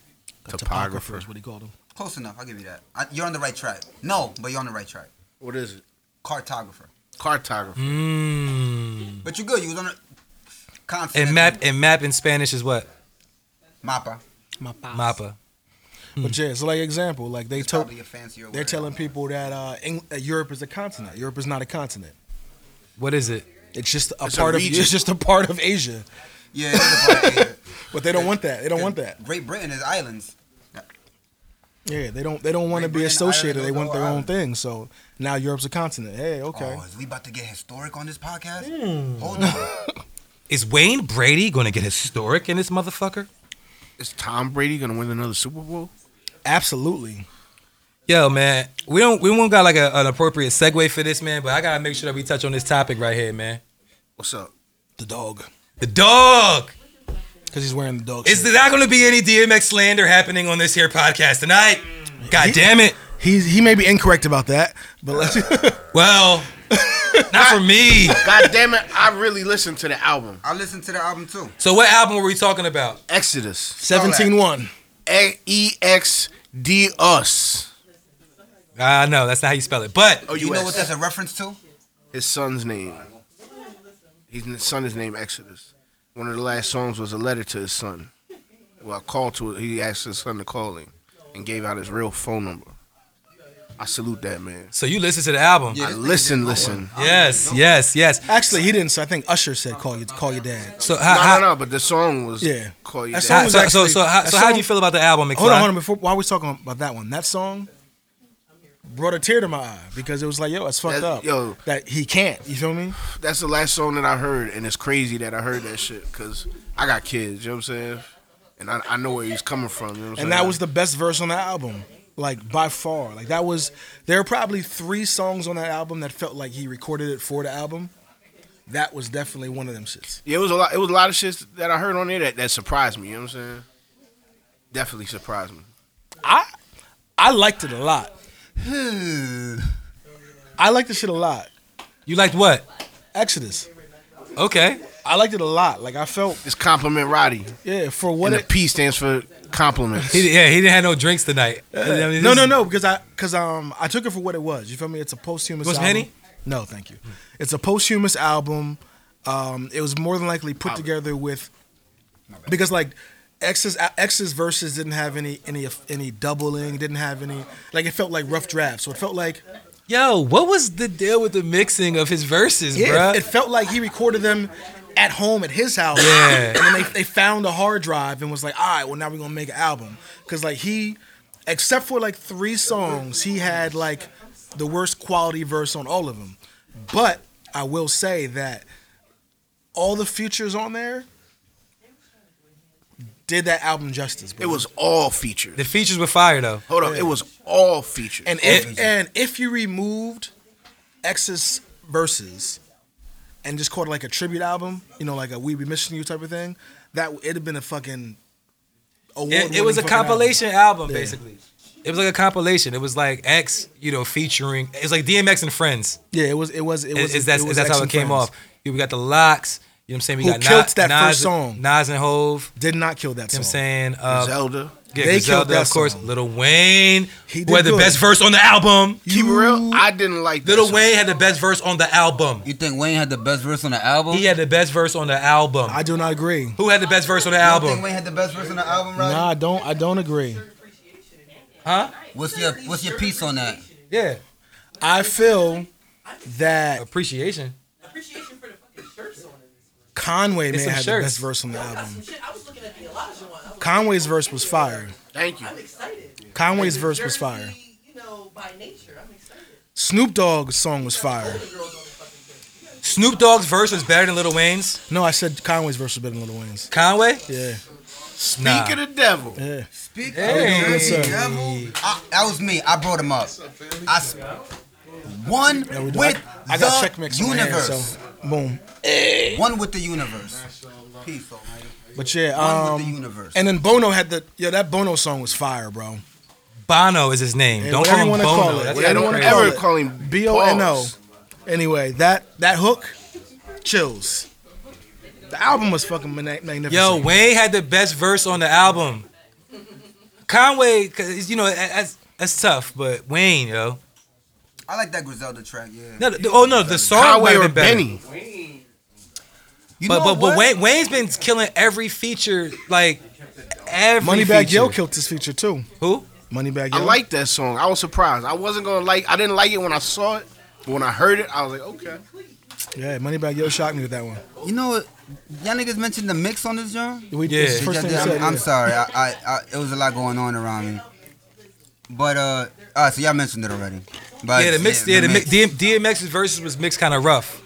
Speaker 1: Topographer is what he called him.
Speaker 4: Close enough. I'll give you that. I, you're on the right track. No, but you're on the right track.
Speaker 2: What is it?
Speaker 4: Cartographer.
Speaker 2: Cartographer.
Speaker 3: Mm.
Speaker 4: But you're good. You was on a confident.
Speaker 3: And map and map in Spanish is what
Speaker 4: Mappa.
Speaker 3: mapa.
Speaker 1: But yeah, it's like example, like they
Speaker 4: It's
Speaker 1: told
Speaker 4: probably a fancier
Speaker 1: they're
Speaker 4: word.
Speaker 1: telling people that uh, Eng- that Europe is a continent. Europe is not a continent.
Speaker 3: What is it?
Speaker 1: It's just a
Speaker 2: It's a
Speaker 1: part of
Speaker 2: region.
Speaker 1: it's just a part of Asia.
Speaker 4: Yeah. it is a part
Speaker 1: [LAUGHS]
Speaker 4: of it.
Speaker 1: But they don't want that. They don't want that.
Speaker 4: Great Britain is islands.
Speaker 1: Yeah, they don't they don't want to
Speaker 4: Great
Speaker 1: be
Speaker 4: Britain,
Speaker 1: associated.
Speaker 4: Ireland,
Speaker 1: They want their
Speaker 4: Northern
Speaker 1: own thing. So now Europe's a continent. Hey, okay. Hmm.
Speaker 4: Oh, is we about to get historic on this podcast? Hold on.
Speaker 3: Is Wayne Brady going to get historic in this motherfucker?
Speaker 2: Is Tom Brady gonna win another Super Bowl?
Speaker 1: Absolutely.
Speaker 3: Yo, man, we don't we won't got like a, an appropriate segue for this, man. But I gotta make sure that we touch on this topic right here, man.
Speaker 2: What's up?
Speaker 1: The dog.
Speaker 3: The dog.
Speaker 1: Cuz he's wearing the dog.
Speaker 3: Is
Speaker 1: shirt.
Speaker 3: there not gonna be any DMX slander happening on this here podcast tonight? God damn it.
Speaker 1: He's he may be incorrect about that, but [LAUGHS] let's
Speaker 3: Well, not for me.
Speaker 2: God damn it! I really listened to the album
Speaker 4: I listened to the album too.
Speaker 3: So what album were we talking about?
Speaker 2: Exodus.
Speaker 1: 17-1.
Speaker 2: A E X D Us.
Speaker 3: Ah, no, that's not how you spell it. But
Speaker 2: Oh,
Speaker 4: You know what that's a reference to?
Speaker 2: His son's name. His his son is named Exodus. One of the last songs was a letter to his son. Well, a call to he asked his son to call him and gave out his real phone number. I salute that man.
Speaker 3: so you listen to the album.
Speaker 4: Yeah.
Speaker 2: I listen, listen.
Speaker 3: Yes, yes, yes.
Speaker 1: Actually, he didn't. So I think Usher said call you call your dad.
Speaker 3: So
Speaker 2: No,
Speaker 3: how,
Speaker 2: no,
Speaker 3: how,
Speaker 2: no. But the song was
Speaker 1: Yeah.
Speaker 2: Call you
Speaker 1: That
Speaker 2: Dad.
Speaker 1: song was
Speaker 3: so, so,
Speaker 1: actually-
Speaker 3: so, how,
Speaker 1: that
Speaker 3: so how do
Speaker 1: song-
Speaker 3: you feel about the album? McFly?
Speaker 1: Hold on, hold on. Before while we talking about that one, that song brought a tear to my eye because it was like, yo, it's fucked
Speaker 2: That-
Speaker 1: up.
Speaker 2: yo.
Speaker 1: that he can't. You feel me?
Speaker 2: That's the last song that I heard, and it's crazy that I heard that shit because I got kids. You know what I'm saying? And I, I know where he's coming from. You know what I'm
Speaker 1: and
Speaker 2: saying?
Speaker 1: that was the best verse on that album like by far like that was there are probably three songs on that album that felt like he recorded it for the album that was definitely one of them shits
Speaker 2: Yeah, it was a lot. It was a lot of shit that I heard on there that, that surprised me. You know what I'm saying? Definitely surprised me.
Speaker 1: i i liked it a lot [SIGHS]
Speaker 4: Word.
Speaker 1: i liked the shit a lot
Speaker 3: You liked what?
Speaker 1: exodus
Speaker 3: Okay.
Speaker 1: I liked it a lot. Like I felt,
Speaker 2: It's compliment Roddy.
Speaker 1: yeah, for
Speaker 2: What
Speaker 1: what
Speaker 2: and
Speaker 1: it.
Speaker 2: the P stands for compliments.
Speaker 3: He, yeah, he didn't have no drinks tonight. I mean,
Speaker 1: no,
Speaker 3: this-
Speaker 1: no, no, because I because um I took it for what it was. You feel me? It's a posthumous.
Speaker 3: Was
Speaker 1: album.
Speaker 3: Henny?
Speaker 1: No, thank you. It's a posthumous album. Um, it was more than likely put together with because like X's X's verses didn't have any any any doubling. Didn't have any like it felt like rough draft. So it felt like
Speaker 3: Yo, what was the deal with the mixing of his verses,
Speaker 1: yeah,
Speaker 3: bruh?
Speaker 1: it, it felt like he recorded them at home at his house.
Speaker 3: Yeah.
Speaker 1: And then they, they found a hard drive and was like, all right, well, now we're going to make an album. Because, like, he, except for like three songs, he had like the worst quality verse on all of them. But I will say that all the features on there did that album justice, bro.
Speaker 2: It was all featured.
Speaker 3: the features were fire though.
Speaker 2: Hold up, it was all featured.
Speaker 1: And if and if you removed X's verses and just called it like a tribute album, you know, like a "We Be Missing You" type of thing, that it'd have been a fucking.
Speaker 3: It, it
Speaker 1: award-winning
Speaker 3: was a
Speaker 1: fucking album.
Speaker 3: compilation album,
Speaker 1: Yeah.
Speaker 3: basically. It was like a compilation. It was like X, you know, featuring. It was like DMX and Friends.
Speaker 1: Yeah, it was. It was. It was.
Speaker 3: is that
Speaker 1: it was
Speaker 3: is that's how
Speaker 1: X
Speaker 3: it
Speaker 1: and
Speaker 3: came
Speaker 1: Friends.
Speaker 3: off? Yeah, we got the locks. You know what I'm saying? We
Speaker 1: Who
Speaker 3: got
Speaker 1: killed
Speaker 3: Nas,
Speaker 1: that
Speaker 3: Nas,
Speaker 1: first song?
Speaker 3: Nas and Hove.
Speaker 1: Did not kill that
Speaker 3: You know what I'm
Speaker 1: song.
Speaker 3: saying? Uh,
Speaker 2: Zelda.
Speaker 3: yeah,
Speaker 1: They
Speaker 3: Griselda,
Speaker 1: killed that
Speaker 3: of course.
Speaker 1: song.
Speaker 3: Lil Wayne,
Speaker 1: He
Speaker 3: who
Speaker 1: did
Speaker 3: had the
Speaker 1: good.
Speaker 3: best verse on the album.
Speaker 2: Keep it real. I didn't like that
Speaker 3: Lil
Speaker 2: song.
Speaker 3: Wayne had the best verse on the album.
Speaker 4: You think Wayne had the best verse on the album?
Speaker 3: He had the best verse on the album.
Speaker 1: I do not agree.
Speaker 3: Who had the best verse on the
Speaker 4: You don't think
Speaker 3: album?
Speaker 4: Wayne had the best verse on the album, right?
Speaker 1: Nah, I don't. I don't agree.
Speaker 3: Huh?
Speaker 4: What's your What's your piece on that?
Speaker 3: Yeah.
Speaker 1: I feel that
Speaker 3: Appreciation.
Speaker 5: Appreciation for the fucking shirts on it.
Speaker 1: Conway
Speaker 3: It's
Speaker 1: may
Speaker 3: some
Speaker 1: have the
Speaker 3: shirts.
Speaker 1: best verse on the
Speaker 5: I got
Speaker 1: album.
Speaker 5: some shit. I was looking at the Elijah one. I was
Speaker 1: Conway's verse was fire.
Speaker 2: Thank you.
Speaker 5: I'm excited.
Speaker 1: Conway's
Speaker 5: The
Speaker 1: verse was
Speaker 5: Jersey,
Speaker 1: fire.
Speaker 5: You know, by nature, I'm excited.
Speaker 1: Snoop Dogg's song was fire.
Speaker 3: Snoop Dogg's verse was better than Lil Wayne's.
Speaker 1: No, I said Conway's verse was better than Lil Wayne's.
Speaker 3: Conway?
Speaker 1: Yeah.
Speaker 2: Speak
Speaker 3: Nah.
Speaker 2: of the devil.
Speaker 1: Yeah.
Speaker 4: Speak
Speaker 3: Hey.
Speaker 4: of the
Speaker 1: Hey.
Speaker 4: devil. I, that was me. I brought him up. I sp- one
Speaker 1: we do.
Speaker 4: with
Speaker 1: I
Speaker 4: the
Speaker 1: got check mix in my hand,
Speaker 4: universe.
Speaker 1: so boom.
Speaker 4: One with the universe. Peace, Almighty.
Speaker 1: But yeah,
Speaker 4: One with the
Speaker 1: um,
Speaker 4: universe.
Speaker 1: and then Bono had the yo. That Bono song was fire, bro.
Speaker 3: Bono is his name.
Speaker 1: And
Speaker 3: Don't
Speaker 1: whatever
Speaker 3: call him
Speaker 1: you
Speaker 3: Bono.
Speaker 1: wanna call it,
Speaker 3: That's
Speaker 1: whatever
Speaker 2: Yeah,
Speaker 1: I
Speaker 3: kinda
Speaker 1: you
Speaker 2: don't
Speaker 1: wanna
Speaker 3: crazy.
Speaker 1: call
Speaker 2: ever
Speaker 1: it.
Speaker 2: call him
Speaker 1: B O N O.
Speaker 2: Pause.
Speaker 1: Anyway, that that hook, chills. The album was fucking mana- magnificent.
Speaker 3: Yo, Wayne had the best verse on the album. Conway, 'cause, you know, that- that's, that's tough, but Wayne, yo.
Speaker 4: I like that Griselda track. Yeah.
Speaker 3: No, the- oh no, the song
Speaker 2: Conway
Speaker 3: might have
Speaker 2: or
Speaker 3: been better.
Speaker 2: Benny.
Speaker 4: You
Speaker 3: But
Speaker 4: know
Speaker 3: but
Speaker 4: what?
Speaker 3: but Wayne, Wayne's been killing every feature, like every
Speaker 1: Moneybag
Speaker 3: feature.
Speaker 1: Yo killed this feature too.
Speaker 3: Who?
Speaker 1: Moneybag Yo.
Speaker 2: I like that song. I was surprised. I wasn't gonna like. I didn't like it when I saw it, but when I heard it, I was like, okay.
Speaker 1: Yeah, Moneybag Yo shocked me with that one.
Speaker 4: You know what? Y'all niggas mentioned the mix on this joint.
Speaker 1: We,
Speaker 3: Yeah.
Speaker 1: this is the first
Speaker 4: Yeah,
Speaker 1: thing you
Speaker 4: I'm,
Speaker 1: said.
Speaker 4: I'm
Speaker 1: yeah.
Speaker 4: sorry. I, I, I, it was a lot going on around me. But uh, all right, so y'all mentioned it already. But
Speaker 3: Yeah, the mix. Yeah, the mix. DM, DMX's verses was mixed kind of rough.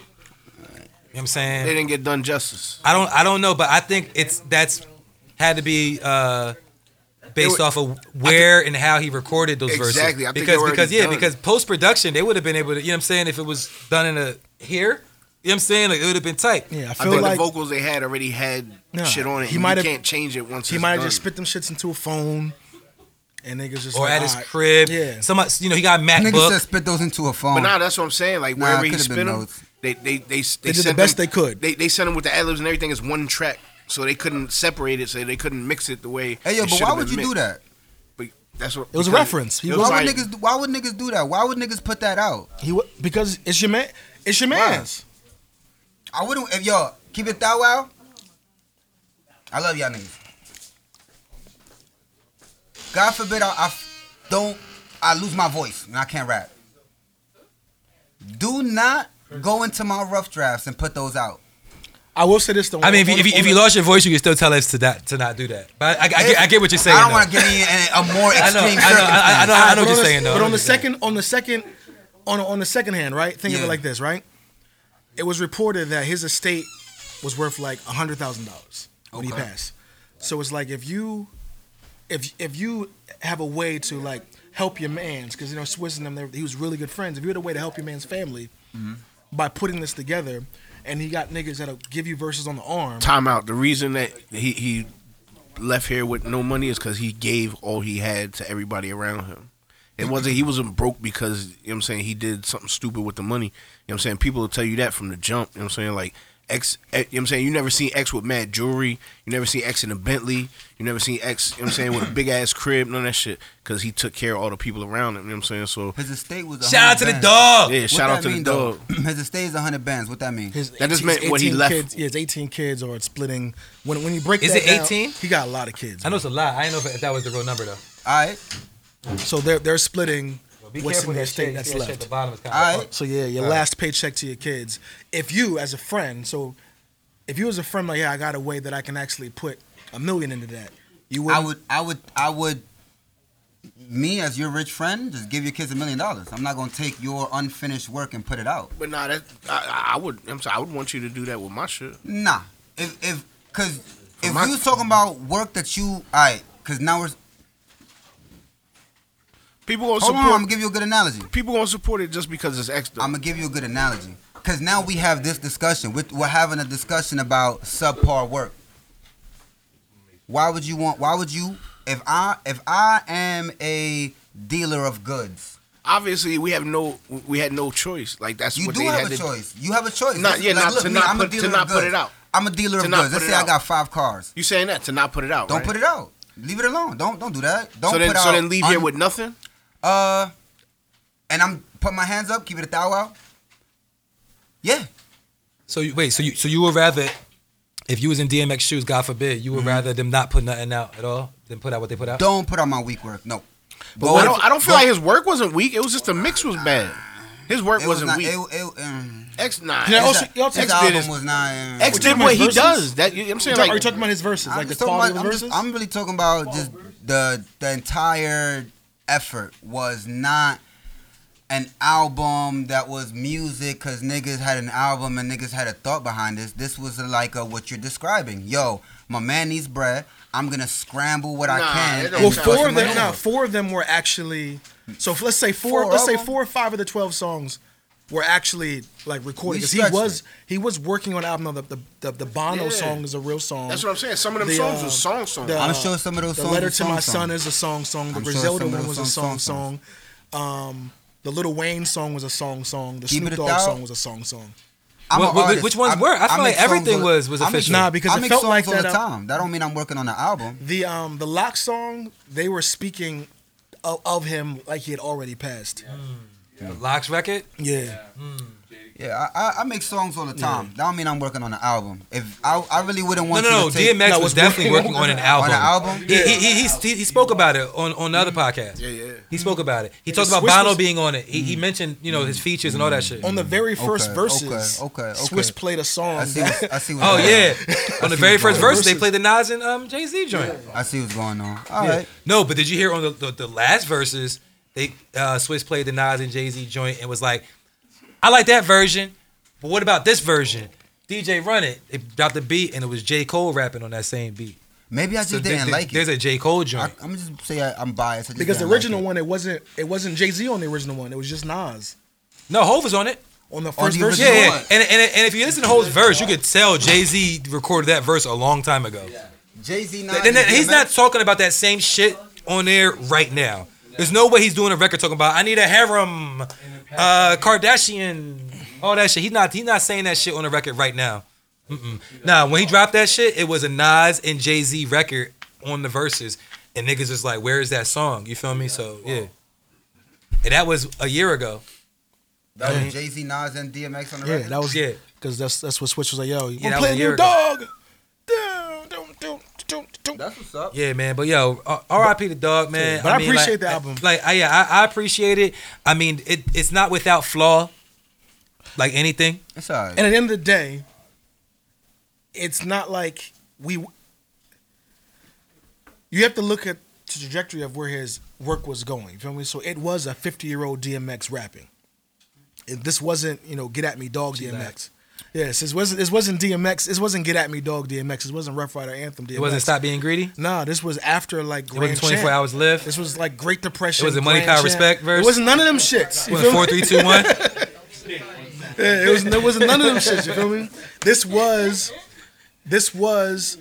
Speaker 3: You know what I'm
Speaker 2: They
Speaker 3: saying?
Speaker 2: didn't get done justice.
Speaker 3: I don't. I don't know, but I think it's that's had to be uh, based
Speaker 2: It wa-
Speaker 3: off of where and how he recorded those verses.
Speaker 2: Exactly, I think they
Speaker 3: because
Speaker 2: were
Speaker 3: because
Speaker 2: already
Speaker 3: yeah,
Speaker 2: done.
Speaker 3: because post production they would have been able to. You know what I'm saying? If it was done in a here, you know what I'm saying? Like it would have been tight.
Speaker 1: Yeah, I
Speaker 2: I
Speaker 1: feel
Speaker 2: think
Speaker 1: like
Speaker 2: the vocals they had already had
Speaker 1: Nah,
Speaker 2: shit on it.
Speaker 1: he
Speaker 2: He might
Speaker 1: might
Speaker 2: you
Speaker 1: have-
Speaker 2: can't change it once.
Speaker 1: he
Speaker 2: it's
Speaker 1: might have
Speaker 2: done.
Speaker 1: just spit them shits into a phone, and niggas just
Speaker 3: Or
Speaker 1: like,
Speaker 3: at his
Speaker 1: all right.
Speaker 3: crib.
Speaker 1: Yeah.
Speaker 3: Somebody, you know, he got a
Speaker 4: Niggas said
Speaker 3: MacBook.
Speaker 4: spit those into a
Speaker 2: But
Speaker 4: phone.
Speaker 2: nah, that's what I'm saying. Like
Speaker 4: Oh. Nah,
Speaker 2: wherever he
Speaker 4: it could've been
Speaker 2: spit them,
Speaker 4: notes.
Speaker 2: they they
Speaker 1: They
Speaker 2: they they,
Speaker 1: did the
Speaker 2: sent
Speaker 1: best
Speaker 2: them-
Speaker 1: they could.
Speaker 2: They they sent them with the ad libs and everything as one track, so they couldn't separate it. So they couldn't mix it the way.
Speaker 4: hey yo,
Speaker 2: it
Speaker 4: but
Speaker 2: should've
Speaker 4: why would
Speaker 2: been
Speaker 4: you do
Speaker 2: mixed.
Speaker 4: that?
Speaker 2: But that's what
Speaker 1: It was a
Speaker 2: because
Speaker 1: reference. He
Speaker 2: it
Speaker 1: was-
Speaker 2: was
Speaker 4: Why would
Speaker 2: like-
Speaker 4: niggas? Why would niggas do that? Why would niggas put that out?
Speaker 1: He wa- because it's your man. It's your
Speaker 4: Why?
Speaker 1: man's.
Speaker 4: I wouldn't. If y'all keep it that wow. I love y'all niggas. God forbid I, I f- don't. I lose my voice and I can't rap. Do not go into my rough drafts and put those out.
Speaker 1: I will say this though.
Speaker 3: I mean, if you,
Speaker 1: on-
Speaker 3: if, you,
Speaker 1: on
Speaker 3: if
Speaker 1: the-
Speaker 3: you lost your voice, you can still tell us to not to not do that. But I, I, I get, I get what you're saying.
Speaker 4: I don't
Speaker 3: though.
Speaker 4: want to give you a, a more
Speaker 3: [LAUGHS] I know, I
Speaker 4: extreme
Speaker 3: know, I, I know, I know
Speaker 1: But
Speaker 3: what you're
Speaker 1: on the-
Speaker 3: saying
Speaker 1: But
Speaker 3: though. I
Speaker 1: on
Speaker 3: know
Speaker 1: the
Speaker 3: what you're saying.
Speaker 1: second, on the second, on on the second hand, right? Think of
Speaker 4: Yeah.
Speaker 1: it like this, right? It was reported that his estate was worth like hundred thousand dollars when
Speaker 4: Okay.
Speaker 1: he passed. So it's like if you, if if you have a way to like help your man's, because you know Swiss and them, they, he was really good friends. If you had a way to help your man's family
Speaker 3: Mm-hmm.
Speaker 1: by putting this together, and he got niggas that'll give you verses on the arm.
Speaker 2: timeout. The reason that he he left here with no money is because he gave all he had to everybody around him. It wasn't he wasn't broke because you know what I'm saying he did something stupid with the money. You know what I'm saying? People will tell you that from the jump. You know what I'm saying? Like X, eh, you know what I'm saying? You never seen X with mad jewelry. You never seen X in a Bentley. You never seen X, you know what I'm saying, with a big ass crib, none of that shit. Because he took care of all the people around him, you know what I'm saying? So,
Speaker 4: His estate was.
Speaker 3: Shout out to
Speaker 4: 100
Speaker 3: the
Speaker 4: bands.
Speaker 3: dog.
Speaker 2: yeah,
Speaker 4: Uh, What
Speaker 2: shout
Speaker 4: that
Speaker 2: out to
Speaker 4: mean,
Speaker 2: the dog.
Speaker 4: [CLEARS THROAT] His estate is 100 bands. What that mean?
Speaker 1: His
Speaker 2: That just
Speaker 1: 18
Speaker 2: meant what he
Speaker 1: 18
Speaker 2: left.
Speaker 1: Kids, yeah, it's 18 kids or it's splitting. When when you break
Speaker 3: Is
Speaker 1: that
Speaker 3: it
Speaker 1: down,
Speaker 3: 18?
Speaker 1: he got a lot of kids.
Speaker 3: I know it's a lot. I didn't know if that was the real number though.
Speaker 4: all right,
Speaker 1: So they're they're splitting
Speaker 3: Be
Speaker 1: what's
Speaker 3: careful
Speaker 1: in
Speaker 3: with
Speaker 1: their estate
Speaker 3: that shit.
Speaker 1: that's
Speaker 3: Yeah, shit at
Speaker 1: left.
Speaker 3: The bottom is kind
Speaker 4: All
Speaker 3: of
Speaker 4: right.
Speaker 1: So yeah, your last paycheck to your kids. If you as a friend, so if you as a friend like, yeah, I got a way that I can actually put a million into that. You would,
Speaker 4: I would, I would, I would. Me as your rich friend, just give your kids a million dollars. I'm not gonna take your unfinished work and put it out.
Speaker 2: But nah, that, I, I would, I'm sorry, I would want you to do that with my shit.
Speaker 4: Nah, if if because if
Speaker 2: my-
Speaker 4: you was talking about work that you, all right, because now we're
Speaker 2: People gonna
Speaker 4: hold on. I'm
Speaker 2: support.
Speaker 4: gonna give you a good analogy.
Speaker 2: people gonna support it just because it's X. Though.
Speaker 4: I'm gonna give you a good analogy because now we have this discussion. We're, we're having a discussion about subpar work. Why would you want? Why would you? If I if I am a dealer of goods,
Speaker 2: Obviously, we have no, we had no choice. Like that's
Speaker 4: you
Speaker 2: what
Speaker 4: do
Speaker 2: they
Speaker 4: have
Speaker 2: had
Speaker 4: a
Speaker 2: to.
Speaker 4: choice. You have a choice.
Speaker 2: Not-
Speaker 4: Let's-
Speaker 2: yeah, not- to
Speaker 4: me,
Speaker 2: not
Speaker 4: I'm a
Speaker 2: put- to
Speaker 4: dealer of
Speaker 2: not put
Speaker 4: goods.
Speaker 2: it out.
Speaker 4: I'm a dealer
Speaker 2: To
Speaker 4: of
Speaker 2: not put
Speaker 4: goods. Let's
Speaker 2: it
Speaker 4: say I
Speaker 2: out.
Speaker 4: got five cars.
Speaker 2: You saying that to not put it out?
Speaker 4: Don't
Speaker 2: right?
Speaker 4: put it out. Leave it alone. Don't don't do that. Don't
Speaker 2: so then,
Speaker 4: put
Speaker 2: so
Speaker 4: out
Speaker 2: then leave here
Speaker 4: un-
Speaker 2: with nothing.
Speaker 4: Uh, and I'm put my hands up, keep it a thou out. Yeah,
Speaker 3: So you, wait, so you so you would rather, if you was in DMX shoes, God forbid, you would rather them not put nothing out at all than put out what they put out.
Speaker 4: don't put on my weak work. No,
Speaker 2: But I don't, I don't feel like his work wasn't weak. It was just the mix was bad. His work
Speaker 4: it was
Speaker 2: wasn't
Speaker 4: not.
Speaker 2: weak.
Speaker 4: It, it, um,
Speaker 2: X nah.
Speaker 1: Yeah,
Speaker 2: X-
Speaker 1: also-
Speaker 4: his-
Speaker 1: y'all
Speaker 4: his
Speaker 1: take-
Speaker 4: album
Speaker 2: did his-
Speaker 4: was not. um,
Speaker 1: What
Speaker 2: X
Speaker 1: you
Speaker 2: did
Speaker 1: mean,
Speaker 2: what he
Speaker 1: verses?
Speaker 2: does. That you, know what I'm saying
Speaker 1: are you
Speaker 2: like
Speaker 1: talking about his verses,
Speaker 4: I'm
Speaker 1: like the
Speaker 4: just talking
Speaker 1: quality
Speaker 4: about-
Speaker 1: of
Speaker 4: I'm
Speaker 1: the
Speaker 4: just-
Speaker 1: verses?
Speaker 4: I'm really talking about just the the entire effort was not an album that was music because niggas had an album and niggas had a thought behind this. This was like a, what you're describing. Yo, my man needs bread. I'm gonna scramble what
Speaker 2: Nah,
Speaker 4: I can.
Speaker 2: it don't
Speaker 4: and
Speaker 1: well,
Speaker 2: Okay.
Speaker 1: four
Speaker 4: put
Speaker 1: of
Speaker 4: some
Speaker 1: them.
Speaker 4: money
Speaker 1: No,
Speaker 4: in.
Speaker 1: four of them were actually. So f- let's say four.
Speaker 4: Four
Speaker 1: let's
Speaker 4: of
Speaker 1: say
Speaker 4: them?
Speaker 1: four or five of the twelve songs were actually like recorded
Speaker 4: We
Speaker 1: because he
Speaker 4: stretched
Speaker 1: was
Speaker 4: it.
Speaker 1: he was working on an album. The the, the, the Bono
Speaker 2: Yeah.
Speaker 1: song is a real song.
Speaker 2: That's what I'm saying. Some of them
Speaker 1: The,
Speaker 2: songs
Speaker 1: uh,
Speaker 2: were song songs.
Speaker 1: the-
Speaker 4: I'm
Speaker 1: uh,
Speaker 4: sure some of those
Speaker 1: the
Speaker 4: songs.
Speaker 1: letter
Speaker 4: are
Speaker 1: to
Speaker 4: song
Speaker 1: my
Speaker 4: songs.
Speaker 1: son is a song song. The
Speaker 4: I'm sure
Speaker 1: Griselda
Speaker 4: some of
Speaker 1: one
Speaker 4: those
Speaker 1: was a song
Speaker 4: songs- songs.
Speaker 1: song. Um, the Little Wayne song was a song song. The
Speaker 4: Keep It
Speaker 1: Snoop
Speaker 4: a
Speaker 1: Dogg
Speaker 4: Thou?
Speaker 1: song was a song song.
Speaker 4: I'm
Speaker 3: Wh-
Speaker 4: an
Speaker 3: wh- wh-
Speaker 4: artist.
Speaker 3: which ones
Speaker 4: I-
Speaker 3: were? I
Speaker 4: I
Speaker 3: feel like
Speaker 4: make songs
Speaker 3: everything
Speaker 4: all-
Speaker 3: was was
Speaker 4: I make-
Speaker 3: official.
Speaker 1: Nah, because
Speaker 4: I
Speaker 1: it
Speaker 4: make
Speaker 1: felt
Speaker 4: songs
Speaker 1: like
Speaker 4: all
Speaker 1: that,
Speaker 4: the
Speaker 1: uh,
Speaker 4: time. That don't mean I'm working on an album.
Speaker 1: The um the Lock song they were speaking of, of him like he had already passed.
Speaker 3: The Locks record.
Speaker 1: Yeah.
Speaker 4: Yeah, I, I, I make songs all the time. That don't mean I'm working on an album. If I, I really wouldn't
Speaker 3: No,
Speaker 4: want
Speaker 3: no,
Speaker 4: you
Speaker 3: no.
Speaker 4: to take
Speaker 3: DMX
Speaker 1: No,
Speaker 3: was
Speaker 1: it's
Speaker 3: definitely
Speaker 1: working
Speaker 3: working on an
Speaker 4: on
Speaker 3: album.
Speaker 4: an album.
Speaker 3: He, he, he, he, he spoke about it on, on the other podcast.
Speaker 2: yeah, yeah.
Speaker 3: He spoke about it. He
Speaker 1: Yeah,
Speaker 3: talked
Speaker 1: the
Speaker 3: about
Speaker 1: Swiss
Speaker 3: Bono
Speaker 1: was-
Speaker 3: being on it. He, he mentioned you know his features and all that shit.
Speaker 1: On the very first
Speaker 4: Mm. Okay,
Speaker 1: verses,
Speaker 4: okay, okay,
Speaker 1: Swiss
Speaker 4: okay.
Speaker 1: played a song.
Speaker 4: I see.
Speaker 1: that-
Speaker 4: What's, I see. What's
Speaker 3: Oh
Speaker 4: going
Speaker 3: yeah, on the very
Speaker 4: what's
Speaker 3: first
Speaker 4: going
Speaker 3: verse they
Speaker 1: on.
Speaker 3: played the Nas and um, Jay Z joint.
Speaker 4: on. I see what's going on. All right.
Speaker 3: Yeah. No, but did you hear on the, the, the last verses they uh, Swiss played the Nas and Jay Z joint and was like, I like that version, but what about this version? DJ Run It, they dropped the beat and it was J Cole rapping on that same beat.
Speaker 4: Maybe I just
Speaker 3: So there-
Speaker 4: didn't
Speaker 3: there-
Speaker 4: like
Speaker 3: there's
Speaker 4: it.
Speaker 3: a J Cole
Speaker 4: I,
Speaker 3: joint.
Speaker 4: I'm gonna just say I, I'm biased. I just
Speaker 1: because the
Speaker 4: didn't like
Speaker 1: original
Speaker 4: it.
Speaker 1: one, it wasn't it wasn't Jay Z on the original one. It was just Nas
Speaker 3: no, Hove was on it.
Speaker 1: on the
Speaker 4: On
Speaker 1: first
Speaker 4: the
Speaker 1: verse.
Speaker 3: Yeah,
Speaker 4: original
Speaker 3: yeah.
Speaker 4: one.
Speaker 3: And, and and if you listen to Hove's verse, you could tell Jay Z recorded that verse a long time ago.
Speaker 4: Jay Z.
Speaker 3: Th- then he's not talking about that same shit on there right now. There's no way he's doing a record talking about I need a harem, uh, Kardashian, all that shit. He's not he's not saying that shit on the record right now. Mm-mm. Nah, when he dropped that shit, it was a Nas and Jay Z record on the verses, and niggas was like, "Where is that song?" You feel me? So yeah, and that was a year ago.
Speaker 4: That was Jay Z, Nas, and DMX on the
Speaker 1: Yeah,
Speaker 4: record.
Speaker 1: that was
Speaker 3: Yeah.
Speaker 1: Because that's that's what Switch was like. Yo, you yeah,
Speaker 3: Yeah, that was a
Speaker 1: play
Speaker 3: year
Speaker 1: new
Speaker 3: ago.
Speaker 1: dog. Dun, dun, dun, dun, dun.
Speaker 4: That's what's up.
Speaker 3: Yeah, man. But yo, uh, R.I.P. the dog, man.
Speaker 1: Yeah, but I
Speaker 3: mean,
Speaker 1: appreciate
Speaker 3: like-
Speaker 1: the album.
Speaker 3: Like, I, yeah, I, I appreciate it. I mean, it, it's not without flaw, like anything.
Speaker 4: It's
Speaker 3: [LAUGHS]
Speaker 4: all right.
Speaker 1: And at the end of the day, it's not like we. You have to look at the trajectory of where his work was going. You feel me? So it was a 50 year old DMX rapping. It- this wasn't, you know, get at me, dog DMX. Yes, this wasn't. This wasn't DMX. This wasn't get at me, dog DMX. This wasn't Rough Rider Anthem DMX.
Speaker 3: It wasn't stop being greedy.
Speaker 1: Nah, this was after like
Speaker 3: It
Speaker 1: Grand
Speaker 3: wasn't 24
Speaker 1: Champ.
Speaker 3: hours left.
Speaker 1: This was like Great Depression.
Speaker 3: It was a Money,
Speaker 1: Grand
Speaker 3: Power,
Speaker 1: Champ.
Speaker 3: Respect verse.
Speaker 1: It wasn't none of them shits.
Speaker 3: It
Speaker 1: You
Speaker 3: wasn't
Speaker 1: feel me?
Speaker 3: four, three, two,
Speaker 1: [LAUGHS]
Speaker 3: one.
Speaker 1: Yeah, it was there wasn't none of them shits. You feel me? [LAUGHS] This was, this was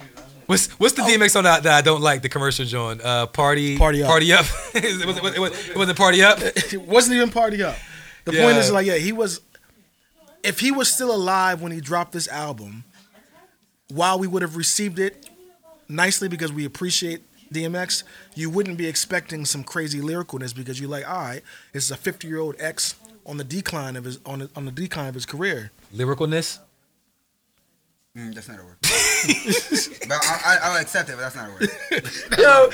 Speaker 3: What's what's the DMX on that, that I don't like? The commercial joint, uh, party,
Speaker 1: Oh. Party Up.
Speaker 3: party up. [LAUGHS] it
Speaker 1: [LAUGHS]
Speaker 3: was it was it was it wasn't party up.
Speaker 1: it wasn't even party up. The
Speaker 3: Yeah.
Speaker 1: point is like yeah, he was. if he was still alive when he dropped this album, while we would have received it nicely because we appreciate DMX, you wouldn't be expecting some crazy lyricalness because you're like, all right, this is a 50 year old ex on the decline of his on the, on the decline of his career.
Speaker 3: Lyricalness.
Speaker 4: Mm, that's not a word. [LAUGHS] but I, I, I'll accept it, but that's not a
Speaker 3: [LAUGHS]
Speaker 4: word.
Speaker 3: Yo,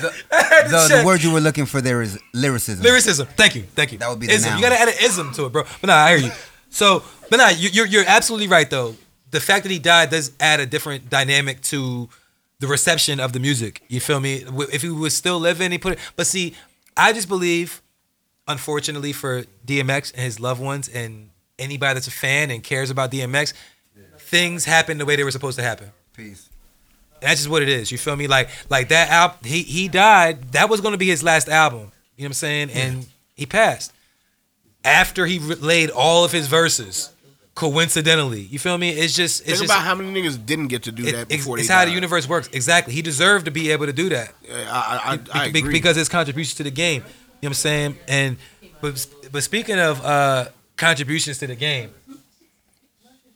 Speaker 4: The, the word you were looking for there is lyricism.
Speaker 3: lyricism. Thank you, thank you.
Speaker 4: That would be the
Speaker 3: ism.
Speaker 4: noun.
Speaker 3: You gotta add an ism to it, bro. But nah, I hear you. So, but nah, you, you're you're absolutely right though. The fact that he died does add a different dynamic to the reception of the music. You feel me? W- If he was still living, he put it. But see, I just believe, unfortunately for DMX and his loved ones and anybody that's a fan and cares about DMX, things happen the way they were supposed to happen.
Speaker 4: Peace.
Speaker 3: That's just what it is. You feel me? Like like that album. He he died. That was gonna be his last album. You know what I'm saying? And he passed after he re- laid all of his verses. Coincidentally, you feel me? It's just it's
Speaker 2: Think
Speaker 3: just
Speaker 2: about how many niggas didn't get to do
Speaker 3: it-
Speaker 2: that
Speaker 3: it's,
Speaker 2: before
Speaker 3: it's
Speaker 2: they
Speaker 3: how
Speaker 2: died.
Speaker 3: the universe works. Exactly. He deserved to be able to do that
Speaker 2: I, I, I, I
Speaker 3: be-
Speaker 2: agree.
Speaker 3: be- because his contribution to the game. You know what I'm saying? And but but speaking of uh contributions to the game,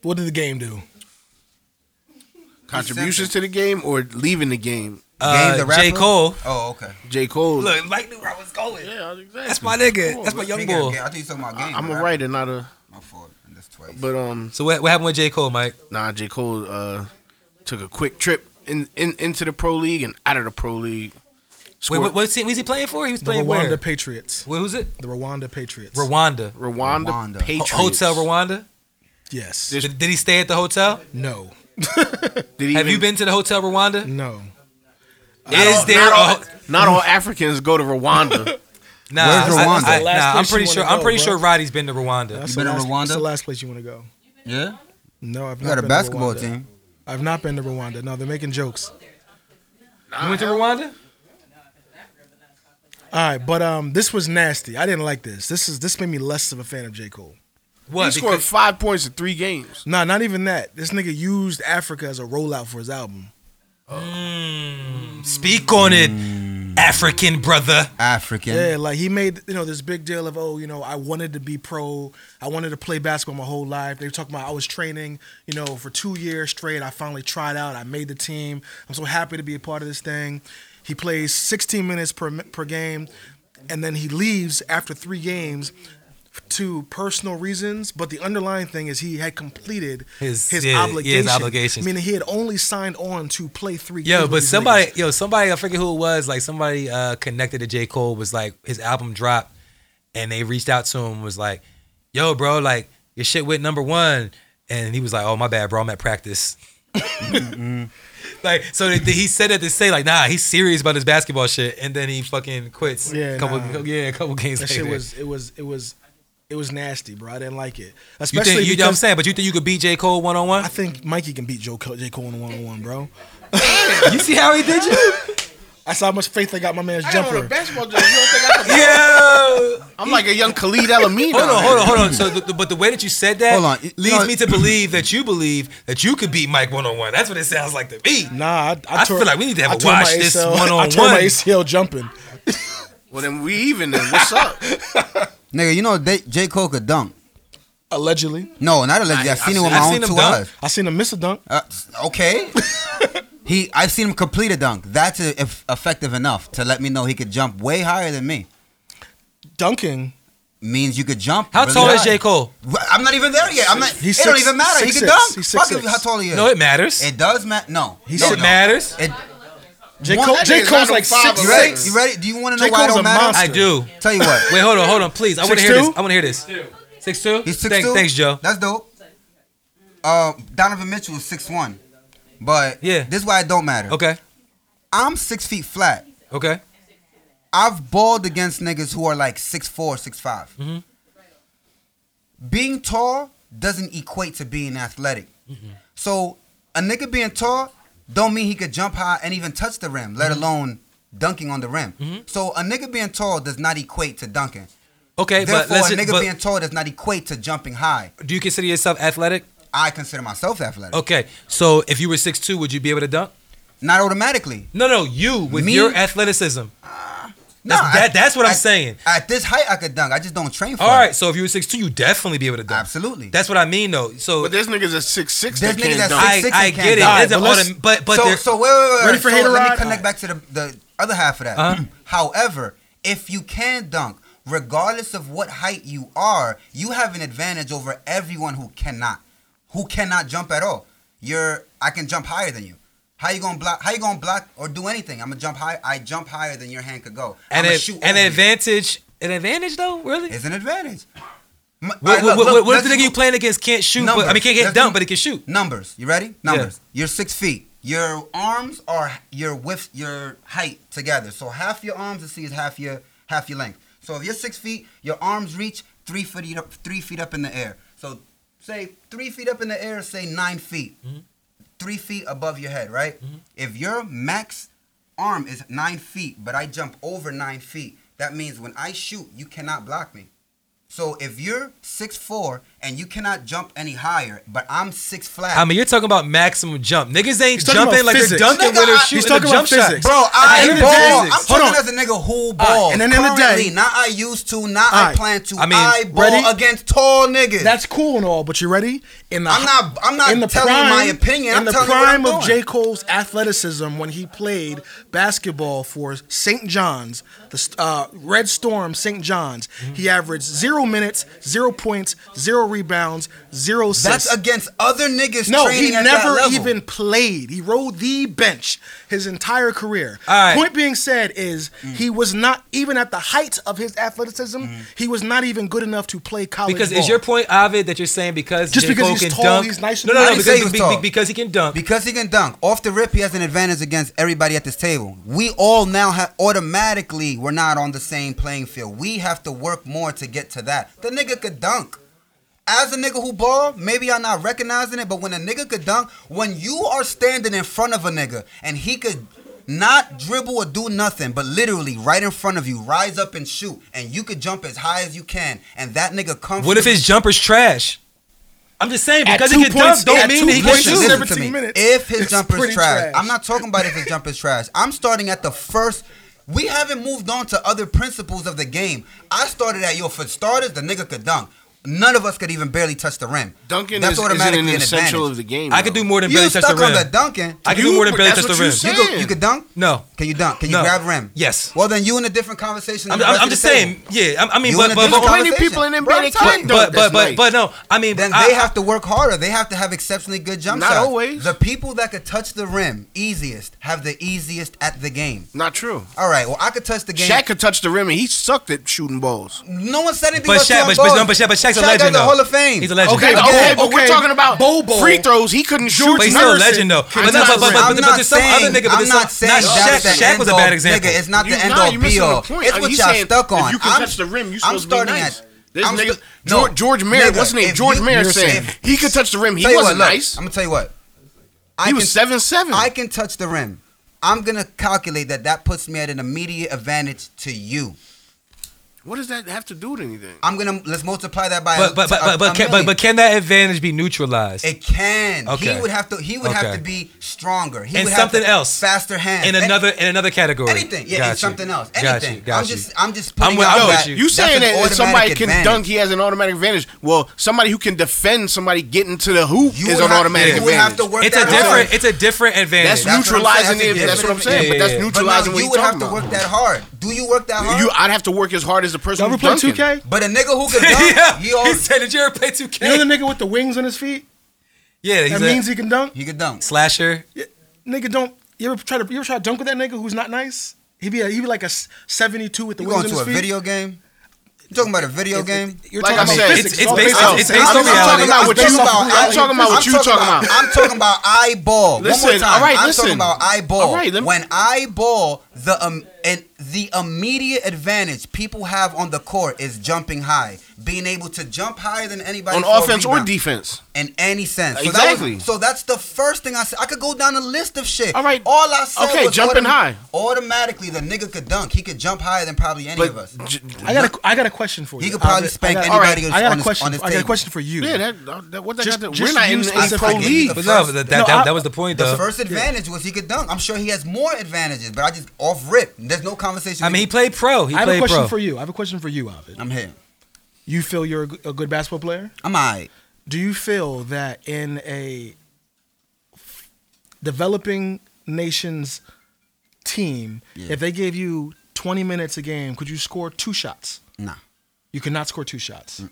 Speaker 1: What did the game do?
Speaker 2: contributions to the game or leaving the game.
Speaker 3: uh,
Speaker 4: Game the
Speaker 3: J
Speaker 4: rapper?
Speaker 3: Cole.
Speaker 4: Oh, okay.
Speaker 2: J. Cole.
Speaker 3: Look, Mike knew where I was going.
Speaker 2: yeah, exactly.
Speaker 3: That's my nigga.
Speaker 2: Come on,
Speaker 3: That's my
Speaker 2: bro.
Speaker 3: young
Speaker 4: Speaking of
Speaker 3: boy.
Speaker 4: game- I think you're talking about game.
Speaker 2: I'm a
Speaker 4: right?
Speaker 2: writer, not a.
Speaker 4: My fault. And that's twice.
Speaker 2: But um,
Speaker 3: So what, what happened with J Cole, Mike?
Speaker 2: nah, J. Cole uh took a quick trip in, in into the pro league and out of the pro league.
Speaker 3: Wait,
Speaker 2: Scored
Speaker 3: what, what team was he playing for? He was
Speaker 1: The
Speaker 3: playing
Speaker 1: Rwanda
Speaker 3: where?
Speaker 1: Patriots.
Speaker 3: Where who's it?
Speaker 1: The Rwanda Patriots.
Speaker 3: Rwanda. Ho-
Speaker 2: Rwanda,
Speaker 4: Rwanda. Ho-
Speaker 2: Patriots.
Speaker 3: Hotel Rwanda.
Speaker 1: yes.
Speaker 2: This-
Speaker 3: Did, did he stay at the hotel?
Speaker 1: no.
Speaker 2: Did he
Speaker 3: Have you
Speaker 2: even-
Speaker 3: been to the Hotel Rwanda?
Speaker 1: No.
Speaker 3: Is there a ho-
Speaker 2: Not all Africans go to Rwanda.
Speaker 3: nah?
Speaker 4: Where's
Speaker 3: I- I-
Speaker 4: Rwanda?
Speaker 3: I,
Speaker 1: Last
Speaker 3: nah, I'm
Speaker 1: place
Speaker 3: pretty
Speaker 1: you
Speaker 3: sure.
Speaker 1: wanna
Speaker 3: I'm
Speaker 1: go,
Speaker 3: pretty
Speaker 1: bro.
Speaker 3: sure Roddy's been to Rwanda.
Speaker 1: That's
Speaker 4: been
Speaker 1: the
Speaker 4: to
Speaker 1: last,
Speaker 4: Rwanda?
Speaker 1: that's the last place you want to go.
Speaker 4: yeah?
Speaker 1: No, I've
Speaker 4: You
Speaker 1: not
Speaker 4: got
Speaker 1: been
Speaker 4: a
Speaker 1: to
Speaker 4: basketball
Speaker 1: Rwanda.
Speaker 4: team.
Speaker 1: I've not been to Rwanda. No, they're making jokes.
Speaker 3: You went to Rwanda?
Speaker 1: All right, but um, this was nasty. I didn't like this. This is this made me less of a fan of J Cole.
Speaker 3: [LAUGHS] What?
Speaker 2: he scored
Speaker 3: because-
Speaker 2: five points in three games.
Speaker 1: Nah, not even that. This nigga used Africa as a rollout for his album.
Speaker 3: speak on it,
Speaker 1: Mm.
Speaker 3: African brother.
Speaker 4: African.
Speaker 1: Yeah, like he made you know this big deal of oh you know I wanted to be pro, I wanted to play basketball my whole life. They were talking about I was training you know for two years straight. I finally tried out. I made the team. I'm so happy to be a part of this thing. He plays 16 minutes per per game, and then he leaves after three games to personal reasons. But the underlying thing is he had completed
Speaker 3: His-
Speaker 1: his
Speaker 3: yeah, yeah, his
Speaker 1: obligation.
Speaker 3: obligations.
Speaker 1: Meaning he had only signed on to play three. games
Speaker 3: Yo,
Speaker 1: with
Speaker 3: but
Speaker 1: these
Speaker 3: somebody,
Speaker 1: niggas.
Speaker 3: yo, somebody, I forget who it was. Like somebody uh, connected to J. Cole was like his album dropped, and they reached out to him and was like, "Yo, bro, like your shit went number one," and he was like, "Oh, my bad, bro, I'm at practice."
Speaker 1: Mm-hmm.
Speaker 3: [LAUGHS] like so, they, he said that to say like, "Nah, he's serious about his basketball shit," and then he fucking quits.
Speaker 1: Yeah,
Speaker 3: couple,
Speaker 1: nah.
Speaker 3: yeah, a couple games
Speaker 1: That
Speaker 3: later.
Speaker 1: shit was it was it was it was nasty, bro. I didn't like it.
Speaker 3: you
Speaker 1: Especially
Speaker 3: think you, know what I'm
Speaker 1: because
Speaker 3: saying, but you think you could beat J. Cole one on one?
Speaker 1: I think Mikey can beat Joe Co- J Cole in one on one, bro.
Speaker 3: You see how he did
Speaker 1: [LAUGHS]
Speaker 3: you?
Speaker 1: That's how much faith I got my man's
Speaker 2: I don't know
Speaker 1: jumper.
Speaker 2: basketball jump. You don't think I could-
Speaker 3: yeah.
Speaker 2: [LAUGHS] I'm like a young Khalid Elamine.
Speaker 3: Hold on, hold on, hold on. So, the, the- but the way that you said that
Speaker 4: Hold on. You
Speaker 3: leads
Speaker 4: know-
Speaker 3: me to believe that you believe that you could beat Mike one on one. That's what it sounds like to me.
Speaker 1: Nah, I, I,
Speaker 3: I
Speaker 1: tore,
Speaker 3: feel like we need to have
Speaker 1: I
Speaker 3: a
Speaker 1: tore my
Speaker 3: watch this
Speaker 1: ACL I
Speaker 3: one-on-one.
Speaker 1: tore my ACL jumping.
Speaker 2: Well, then we even then. What's
Speaker 3: [LAUGHS]
Speaker 2: up?
Speaker 4: Nigga, you know they, J. Cole could dunk.
Speaker 1: Allegedly,
Speaker 4: No, not allegedly. I've
Speaker 2: I-
Speaker 4: seen it
Speaker 2: I've
Speaker 4: with
Speaker 3: seen-
Speaker 4: my
Speaker 3: I've
Speaker 4: own
Speaker 3: seen him
Speaker 4: two
Speaker 3: dunk.
Speaker 4: eyes.
Speaker 1: I seen him miss a dunk.
Speaker 4: Uh,
Speaker 3: [LAUGHS]
Speaker 4: okay. he, I've seen him complete a dunk. That's a, if, effective enough to let me know he could jump way higher than me.
Speaker 1: Dunking.
Speaker 4: Means you could jump.
Speaker 3: How
Speaker 4: really
Speaker 3: tall is
Speaker 4: high.
Speaker 3: J Cole?
Speaker 4: Well, I'm not even there yet. I'm not.
Speaker 1: He's
Speaker 4: it do don't
Speaker 1: six-
Speaker 4: even matter.
Speaker 1: six
Speaker 4: he could
Speaker 1: six.
Speaker 4: dunk.
Speaker 1: He's
Speaker 4: Fuck
Speaker 1: six
Speaker 4: if-
Speaker 1: six.
Speaker 4: how tall he is.
Speaker 3: No, it matters. It,
Speaker 4: It does matter. No,
Speaker 1: He's
Speaker 4: no,
Speaker 1: six-
Speaker 4: no.
Speaker 3: matters.
Speaker 4: It,
Speaker 1: J
Speaker 4: One-
Speaker 1: Cole.
Speaker 4: that
Speaker 1: J
Speaker 2: nigga's
Speaker 1: Cole's
Speaker 2: not
Speaker 1: like
Speaker 2: on five
Speaker 1: six
Speaker 4: you ready?
Speaker 1: six.
Speaker 4: You ready? Do you want to know why it
Speaker 1: Cole's
Speaker 4: don't
Speaker 1: a
Speaker 4: matter?
Speaker 1: monster.
Speaker 3: I do.
Speaker 4: Tell you
Speaker 3: [LAUGHS]
Speaker 4: what.
Speaker 3: Wait, hold on, hold on, please. I want to hear
Speaker 1: 6'2"?
Speaker 3: this. I want to hear this. Six two.
Speaker 4: He's six
Speaker 3: thanks,
Speaker 4: two.
Speaker 3: thanks, Joe.
Speaker 4: That's dope. Uh, Donovan Mitchell is six one, but
Speaker 3: Yeah.
Speaker 4: this is why it don't matter.
Speaker 3: Okay,
Speaker 4: I'm six feet flat.
Speaker 3: okay.
Speaker 4: I've balled against niggas who are like six four, six five.
Speaker 3: Mhm.
Speaker 4: Being tall doesn't equate to being athletic.
Speaker 3: Mm-hmm.
Speaker 4: So a nigga being tall don't mean he could jump high and even touch the rim,
Speaker 3: Mm-hmm.
Speaker 4: let alone dunking on the rim. So a nigga being tall does not equate to dunking.
Speaker 3: Okay, but
Speaker 4: Therefore,
Speaker 3: let's.
Speaker 4: a
Speaker 3: Just,
Speaker 4: nigga
Speaker 3: but
Speaker 4: being tall does not equate to jumping high.
Speaker 3: do you consider yourself athletic?
Speaker 4: I consider myself athletic.
Speaker 3: Okay, so if you were six two, would you be able to dunk?
Speaker 4: Not automatically.
Speaker 3: No, no. You with
Speaker 4: Me?
Speaker 3: your athleticism. That's,
Speaker 4: Nah,
Speaker 3: that,
Speaker 4: I-
Speaker 3: that's what I'm
Speaker 4: I-
Speaker 3: saying.
Speaker 4: At this height, I could dunk. I just don't train for
Speaker 3: All
Speaker 4: it.
Speaker 3: right, so if you were six two, you definitely be able to dunk.
Speaker 4: Absolutely.
Speaker 3: That's what I mean though. So
Speaker 2: But there's niggas at six six
Speaker 4: There's
Speaker 2: that
Speaker 4: niggas
Speaker 2: can't
Speaker 4: at
Speaker 2: dunk.
Speaker 3: I,
Speaker 4: 6'6"
Speaker 3: I
Speaker 4: and
Speaker 3: get
Speaker 4: can't
Speaker 3: it.
Speaker 4: dunk.
Speaker 3: It's an
Speaker 1: Alright, but
Speaker 3: autom- but but
Speaker 4: so,
Speaker 3: there-
Speaker 4: so wait, wait, wait, wait.
Speaker 1: Ready for
Speaker 4: so
Speaker 1: hater
Speaker 4: Let me
Speaker 1: ride?
Speaker 4: connect back to the, the other half of that.
Speaker 3: Uh-huh.
Speaker 4: [CLEARS THROAT] However, if you can dunk, regardless of what height you are, you have an advantage over everyone who cannot, who cannot jump at all. You're, I can jump higher than you. How you gonna block? How you gonna block or do anything? I'm gonna jump high. I jump higher than your hand could go.
Speaker 3: and
Speaker 4: I'ma
Speaker 3: it-
Speaker 4: shoot
Speaker 3: an
Speaker 4: over you.
Speaker 3: advantage, an advantage though, really.
Speaker 4: is an advantage. M-
Speaker 3: What,
Speaker 4: alright, look,
Speaker 3: what, what,
Speaker 4: look,
Speaker 3: what if the
Speaker 4: let's
Speaker 3: nigga you
Speaker 4: do-
Speaker 3: playing against can't shoot? But, I
Speaker 4: Numbers.
Speaker 3: mean, can't get
Speaker 4: Let's
Speaker 3: dunked,
Speaker 4: do-
Speaker 3: but he can shoot.
Speaker 4: Numbers. You ready? Numbers. You're six feet. Your arms are your width, your height together. So half your arms is is half your half your length. So if you're six feet, your arms reach three feet up, three feet up in the air. So say three feet up in the air. Say nine feet. Three feet above your head, right? If your max arm is nine feet, but I jump over nine feet, that means when I shoot, you cannot block me. So if you're six four and you cannot jump any higher, but I'm six flat.
Speaker 3: I mean, you're talking about maximum jump. Niggas ain't
Speaker 1: He's talking
Speaker 3: jumping
Speaker 1: about
Speaker 3: like
Speaker 1: physics.
Speaker 3: they're dunking
Speaker 4: Nigga,
Speaker 3: with
Speaker 4: I-
Speaker 3: their
Speaker 4: he's
Speaker 3: shooting the
Speaker 1: talking about
Speaker 3: jump shot.
Speaker 1: physics.
Speaker 4: Bro, I
Speaker 1: At the end of the
Speaker 4: ball.
Speaker 1: day-
Speaker 4: I'm
Speaker 1: Hold
Speaker 4: talking
Speaker 1: on.
Speaker 4: as a nigga who balls.
Speaker 1: and
Speaker 4: And
Speaker 1: at
Speaker 4: then
Speaker 1: the end of the
Speaker 4: currently,
Speaker 1: day-
Speaker 4: not I used to, not I
Speaker 1: Alright.
Speaker 4: plan to.
Speaker 3: I
Speaker 4: I,
Speaker 3: mean,
Speaker 4: ball
Speaker 1: ready?
Speaker 4: against tall niggas.
Speaker 1: That's cool and all, but you ready? In the
Speaker 4: I'm not- I'm not telling you my opinion,
Speaker 1: In
Speaker 4: I'm
Speaker 1: the
Speaker 4: telling you what
Speaker 1: prime
Speaker 4: I'm
Speaker 1: of
Speaker 4: doing.
Speaker 1: J. Cole's athleticism, when he played basketball for St. John's, the uh, Red Storm St. John's,
Speaker 4: Mm-hmm.
Speaker 1: he averaged zero minutes, zero points, zero rebounds, zero assists.
Speaker 4: that's against other niggas.
Speaker 1: no,
Speaker 4: training
Speaker 1: he
Speaker 4: at that
Speaker 1: never
Speaker 4: level.
Speaker 1: even played. He rode the bench his entire career.
Speaker 3: All right.
Speaker 1: Point being said is
Speaker 4: Mm.
Speaker 1: he was not even at the height of his athleticism. He was not even good enough to play college
Speaker 3: Because
Speaker 1: ball.
Speaker 3: is your point, Ovid, that you're saying because
Speaker 1: Just
Speaker 3: J.
Speaker 1: because
Speaker 3: Cole
Speaker 1: he's
Speaker 3: can
Speaker 1: tall,
Speaker 3: dunk?
Speaker 1: he's nice and
Speaker 3: no, no,
Speaker 1: I
Speaker 3: no,
Speaker 1: didn't
Speaker 4: say
Speaker 3: because,
Speaker 4: he was
Speaker 3: be-
Speaker 4: tall.
Speaker 3: be- because he can dunk.
Speaker 4: because he can dunk. Off the rip, he has an advantage against everybody at this table. We all now have automatically we're not on the same playing field. We have to work more to get to that. The nigga could dunk. As a nigga who ball, maybe I'm not recognizing it, but when a nigga could dunk, when you are standing in front of a nigga and he could not dribble or do nothing, but literally right in front of you, rise up and shoot, and you could jump as high as you can, and that nigga comes.
Speaker 3: What if his jumper's trash? I'm just saying
Speaker 1: At
Speaker 3: because
Speaker 1: two
Speaker 3: he can
Speaker 1: points-
Speaker 3: dunk, don't
Speaker 1: at
Speaker 3: mean
Speaker 1: two
Speaker 3: that he can
Speaker 1: points,
Speaker 3: shoot.
Speaker 1: it's
Speaker 4: Listen to
Speaker 1: 17
Speaker 4: me.
Speaker 1: minutes.
Speaker 4: If his
Speaker 1: It's
Speaker 4: jumper's
Speaker 1: pretty
Speaker 4: trash,
Speaker 1: trash.
Speaker 4: I'm not talking about if his jumper's trash. I'm starting at the first. We haven't moved on to other principles of the game. I started at yo for starters, the nigga could dunk. None of us could even barely touch the rim.
Speaker 2: Dunking is, isn't an essential of the game.
Speaker 3: I could
Speaker 2: though.
Speaker 3: do more than
Speaker 4: You
Speaker 3: barely touch the
Speaker 4: stuck on the
Speaker 3: rim.
Speaker 4: dunking.
Speaker 3: I can
Speaker 2: You-
Speaker 3: do more than barely
Speaker 2: that's
Speaker 3: touch the
Speaker 2: what you
Speaker 3: rim.
Speaker 2: said.
Speaker 4: You could, you could dunk.
Speaker 3: No,
Speaker 4: Can you dunk? Can you
Speaker 3: No.
Speaker 4: grab rim?
Speaker 3: Yes.
Speaker 4: Well, then you in a different conversation. than
Speaker 3: I'm,
Speaker 4: the
Speaker 3: I'm,
Speaker 4: rest
Speaker 3: I'm
Speaker 4: of
Speaker 3: just
Speaker 4: the table.
Speaker 3: saying. Yeah, I'm, I mean,
Speaker 4: You in
Speaker 3: but
Speaker 4: a
Speaker 3: but
Speaker 4: different
Speaker 3: but,
Speaker 2: Plenty of people in
Speaker 4: conversation.
Speaker 2: NBA
Speaker 4: Bro, I'm
Speaker 2: that
Speaker 4: telling
Speaker 2: can't
Speaker 4: you.
Speaker 2: dunk.
Speaker 3: but, but,
Speaker 2: That's
Speaker 3: but,
Speaker 2: nice.
Speaker 3: but no, I mean,
Speaker 4: then
Speaker 3: I,
Speaker 4: they have to work harder. They have to have exceptionally good jump
Speaker 2: Not
Speaker 4: shots.
Speaker 2: always.
Speaker 4: The people that could touch the rim easiest have the easiest at the game.
Speaker 2: Not true.
Speaker 4: All right, well, I could touch the game.
Speaker 2: Shaq could touch the rim and he sucked at shooting balls.
Speaker 4: no one said anything
Speaker 3: But
Speaker 4: about
Speaker 3: Shaq,
Speaker 4: John
Speaker 3: but, but,
Speaker 4: Bosh.
Speaker 3: no, but, Shaq, but Shaq's a
Speaker 4: Shaq got
Speaker 3: legend
Speaker 4: the
Speaker 3: though.
Speaker 4: Hall of Fame.
Speaker 3: He's a legend.
Speaker 1: Okay,
Speaker 2: Okay,
Speaker 3: But-
Speaker 1: okay,
Speaker 2: but
Speaker 1: okay.
Speaker 2: we're talking about
Speaker 1: Bobo.
Speaker 2: free throws. He couldn't shoot.
Speaker 3: But he's still a
Speaker 2: Mercer
Speaker 3: legend though.
Speaker 2: could
Speaker 3: But no,
Speaker 2: touch
Speaker 3: but
Speaker 2: the
Speaker 3: but,
Speaker 2: rim.
Speaker 3: but,
Speaker 4: I'm
Speaker 3: but
Speaker 4: not
Speaker 3: there's some
Speaker 4: saying,
Speaker 3: other nigga. But
Speaker 4: I'm
Speaker 3: there's
Speaker 4: not
Speaker 3: some,
Speaker 4: saying
Speaker 3: not
Speaker 4: that's
Speaker 3: Shaq.
Speaker 4: the
Speaker 3: Shaq was a
Speaker 4: end-all.
Speaker 3: bad example.
Speaker 4: Nigga, it's not
Speaker 2: You-
Speaker 4: the end
Speaker 2: nah,
Speaker 4: all
Speaker 2: you
Speaker 4: be
Speaker 2: missing
Speaker 4: all.
Speaker 2: the point.
Speaker 4: It's
Speaker 2: Are
Speaker 4: what
Speaker 2: you
Speaker 4: y'all
Speaker 2: saying
Speaker 4: stuck
Speaker 2: if
Speaker 4: on.
Speaker 2: you can
Speaker 4: I'm,
Speaker 2: touch the rim, you
Speaker 4: I'm
Speaker 2: supposed to be
Speaker 4: starting
Speaker 2: nice.
Speaker 4: at.
Speaker 2: This
Speaker 4: I'm
Speaker 2: nigga-
Speaker 4: sta- no,
Speaker 2: George- George Mayer,
Speaker 4: nigga,
Speaker 2: what's his name?
Speaker 4: if
Speaker 2: George
Speaker 4: you-
Speaker 2: Mayer
Speaker 4: if-
Speaker 2: saying he could touch the rim. He
Speaker 4: Tell you what,
Speaker 2: wasn't
Speaker 4: look,
Speaker 2: nice.
Speaker 4: I'm gonna tell you what. I
Speaker 2: He was
Speaker 4: can-
Speaker 2: seven seven.
Speaker 4: I can touch the rim. I'm gonna calculate that that puts me at an immediate advantage to you.
Speaker 2: What does that have to do with anything?
Speaker 4: I'm gonna let's multiply that by
Speaker 3: But but
Speaker 4: to a-
Speaker 3: but
Speaker 4: a
Speaker 3: but can- but
Speaker 4: million.
Speaker 3: but can that advantage be neutralized?
Speaker 4: It can.
Speaker 3: Okay.
Speaker 4: He would have to. He would have
Speaker 3: Okay.
Speaker 4: to be stronger. He
Speaker 3: And
Speaker 4: would have to-
Speaker 3: something else.
Speaker 4: Faster hands.
Speaker 3: in
Speaker 4: A-
Speaker 3: another in another category.
Speaker 4: Anything. Yeah.
Speaker 3: Got
Speaker 4: and
Speaker 3: you.
Speaker 4: something else.
Speaker 3: Got you,
Speaker 4: Anything.
Speaker 3: got
Speaker 4: I'm
Speaker 3: you.
Speaker 4: just. I'm just
Speaker 3: I'm
Speaker 4: putting
Speaker 3: with-
Speaker 4: out
Speaker 3: I'm with
Speaker 4: that-
Speaker 3: you.
Speaker 2: You
Speaker 4: that's
Speaker 2: saying
Speaker 4: an
Speaker 2: that if somebody
Speaker 4: automatic
Speaker 2: can
Speaker 4: advantage.
Speaker 2: dunk, he has an automatic advantage. Well, somebody who can defend somebody getting to the hoop
Speaker 4: You
Speaker 2: is
Speaker 4: would
Speaker 2: an
Speaker 4: have-
Speaker 2: automatic
Speaker 4: You would have to
Speaker 2: advantage.
Speaker 4: work
Speaker 3: It's a
Speaker 4: that
Speaker 3: different.
Speaker 4: hard.
Speaker 3: It's a different advantage.
Speaker 2: That's
Speaker 4: That's what I'm
Speaker 2: neutralizing
Speaker 4: saying.
Speaker 2: it. That's what I'm saying. But
Speaker 3: Yeah, yeah,
Speaker 2: that's
Speaker 3: yeah.
Speaker 4: But now
Speaker 2: neutralizing what
Speaker 4: you
Speaker 2: you're
Speaker 4: would have
Speaker 2: talking
Speaker 4: to work
Speaker 2: about.
Speaker 4: that hard. Do you work that hard?
Speaker 2: You, I'd have to work as hard as the person
Speaker 1: Y'all ever
Speaker 2: who's
Speaker 1: play
Speaker 2: dunking.
Speaker 1: 2K?
Speaker 4: but a nigga
Speaker 3: [LAUGHS]
Speaker 4: who can
Speaker 3: yeah.
Speaker 4: dunk, he
Speaker 3: he
Speaker 4: always
Speaker 3: said, "Did you ever play 2K?"
Speaker 1: You know the nigga with the wings on his feet?
Speaker 3: yeah, he's
Speaker 1: That
Speaker 3: a
Speaker 1: means he can dunk?
Speaker 4: he could dunk.
Speaker 3: slasher.
Speaker 1: Nigga, don't. You ever try to you ever try to dunk with that nigga who's not nice? He be a, he be like a s- seventy two with the
Speaker 4: You
Speaker 1: wings on
Speaker 4: going to
Speaker 1: his
Speaker 4: a
Speaker 1: feet.
Speaker 4: video game? You talking about a video game?
Speaker 1: You're
Speaker 2: Like
Speaker 1: talking
Speaker 2: I
Speaker 1: about
Speaker 2: said,
Speaker 1: physics.
Speaker 3: it's- it's
Speaker 1: all
Speaker 3: based-
Speaker 1: physics.
Speaker 3: it's- it's based on
Speaker 2: I'm
Speaker 3: reality.
Speaker 2: talking about what you.
Speaker 1: Based off
Speaker 2: I'm
Speaker 1: reality.
Speaker 2: talking about what you
Speaker 4: I'm talking
Speaker 2: talking about.
Speaker 4: I'm talking about eyeball. One
Speaker 2: Listen,
Speaker 4: more time.
Speaker 2: all right,
Speaker 4: I'm
Speaker 2: listen.
Speaker 4: talking about eyeball.
Speaker 2: All right, let me-
Speaker 4: when eyeball, the um, and the immediate advantage people have on the court is jumping high, being able to jump higher than anybody
Speaker 2: On
Speaker 4: for a
Speaker 2: offense or
Speaker 4: rebound,
Speaker 2: defense.
Speaker 4: In any sense, so that
Speaker 2: Exactly.
Speaker 4: was- so that's the first thing I said. I could go down a list of shit.
Speaker 2: All right.
Speaker 4: All I said
Speaker 2: Okay,
Speaker 4: was
Speaker 2: jumping high.
Speaker 4: Automatically, the nigga could dunk. He could jump higher than probably any
Speaker 2: But
Speaker 4: of us.
Speaker 2: j-
Speaker 1: I got a, I got a question for you.
Speaker 4: He could probably
Speaker 1: Ovid.
Speaker 4: spank
Speaker 1: I got,
Speaker 4: anybody
Speaker 1: all
Speaker 4: who's
Speaker 1: I got
Speaker 4: on
Speaker 1: a
Speaker 4: his-
Speaker 1: question.
Speaker 4: on his
Speaker 1: I got a
Speaker 4: table.
Speaker 1: question for you.
Speaker 2: yeah, that, that, what the
Speaker 1: Just-
Speaker 2: hell-
Speaker 1: just
Speaker 2: we're not in
Speaker 1: use
Speaker 2: the NFL
Speaker 1: specific-
Speaker 2: league.
Speaker 3: But
Speaker 4: The
Speaker 3: no,
Speaker 4: first-
Speaker 3: that,
Speaker 1: no,
Speaker 3: that,
Speaker 1: I-
Speaker 3: that was the point
Speaker 4: The
Speaker 3: though.
Speaker 4: first advantage was he could dunk. I'm sure he has more advantages, but I just off rip. There's no conversation.
Speaker 3: I mean, he played pro. He
Speaker 1: I have a
Speaker 3: played
Speaker 1: question
Speaker 3: pro.
Speaker 1: for you. I have a question for you, Ovid.
Speaker 4: I'm here.
Speaker 1: You feel you're a g- a good basketball player?
Speaker 4: I'm alright.
Speaker 1: Do you feel that in a f- developing nation's team,
Speaker 4: Yeah.
Speaker 1: if they gave you 20 minutes a game, could you score two shots?
Speaker 4: Nah.
Speaker 1: You could not score two shots.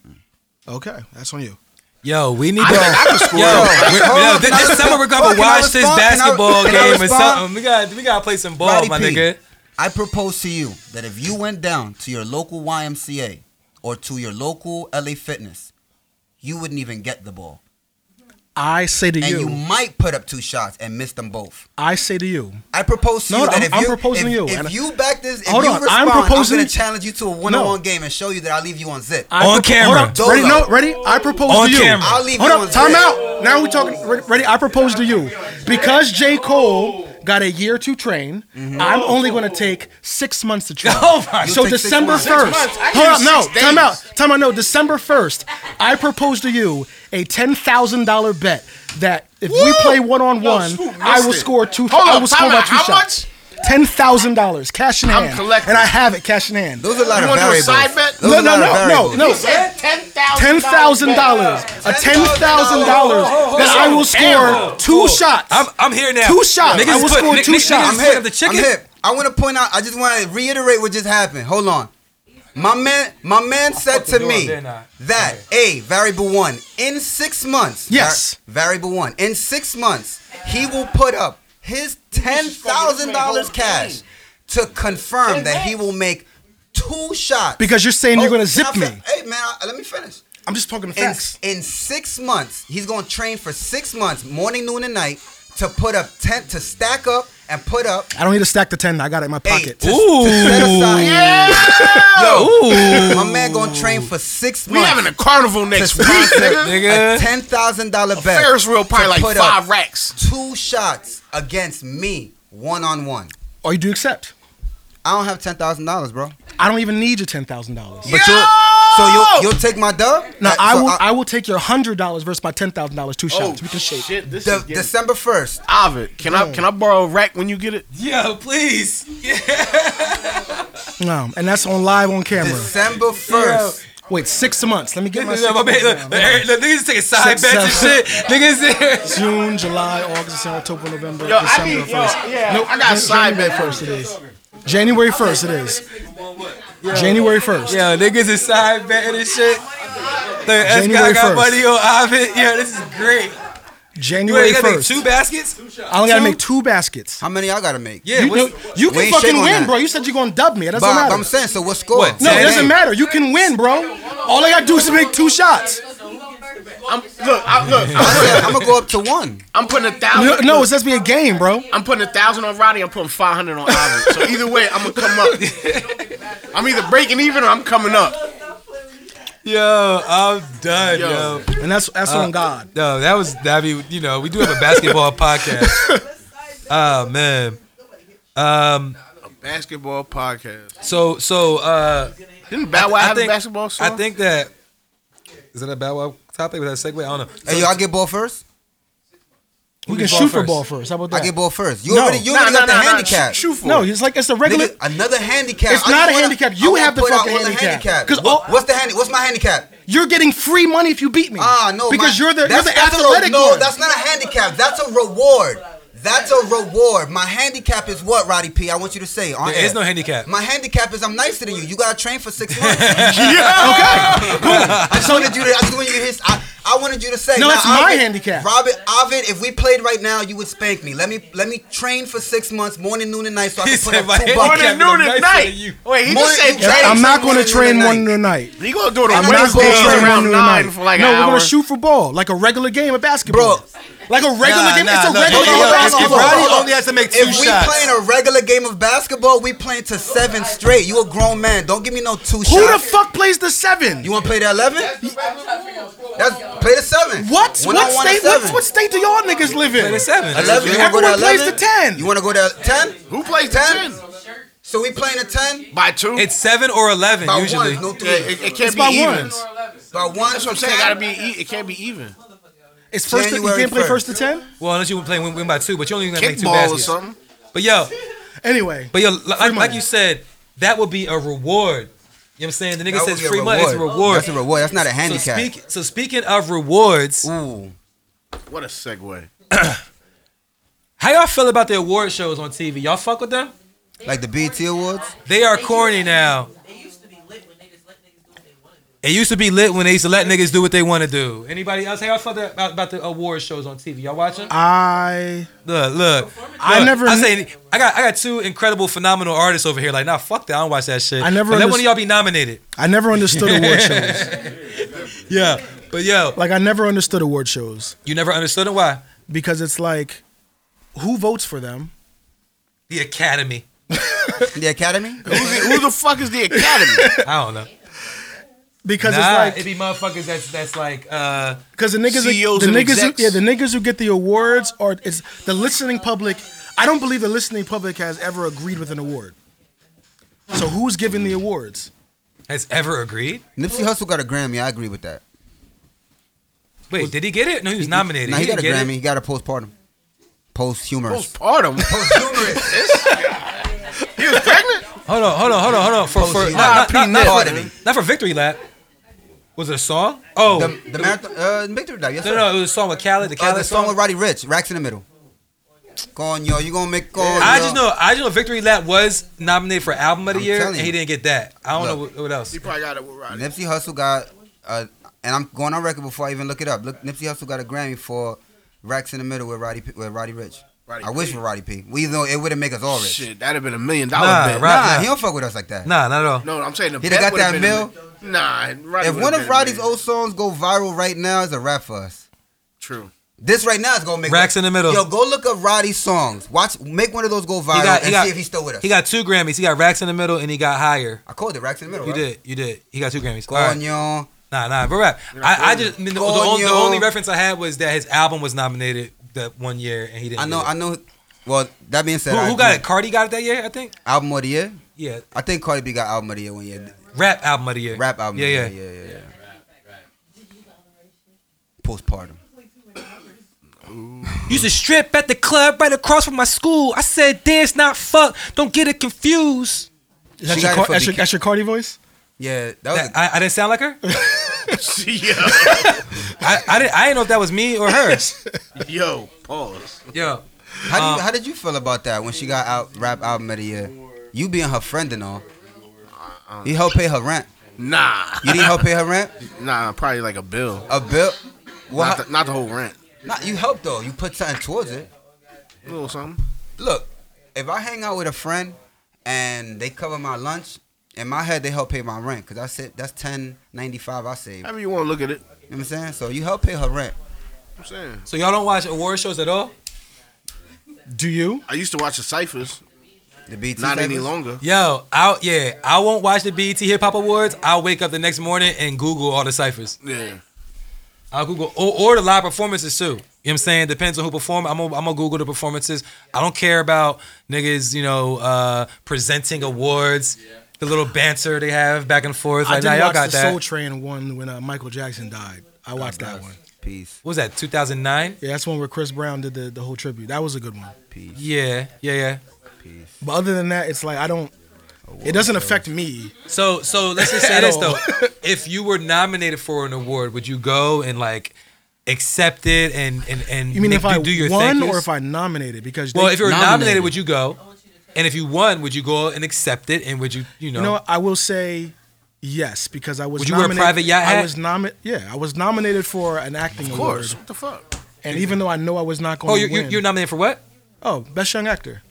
Speaker 1: Okay, that's on you.
Speaker 3: Yo, we need
Speaker 4: I
Speaker 3: to.
Speaker 4: think I can
Speaker 3: [LAUGHS]
Speaker 4: score.
Speaker 3: Yo,
Speaker 4: Hold
Speaker 3: we-
Speaker 4: on,
Speaker 3: yo,
Speaker 4: can
Speaker 3: thi-
Speaker 4: I-
Speaker 3: this summer we're
Speaker 4: hold
Speaker 3: gonna
Speaker 4: on, can I
Speaker 3: watch this
Speaker 4: respond? Can I-
Speaker 3: basketball
Speaker 4: can I
Speaker 3: game or
Speaker 4: respond?
Speaker 3: something. We got we gotta play
Speaker 1: Oh,
Speaker 3: some ball,
Speaker 4: Roddy
Speaker 3: my
Speaker 4: P,
Speaker 3: nigga.
Speaker 4: I propose to you that if you went down to your local YMCA or to your local LA Fitness, you wouldn't even get the ball.
Speaker 1: I say to
Speaker 4: And
Speaker 1: you,
Speaker 4: you might put up two shots and miss them both.
Speaker 1: I say to you,
Speaker 4: I propose to
Speaker 1: No,
Speaker 4: you
Speaker 1: no,
Speaker 4: that
Speaker 1: I'm-
Speaker 4: if
Speaker 1: I'm
Speaker 4: you
Speaker 1: proposing
Speaker 4: if,
Speaker 1: you, and-
Speaker 4: if you back this, if
Speaker 1: Hold
Speaker 4: you
Speaker 1: on, I'm
Speaker 4: respond, I'm,
Speaker 1: proposing-
Speaker 4: going to challenge you to a one-on-one game and show you that I leave you on zip.
Speaker 1: I
Speaker 3: On camera.
Speaker 1: Hold up, ready? No, ready? I propose
Speaker 3: On
Speaker 1: to you.
Speaker 3: camera.
Speaker 4: I'll leave
Speaker 1: Hold
Speaker 4: you
Speaker 1: up,
Speaker 4: on
Speaker 1: time
Speaker 4: zip.
Speaker 1: out. Now we talking. re- Ready? I propose to you because J. Cole got a year to train. I'm only going to take six months to train.
Speaker 3: [LAUGHS] Oh my-
Speaker 1: so
Speaker 4: You'll take six
Speaker 1: December
Speaker 4: months.
Speaker 1: first.
Speaker 4: Six
Speaker 2: months? I
Speaker 1: Hold
Speaker 2: give
Speaker 1: up,
Speaker 2: you
Speaker 1: no,
Speaker 2: six
Speaker 1: time
Speaker 2: days.
Speaker 1: out, time out. No, December first. I propose to you a ten thousand dollar bet that if we play one on one,
Speaker 2: Scoop missed
Speaker 1: I will
Speaker 2: it.
Speaker 1: score two.
Speaker 2: Hold
Speaker 1: I
Speaker 2: up,
Speaker 1: will score
Speaker 2: time
Speaker 1: by
Speaker 2: out.
Speaker 1: two
Speaker 2: How
Speaker 1: shots. Ten thousand dollars, cash in
Speaker 2: I'm
Speaker 1: hand,
Speaker 2: collecting.
Speaker 1: and I have it, cash in hand.
Speaker 4: Those are a lot
Speaker 2: You
Speaker 4: of
Speaker 2: wanna do a
Speaker 4: variables.
Speaker 2: side bet?
Speaker 4: Those
Speaker 1: No,
Speaker 4: are a
Speaker 1: no,
Speaker 4: lot of
Speaker 1: no, no,
Speaker 4: variables.
Speaker 1: no.
Speaker 2: He said ten thousand.
Speaker 1: ten thousand dollars, a ten thousand
Speaker 3: Oh,
Speaker 1: dollars that I will score two shots.
Speaker 3: I'm I'm here now.
Speaker 1: Two shots.
Speaker 3: Niggas
Speaker 1: I will
Speaker 3: put-
Speaker 1: score
Speaker 3: nigg-
Speaker 1: two
Speaker 3: niggas
Speaker 1: shots.
Speaker 3: put
Speaker 4: I'm hip.
Speaker 3: up The chicken.
Speaker 4: I'm hip. I want to point out. I just want to reiterate what just happened. Hold on. My man, my man said
Speaker 3: fucked the
Speaker 4: to
Speaker 3: door,
Speaker 4: me
Speaker 3: didn't I?
Speaker 4: that a variable one in six months.
Speaker 1: Yes.
Speaker 4: var- variable one in six months, he will put up his ten thousand dollars cash to confirm that he will make two shots.
Speaker 1: because you're saying you're
Speaker 4: Oh,
Speaker 1: gonna
Speaker 4: can I
Speaker 1: zip me.
Speaker 4: fin- Hey man, I- let me finish.
Speaker 1: I'm just talking
Speaker 4: In,
Speaker 1: facts.
Speaker 4: in six months, he's gonna train for six months, morning, noon, and night, to put up ten to stack up and put up
Speaker 1: I don't need to stack the ten. I got it in my
Speaker 4: Hey,
Speaker 1: pocket.
Speaker 4: to, to set aside. Yo, my man gonna train for six
Speaker 2: We
Speaker 4: months.
Speaker 2: having a carnival next
Speaker 4: to
Speaker 2: week,
Speaker 4: sponsor
Speaker 2: nigga.
Speaker 4: a
Speaker 3: Nigga.
Speaker 4: ten thousand dollar bet.
Speaker 2: Ferris wheel probably
Speaker 4: to
Speaker 2: like
Speaker 4: put
Speaker 2: five
Speaker 4: up
Speaker 2: racks.
Speaker 4: Two shots against me, one on one.
Speaker 1: Or you do accept.
Speaker 4: I don't have ten thousand dollars, bro.
Speaker 1: I don't even need your ten thousand dollars.
Speaker 4: But you'll so you'll you'll take my dub.
Speaker 1: Now
Speaker 4: Uh,
Speaker 1: I
Speaker 4: so
Speaker 1: will. I, will take your hundred dollars versus my ten thousand dollars. Two shots. we can shake.
Speaker 2: shit! This
Speaker 4: De- December first.
Speaker 2: Ovid, can I can I borrow a rack when you get it?
Speaker 3: Yo, please.
Speaker 1: No, and that's on live on camera.
Speaker 4: December first.
Speaker 1: Wait, six months. Let me get my.
Speaker 3: Look,
Speaker 1: Six
Speaker 3: look,
Speaker 1: months
Speaker 3: look,
Speaker 1: down.
Speaker 3: look, look, niggas taking side
Speaker 1: Six,
Speaker 3: bets and
Speaker 1: seven. [LAUGHS]
Speaker 3: shit. Niggas.
Speaker 1: June, July, August, September, October, November,
Speaker 2: Yo, I
Speaker 1: December
Speaker 2: need- yo,
Speaker 1: first.
Speaker 2: yeah,
Speaker 1: Nope,
Speaker 2: I got
Speaker 1: Jan-
Speaker 2: side
Speaker 1: January
Speaker 2: bet.
Speaker 1: first. It is January first. It is January first.
Speaker 3: Yo, niggas is side betting and shit. Look, S guy
Speaker 1: January 1st.
Speaker 3: got money on Ovid. Yo, this is great. You
Speaker 1: January
Speaker 3: already gotta make
Speaker 1: first.
Speaker 3: two baskets?
Speaker 1: I only gotta
Speaker 3: two?
Speaker 1: make two baskets.
Speaker 4: How many I gotta make?
Speaker 3: Yeah,
Speaker 1: You,
Speaker 3: what's-
Speaker 1: know- you
Speaker 4: we
Speaker 1: can
Speaker 4: ain't shit
Speaker 1: fucking
Speaker 4: on
Speaker 1: win,
Speaker 4: that.
Speaker 1: bro. You said you're gonna dub me. It
Speaker 4: But,
Speaker 1: doesn't
Speaker 4: but
Speaker 1: matter.
Speaker 4: I'm saying, so what score?
Speaker 3: What,
Speaker 1: no, it
Speaker 3: ten?
Speaker 1: doesn't matter. You can win, bro. All I gotta do is make two shots.
Speaker 2: I'm, look, I, look, I'm,
Speaker 4: I'm gonna go up to one.
Speaker 2: I'm putting a
Speaker 1: No,
Speaker 2: thousand.
Speaker 1: no it says be a game, bro.
Speaker 2: I'm putting a thousand on Roddy. I'm putting five hundred on Ovid. So either way, I'm gonna come up. I'm either breaking even or I'm coming up.
Speaker 3: Yo, I'm done,
Speaker 2: Yo.
Speaker 3: yo.
Speaker 1: And that's that's on God.
Speaker 3: No, that was that be you know we do have a
Speaker 4: [LAUGHS]
Speaker 3: basketball podcast. Oh man. Um.
Speaker 2: Basketball podcast.
Speaker 3: So so uh,
Speaker 2: Didn't Bow Wow
Speaker 3: I
Speaker 2: have
Speaker 3: think
Speaker 2: a basketball song?
Speaker 3: I think that is that a bad wa- topic? Was that a segue? I don't know.
Speaker 4: Hey, yo, I get ball first.
Speaker 1: We
Speaker 3: get
Speaker 1: can
Speaker 3: ball
Speaker 1: shoot for
Speaker 3: first.
Speaker 1: ball first. How about
Speaker 4: I get
Speaker 1: that?
Speaker 4: ball first. You
Speaker 1: No.
Speaker 4: already, you
Speaker 2: Nah,
Speaker 4: already
Speaker 2: nah,
Speaker 4: got the
Speaker 2: nah, nah,
Speaker 4: handicap.
Speaker 2: shoot for
Speaker 1: No,
Speaker 2: it.
Speaker 1: it's like it's a regular.
Speaker 4: Nigga, another handicap.
Speaker 1: It's
Speaker 4: I
Speaker 1: not
Speaker 4: just
Speaker 1: a
Speaker 4: wanna-
Speaker 1: handicap.
Speaker 4: I
Speaker 1: You
Speaker 4: wanna
Speaker 1: have the
Speaker 4: put out
Speaker 1: fucking
Speaker 4: all the
Speaker 1: handicap. 'Cause
Speaker 4: Wha- What's,
Speaker 1: all-
Speaker 4: the handy? What's my handicap?
Speaker 1: You're getting free money if you beat me.
Speaker 4: Ah, no.
Speaker 1: because
Speaker 4: my-
Speaker 1: you're the you're
Speaker 4: that's-
Speaker 1: the
Speaker 4: that's a-
Speaker 1: athletic
Speaker 4: No,
Speaker 1: one.
Speaker 4: that's not a handicap. That's a reward. That's a reward. My handicap is what, Roddy P? I want you to say. on
Speaker 3: There is
Speaker 4: air.
Speaker 3: no handicap.
Speaker 4: My handicap is I'm nicer than you. You gotta train for six months. [LAUGHS] I
Speaker 1: okay. Boom.
Speaker 4: just wanted you to. I just wanted you to. His, I, I wanted you to say.
Speaker 1: No,
Speaker 4: now,
Speaker 1: that's my
Speaker 4: Ovid-
Speaker 1: handicap.
Speaker 4: Robert, Ovid, if we played right now, you would spank me. Let me let me train for six months, morning, noon, and night, so I
Speaker 3: He
Speaker 4: can put
Speaker 3: said
Speaker 4: up
Speaker 3: my
Speaker 4: two
Speaker 3: handicap
Speaker 4: buckets.
Speaker 2: Morning,
Speaker 3: I'm
Speaker 2: noon,
Speaker 3: nicer
Speaker 2: and
Speaker 3: than
Speaker 2: night.
Speaker 3: you.
Speaker 2: Wait, he
Speaker 4: Morning-
Speaker 2: just said
Speaker 4: Yeah,
Speaker 2: trade.
Speaker 1: I'm not
Speaker 4: Morning
Speaker 1: going to
Speaker 4: to
Speaker 1: train
Speaker 4: night.
Speaker 1: one tonight.
Speaker 2: He gonna do it
Speaker 1: I'm not
Speaker 2: on
Speaker 1: going to
Speaker 2: Wednesday
Speaker 1: train
Speaker 2: around
Speaker 1: one
Speaker 2: nine
Speaker 1: tonight.
Speaker 2: for like
Speaker 1: no,
Speaker 2: an
Speaker 1: we're
Speaker 2: hour.
Speaker 1: gonna shoot for ball like a regular game of basketball.
Speaker 4: Bro.
Speaker 1: like a regular
Speaker 3: Nah,
Speaker 1: game.
Speaker 3: nah,
Speaker 1: it's a
Speaker 3: nah,
Speaker 1: regular
Speaker 3: nah,
Speaker 1: game.
Speaker 3: nah,
Speaker 1: of
Speaker 3: nah,
Speaker 4: if
Speaker 1: basketball.
Speaker 4: Roddy
Speaker 1: Hold on.
Speaker 3: only has to make two
Speaker 4: If we
Speaker 3: shots.
Speaker 4: playing a regular game of basketball, we playing to seven straight. You a grown man. Don't give me no two
Speaker 1: Who the
Speaker 4: shots.
Speaker 1: fuck plays the seven?
Speaker 4: you want to play the eleven? That's play the seven.
Speaker 1: What?
Speaker 4: One
Speaker 1: what
Speaker 4: on one
Speaker 1: state?
Speaker 4: and seven.
Speaker 1: What, what state do y'all niggas live in?
Speaker 3: Play the seven.
Speaker 4: Eleven. You want to go to
Speaker 1: Everyone plays
Speaker 4: eleven?
Speaker 1: the 10.
Speaker 4: You want to go to ten?
Speaker 2: Who plays the
Speaker 4: Ten?
Speaker 2: ten?
Speaker 4: So we playing a ten
Speaker 2: By two.
Speaker 3: It's seven or eleven
Speaker 4: by
Speaker 3: usually.
Speaker 4: one, no three.
Speaker 2: yeah, it, it can't
Speaker 1: It's by
Speaker 2: be even.
Speaker 1: ones.
Speaker 4: by one.
Speaker 2: That's what I'm saying. It gotta be. e- It can't be even.
Speaker 1: It's first. To, you
Speaker 4: January
Speaker 1: can't play
Speaker 4: 1st.
Speaker 1: first to ten.
Speaker 3: Well, unless you were playing win, win by two, but you only gonna make two
Speaker 2: Kickball or
Speaker 3: baskets.
Speaker 2: something.
Speaker 3: But yo,
Speaker 1: Anyway,
Speaker 3: But yo, li- like,
Speaker 1: money.
Speaker 3: like you said, that would be a reward. You know what I'm saying? The nigga
Speaker 4: That would
Speaker 3: says
Speaker 4: be a
Speaker 3: free money. It's a reward.
Speaker 4: That's a reward. That's not a
Speaker 3: so,
Speaker 4: handicap.
Speaker 3: speak, so speaking of rewards,
Speaker 4: Ooh,
Speaker 2: What a segue.
Speaker 3: how y'all feel about the award shows on TV? Y'all fuck with them?
Speaker 4: like the BET Awards.
Speaker 3: They are corny now.
Speaker 5: They used to be lit when they just let niggas do what they want to do.
Speaker 3: It used to be lit when they used to let niggas do what they want to do. Anybody else? How y'all felt about, about the award shows on TV? Y'all watching?
Speaker 1: I
Speaker 3: Look, look.
Speaker 1: I
Speaker 3: Look,
Speaker 1: never
Speaker 3: I say I got I got two incredible, phenomenal artists over here. Like, nah, fuck that. I don't watch that shit.
Speaker 1: I never
Speaker 3: But let
Speaker 1: underst-
Speaker 3: one of y'all be nominated.
Speaker 1: I never understood award shows.
Speaker 3: Yeah, but yo,
Speaker 1: Like I never understood award shows
Speaker 3: you never understood it. Why?
Speaker 1: because it's like, who votes for them?
Speaker 3: The Academy.
Speaker 4: The
Speaker 2: [LAUGHS]
Speaker 4: Academy.
Speaker 2: Who's the, who the fuck is the
Speaker 3: [LAUGHS]
Speaker 2: academy?
Speaker 3: I don't know.
Speaker 1: Because
Speaker 3: nah,
Speaker 1: it's
Speaker 3: it
Speaker 1: like
Speaker 3: be motherfuckers that's that's like uh
Speaker 1: because the niggas
Speaker 2: CEOs
Speaker 1: the
Speaker 2: and
Speaker 1: niggas who,
Speaker 2: execs.
Speaker 1: yeah the niggas who get the awards are it's the listening public. I don't believe the listening public has ever agreed with an award. So who's giving the awards?
Speaker 3: has ever agreed.
Speaker 4: Nipsey Hussle got a Grammy. I agree with that.
Speaker 3: Wait, did he get it? No, he was nominated.
Speaker 4: Now
Speaker 3: he,
Speaker 4: he, got a
Speaker 3: didn't get
Speaker 4: Grammy. He got a postpartum. Posthumous.
Speaker 2: Postpartum.
Speaker 3: [LAUGHS]
Speaker 2: he was pregnant.
Speaker 3: it. Hold on, hold on, hold on, hold on. For for
Speaker 4: Posey.
Speaker 3: not, not, not, not,
Speaker 4: Pardon me.
Speaker 3: for, not for victory lap. Was it a song? Oh
Speaker 4: The, the marathon. Uh, victory lap. Yes,
Speaker 3: no,
Speaker 4: sir.
Speaker 3: no, it was a song with Khaled. The
Speaker 4: Uh,
Speaker 3: Khaled
Speaker 4: the song with Roddy Rich. Racks in the middle. Go on, yo. You gonna make? Go on,
Speaker 3: I
Speaker 4: yo.
Speaker 3: just know, I just know, Victory Lap was nominated for album of the
Speaker 4: I'm
Speaker 3: year, and
Speaker 4: telling
Speaker 3: he
Speaker 4: you.
Speaker 3: didn't get that. I don't
Speaker 4: Look.
Speaker 3: know what, what else.
Speaker 2: He probably got it with Roddy.
Speaker 4: Nipsey Hussle got, uh, and I'm going on record before I even look it up. Look, Nipsey Hussle got a Grammy for Racks in the Middle with Roddy P- with Roddy Rich.
Speaker 2: Roddy
Speaker 4: I wish
Speaker 2: P.
Speaker 4: for Roddy P. We though it wouldn't make us all rich.
Speaker 2: Shit, that'd have been a million
Speaker 3: Nah,
Speaker 2: dollar bet.
Speaker 3: Rod-
Speaker 4: nah,
Speaker 3: nah.
Speaker 4: he don't fuck with us like that.
Speaker 3: Nah, not at all.
Speaker 2: No, I'm saying the
Speaker 4: He'd
Speaker 2: bet
Speaker 4: have got
Speaker 2: would've
Speaker 4: that
Speaker 2: been a mi- Nah, Roddy
Speaker 4: if
Speaker 2: would've
Speaker 4: one
Speaker 2: been
Speaker 4: of
Speaker 2: a
Speaker 4: Roddy's
Speaker 2: million.
Speaker 4: old songs go viral right now, it's a rap for us. [LAUGHS]
Speaker 2: True.
Speaker 4: This right now is gonna make
Speaker 3: Racks in the Middle.
Speaker 4: Yo, go look up Roddy's songs. Watch, make one of those go viral
Speaker 3: got- he
Speaker 4: and
Speaker 3: got-
Speaker 4: see if he's still with us.
Speaker 3: He got two Grammys. He got Racks in the Middle, and he got Higher.
Speaker 4: I called it Racks in the Middle.
Speaker 3: You
Speaker 4: right?
Speaker 3: did, you did. He got two Grammys.
Speaker 4: Go
Speaker 3: All right.
Speaker 4: on, yo.
Speaker 3: Nah, nah, but rap. I, I just I mean, the, the, only, the
Speaker 4: Coño.
Speaker 3: only reference I had was that his album was nominated that one year, and he didn't.
Speaker 4: I know,
Speaker 3: get
Speaker 4: I know. Well, that being said,
Speaker 3: it.
Speaker 4: I
Speaker 3: Who, who got
Speaker 4: agree.
Speaker 3: it? Cardi got it that year, I think.
Speaker 4: Album of the year?
Speaker 3: Yeah,
Speaker 4: I think Cardi B got album of the year one year.
Speaker 3: rap album of the year.
Speaker 4: Rap album.
Speaker 3: Yeah,
Speaker 4: of the
Speaker 3: yeah.
Speaker 4: year. yeah, yeah, yeah. Postpartum.
Speaker 3: Used to strip at the club right across from my school. I said dance, not fuck. Don't get it confused.
Speaker 1: Is that
Speaker 4: She
Speaker 1: your,
Speaker 4: got it
Speaker 1: Car-
Speaker 4: for
Speaker 1: that's, your,
Speaker 4: Biki.
Speaker 1: that's your Cardi voice?
Speaker 4: Yeah, that was.
Speaker 3: That- I, I didn't sound like her.
Speaker 2: yo,
Speaker 3: I, I didn't. I didn't know if that was me or
Speaker 4: [LAUGHS]
Speaker 3: her.
Speaker 2: yo, pause.
Speaker 3: Yo,
Speaker 4: a, how,
Speaker 3: um,
Speaker 4: do you, how did you feel about that when she got out rap album of the year? You being her friend and all.
Speaker 2: Uh,
Speaker 4: You helped pay her rent.
Speaker 2: Nah,
Speaker 4: You didn't help pay her rent.
Speaker 2: nah, probably like a bill.
Speaker 4: A bill. Well,
Speaker 2: Not the, not the whole rent.
Speaker 4: nah, you helped though. You put something towards it.
Speaker 2: A little something.
Speaker 4: Look, if I hang out with a friend and they cover my lunch, in my head they help pay my rent because I said that's ten ninety five I save. You know
Speaker 2: However you want to look at it.
Speaker 4: what I'm saying? So you help pay her rent.
Speaker 2: I'm saying.
Speaker 3: so y'all don't watch award shows at all?
Speaker 1: Do you?
Speaker 2: I used to watch the ciphers.
Speaker 4: The BT
Speaker 2: Not any
Speaker 4: savers.
Speaker 2: longer.
Speaker 3: Yo, I yeah, I won't watch the BET Hip Hop Awards. I'll wake up the next morning and Google all the ciphers.
Speaker 2: Yeah.
Speaker 4: Oh,
Speaker 3: I'll Google or, or the live performances too. You know what I'm saying? Depends on who perform. I'm gonna I'm gonna Google the performances. I don't care about niggas, you know, uh, presenting awards, the little banter they have back and forth.
Speaker 1: I
Speaker 3: Like,
Speaker 1: did
Speaker 3: now
Speaker 1: watch
Speaker 3: y'all got
Speaker 1: the
Speaker 3: that. Oh,
Speaker 1: Soul Train one when uh, Michael Jackson died. I watched that one.
Speaker 4: Peace,
Speaker 3: what was that 2009?
Speaker 1: Yeah, that's one where Chris Brown did the, the whole tribute. That was a good one.
Speaker 4: peace,
Speaker 3: Yeah, yeah, yeah.
Speaker 4: peace.
Speaker 1: But other than that, it's like I don't. It doesn't affect me.
Speaker 3: So so let's just [LAUGHS] say
Speaker 1: At
Speaker 3: this
Speaker 1: all.
Speaker 3: though. if you were nominated for an award, would you go and like accept it and and and
Speaker 1: You mean
Speaker 3: make-
Speaker 1: if I
Speaker 3: do your
Speaker 1: won
Speaker 3: thank yous?
Speaker 1: or if I nominated? Because
Speaker 3: Well,
Speaker 1: they-
Speaker 3: if you were nominated.
Speaker 4: Nominated.
Speaker 3: would you go? And if you won, would you go and accept it? And would you, you know,
Speaker 1: you know, what, I will say yes because I was.
Speaker 3: Would you wear a
Speaker 1: nominated-
Speaker 3: private yacht
Speaker 1: I
Speaker 3: hat?
Speaker 1: was nominated. Yeah, I was nominated for an acting
Speaker 2: Of
Speaker 1: award.
Speaker 2: course. What the fuck?
Speaker 1: And even though I know I was not going
Speaker 3: oh,
Speaker 1: to
Speaker 3: you're, you're,
Speaker 1: win,
Speaker 3: you're nominated for what?
Speaker 1: oh, best young actor,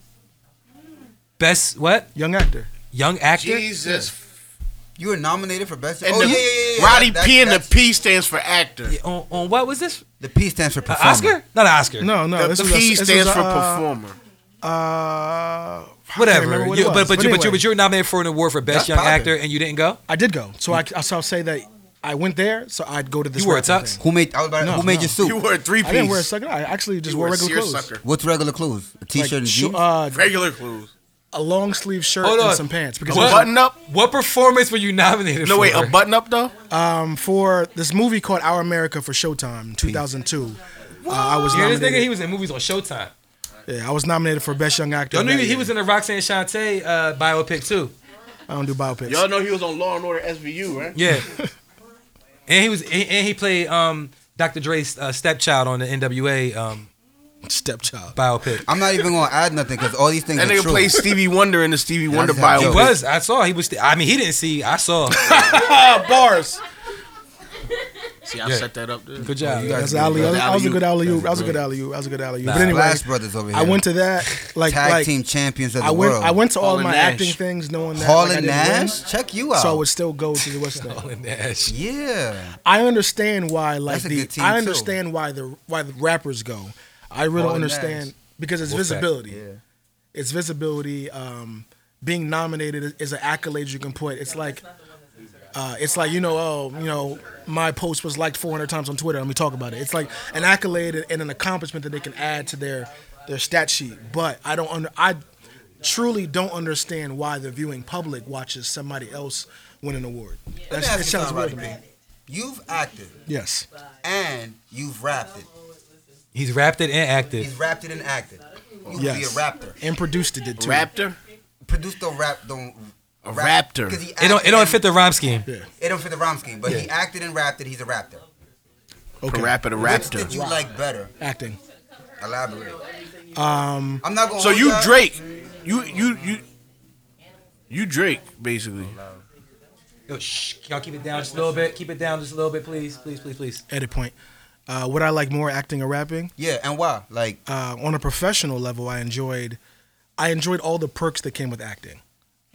Speaker 3: Best what?
Speaker 1: young actor.
Speaker 3: Young actor?
Speaker 2: Jesus.
Speaker 4: You were nominated for best.
Speaker 2: And
Speaker 4: oh
Speaker 2: the,
Speaker 4: yeah, yeah, yeah, yeah.
Speaker 2: Roddy
Speaker 4: That-
Speaker 2: P
Speaker 4: that-
Speaker 2: and the
Speaker 4: that's-
Speaker 2: P stands for actor.
Speaker 3: Yeah, on, on what was this?
Speaker 4: The P stands for
Speaker 3: Uh,
Speaker 4: performer.
Speaker 3: Oscar? Not an Oscar.
Speaker 1: No, no,
Speaker 2: the
Speaker 1: this was a-
Speaker 2: P
Speaker 1: this was
Speaker 2: stands
Speaker 1: a,
Speaker 2: for
Speaker 1: uh,
Speaker 2: performer.
Speaker 1: Uh,
Speaker 3: Whatever.
Speaker 1: remember what it
Speaker 3: You- but
Speaker 1: was,
Speaker 3: but,
Speaker 1: but
Speaker 3: you, but you
Speaker 1: anyway.
Speaker 3: but you're nominated for an award for best
Speaker 4: That's
Speaker 3: young
Speaker 4: poppin'.
Speaker 3: actor, and you didn't go.
Speaker 1: I did go, so I so I'll say that I went there, so I'd go to this.
Speaker 3: You wore a
Speaker 1: rapping
Speaker 3: tux?
Speaker 1: thing.
Speaker 4: Who made? I was about, to-
Speaker 1: No,
Speaker 4: who made
Speaker 1: no.
Speaker 4: your suit?
Speaker 2: You were a three piece.
Speaker 1: I didn't wear a sucker. I actually just
Speaker 2: You
Speaker 1: wore
Speaker 2: were a
Speaker 1: regular clothes.
Speaker 2: seersucker.
Speaker 4: What's regular clothes? A T-shirt
Speaker 1: Like,
Speaker 4: and
Speaker 1: sh-
Speaker 4: jeans.
Speaker 1: uh,
Speaker 2: Regular clothes.
Speaker 1: a long sleeve shirt
Speaker 3: Hold
Speaker 1: and
Speaker 3: on.
Speaker 1: some pants because
Speaker 3: What?
Speaker 1: it
Speaker 2: Button up.
Speaker 3: What performance were you nominated
Speaker 2: No
Speaker 3: for?
Speaker 2: wait, a button up though.
Speaker 1: was, um, for this movie called Our America for Showtime, 2002. Uh, I was
Speaker 3: Yeah, this
Speaker 1: nominated.
Speaker 3: nigga, he was in movies on Showtime.
Speaker 1: Yeah, I was nominated for best young actor.
Speaker 3: Y'all knew
Speaker 1: that
Speaker 3: he
Speaker 1: year.
Speaker 3: was in the Roxanne Shante uh, biopic too.
Speaker 1: I don't do biopics.
Speaker 2: Y'all know he was on Law and Order SVU, right?
Speaker 3: Yeah. [LAUGHS] and he was and and he played um, Dr. Dre's uh, stepchild on the NWA um,
Speaker 1: Stepchild.
Speaker 3: biopic.
Speaker 4: I'm not even gonna add nothing because all these things
Speaker 2: That
Speaker 4: are
Speaker 2: nigga
Speaker 4: true.
Speaker 2: played Stevie Wonder in the Stevie Wonder
Speaker 4: that's how
Speaker 2: bio.
Speaker 4: he
Speaker 3: He
Speaker 4: Okay.
Speaker 3: was. I saw. He was. I mean, he didn't see. I [LAUGHS] saw.
Speaker 1: bars.
Speaker 2: See, I
Speaker 3: Yeah.
Speaker 2: set that up. There.
Speaker 3: Good job.
Speaker 4: You guys
Speaker 1: That's alley.
Speaker 2: That was
Speaker 1: That was a
Speaker 2: alley-oop.
Speaker 1: good alley oop.
Speaker 2: That
Speaker 1: That was a
Speaker 2: was
Speaker 1: good alley oop. That was a good alley oop.
Speaker 3: Nah.
Speaker 1: But anyway,
Speaker 4: Flash Brothers over here.
Speaker 1: I went to that like
Speaker 4: tag
Speaker 1: like
Speaker 4: team champions of the
Speaker 1: I went
Speaker 4: world.
Speaker 1: I went to all of
Speaker 2: Harlan
Speaker 1: my
Speaker 2: Nash.
Speaker 1: acting things knowing that like, I
Speaker 4: Harlan
Speaker 1: didn't win,
Speaker 4: Nash, Oh. check you out.
Speaker 1: so I would still go to the West End.
Speaker 3: Nash.
Speaker 4: yeah,
Speaker 1: I understand why like
Speaker 4: That's a
Speaker 1: the
Speaker 4: good team,
Speaker 1: I
Speaker 4: too. Oh,
Speaker 1: understand why the why the rappers go. I really
Speaker 4: Harlan
Speaker 1: understand
Speaker 4: Nash.
Speaker 1: because it's
Speaker 3: Wolfpack.
Speaker 1: visibility. It's visibility. Um, being nominated is an accolade you can put. It's like uh, it's like you know oh you know my post was liked 400 times on Twitter. Let me talk about it. It's like an accolade and an accomplishment that they can add to their their stat sheet. But I don't under I truly don't understand why the viewing public watches somebody else win an award. That,
Speaker 4: Let me ask
Speaker 1: that
Speaker 4: you
Speaker 1: sounds
Speaker 4: something,
Speaker 1: weird to
Speaker 4: Rodney
Speaker 1: me.
Speaker 4: B. You've acted
Speaker 1: Yes.
Speaker 4: and you've rapped it.
Speaker 3: He's rapped it and acted.
Speaker 4: He's rapped it and acted. You
Speaker 1: Yes.
Speaker 4: be a rapper.
Speaker 1: And produced it too.
Speaker 2: Raptor?
Speaker 4: Produced the rap, don't.
Speaker 2: A
Speaker 4: rap-
Speaker 2: raptor.
Speaker 4: 'cause he
Speaker 3: It don't. It don't
Speaker 4: acted
Speaker 3: fit the rhyme scheme.
Speaker 4: and- It don't fit the rhyme scheme, but he acted and rapped it. He's a rapper.
Speaker 1: Okay.
Speaker 2: Rapper, the
Speaker 4: Which did
Speaker 2: raptor.
Speaker 4: you like better?
Speaker 1: Acting.
Speaker 4: Elaborate. Um, I'm not going.
Speaker 2: So you Drake. You you you you Drake basically.
Speaker 3: Yo, shh, can y'all keep it down just a little bit. Keep it down just a little bit, please, please, please, please.
Speaker 1: Edit point. Uh, would I like more acting or rapping?
Speaker 4: Yeah, and why? Like,
Speaker 1: uh, on a professional level, I enjoyed I enjoyed all the perks that came with acting.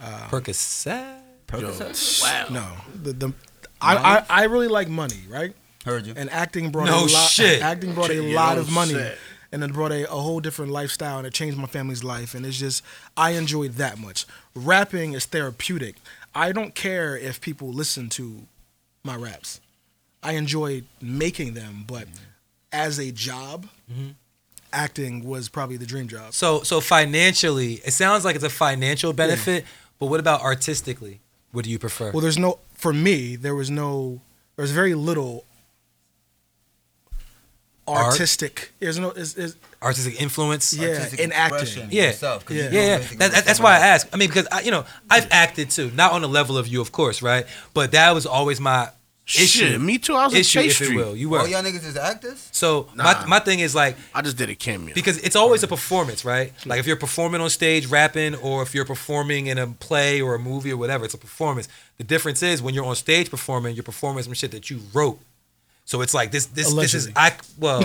Speaker 3: Uh, Percocet.
Speaker 1: No, the, the I, I I really like money, right?
Speaker 4: heard you.
Speaker 1: And acting brought
Speaker 3: No
Speaker 1: a lot.
Speaker 3: shit.
Speaker 1: Acting brought a
Speaker 2: You
Speaker 1: lot
Speaker 2: know
Speaker 1: of money,
Speaker 2: shit.
Speaker 1: and it brought a, a whole different lifestyle, and it changed my family's life. And it's just I enjoyed that much. Rapping is therapeutic. I don't care if people listen to my raps. I enjoyed making them, but as a job,
Speaker 3: Mm-hmm.
Speaker 1: acting was probably the dream job.
Speaker 3: So, so financially, it sounds like it's a financial benefit. But what about artistically? What do you prefer?
Speaker 1: Well, there's no for me. There was no. There's very little
Speaker 3: Art?
Speaker 1: artistic. There's no. Is is
Speaker 3: Artistic influence.
Speaker 1: Yeah, in acting.
Speaker 3: Yeah.
Speaker 4: Yourself, 'cause you
Speaker 1: Yeah.
Speaker 4: don't
Speaker 3: Yeah, yeah.
Speaker 4: basically
Speaker 3: That,
Speaker 4: know
Speaker 3: that, that's why I
Speaker 4: somebody
Speaker 3: ask. I mean, because I, you know, I've acted too, not on the level of you, of course, right? But that was always my issue.
Speaker 2: Shit, me too. I was in
Speaker 3: issue,
Speaker 2: Chase
Speaker 3: if you
Speaker 2: Street.
Speaker 3: will. You
Speaker 4: else.
Speaker 3: were.
Speaker 4: All y'all niggas is actors.
Speaker 3: So
Speaker 2: Nah.
Speaker 3: my my thing is like
Speaker 2: I just did a cameo.
Speaker 3: because it's always a performance, right? Like if you're performing on stage rapping or if you're performing in a play or a movie or whatever, it's a performance. The difference is when you're on stage performing, you're performing some shit that you wrote. So it's like this this this is
Speaker 1: Allegedly.
Speaker 3: I well,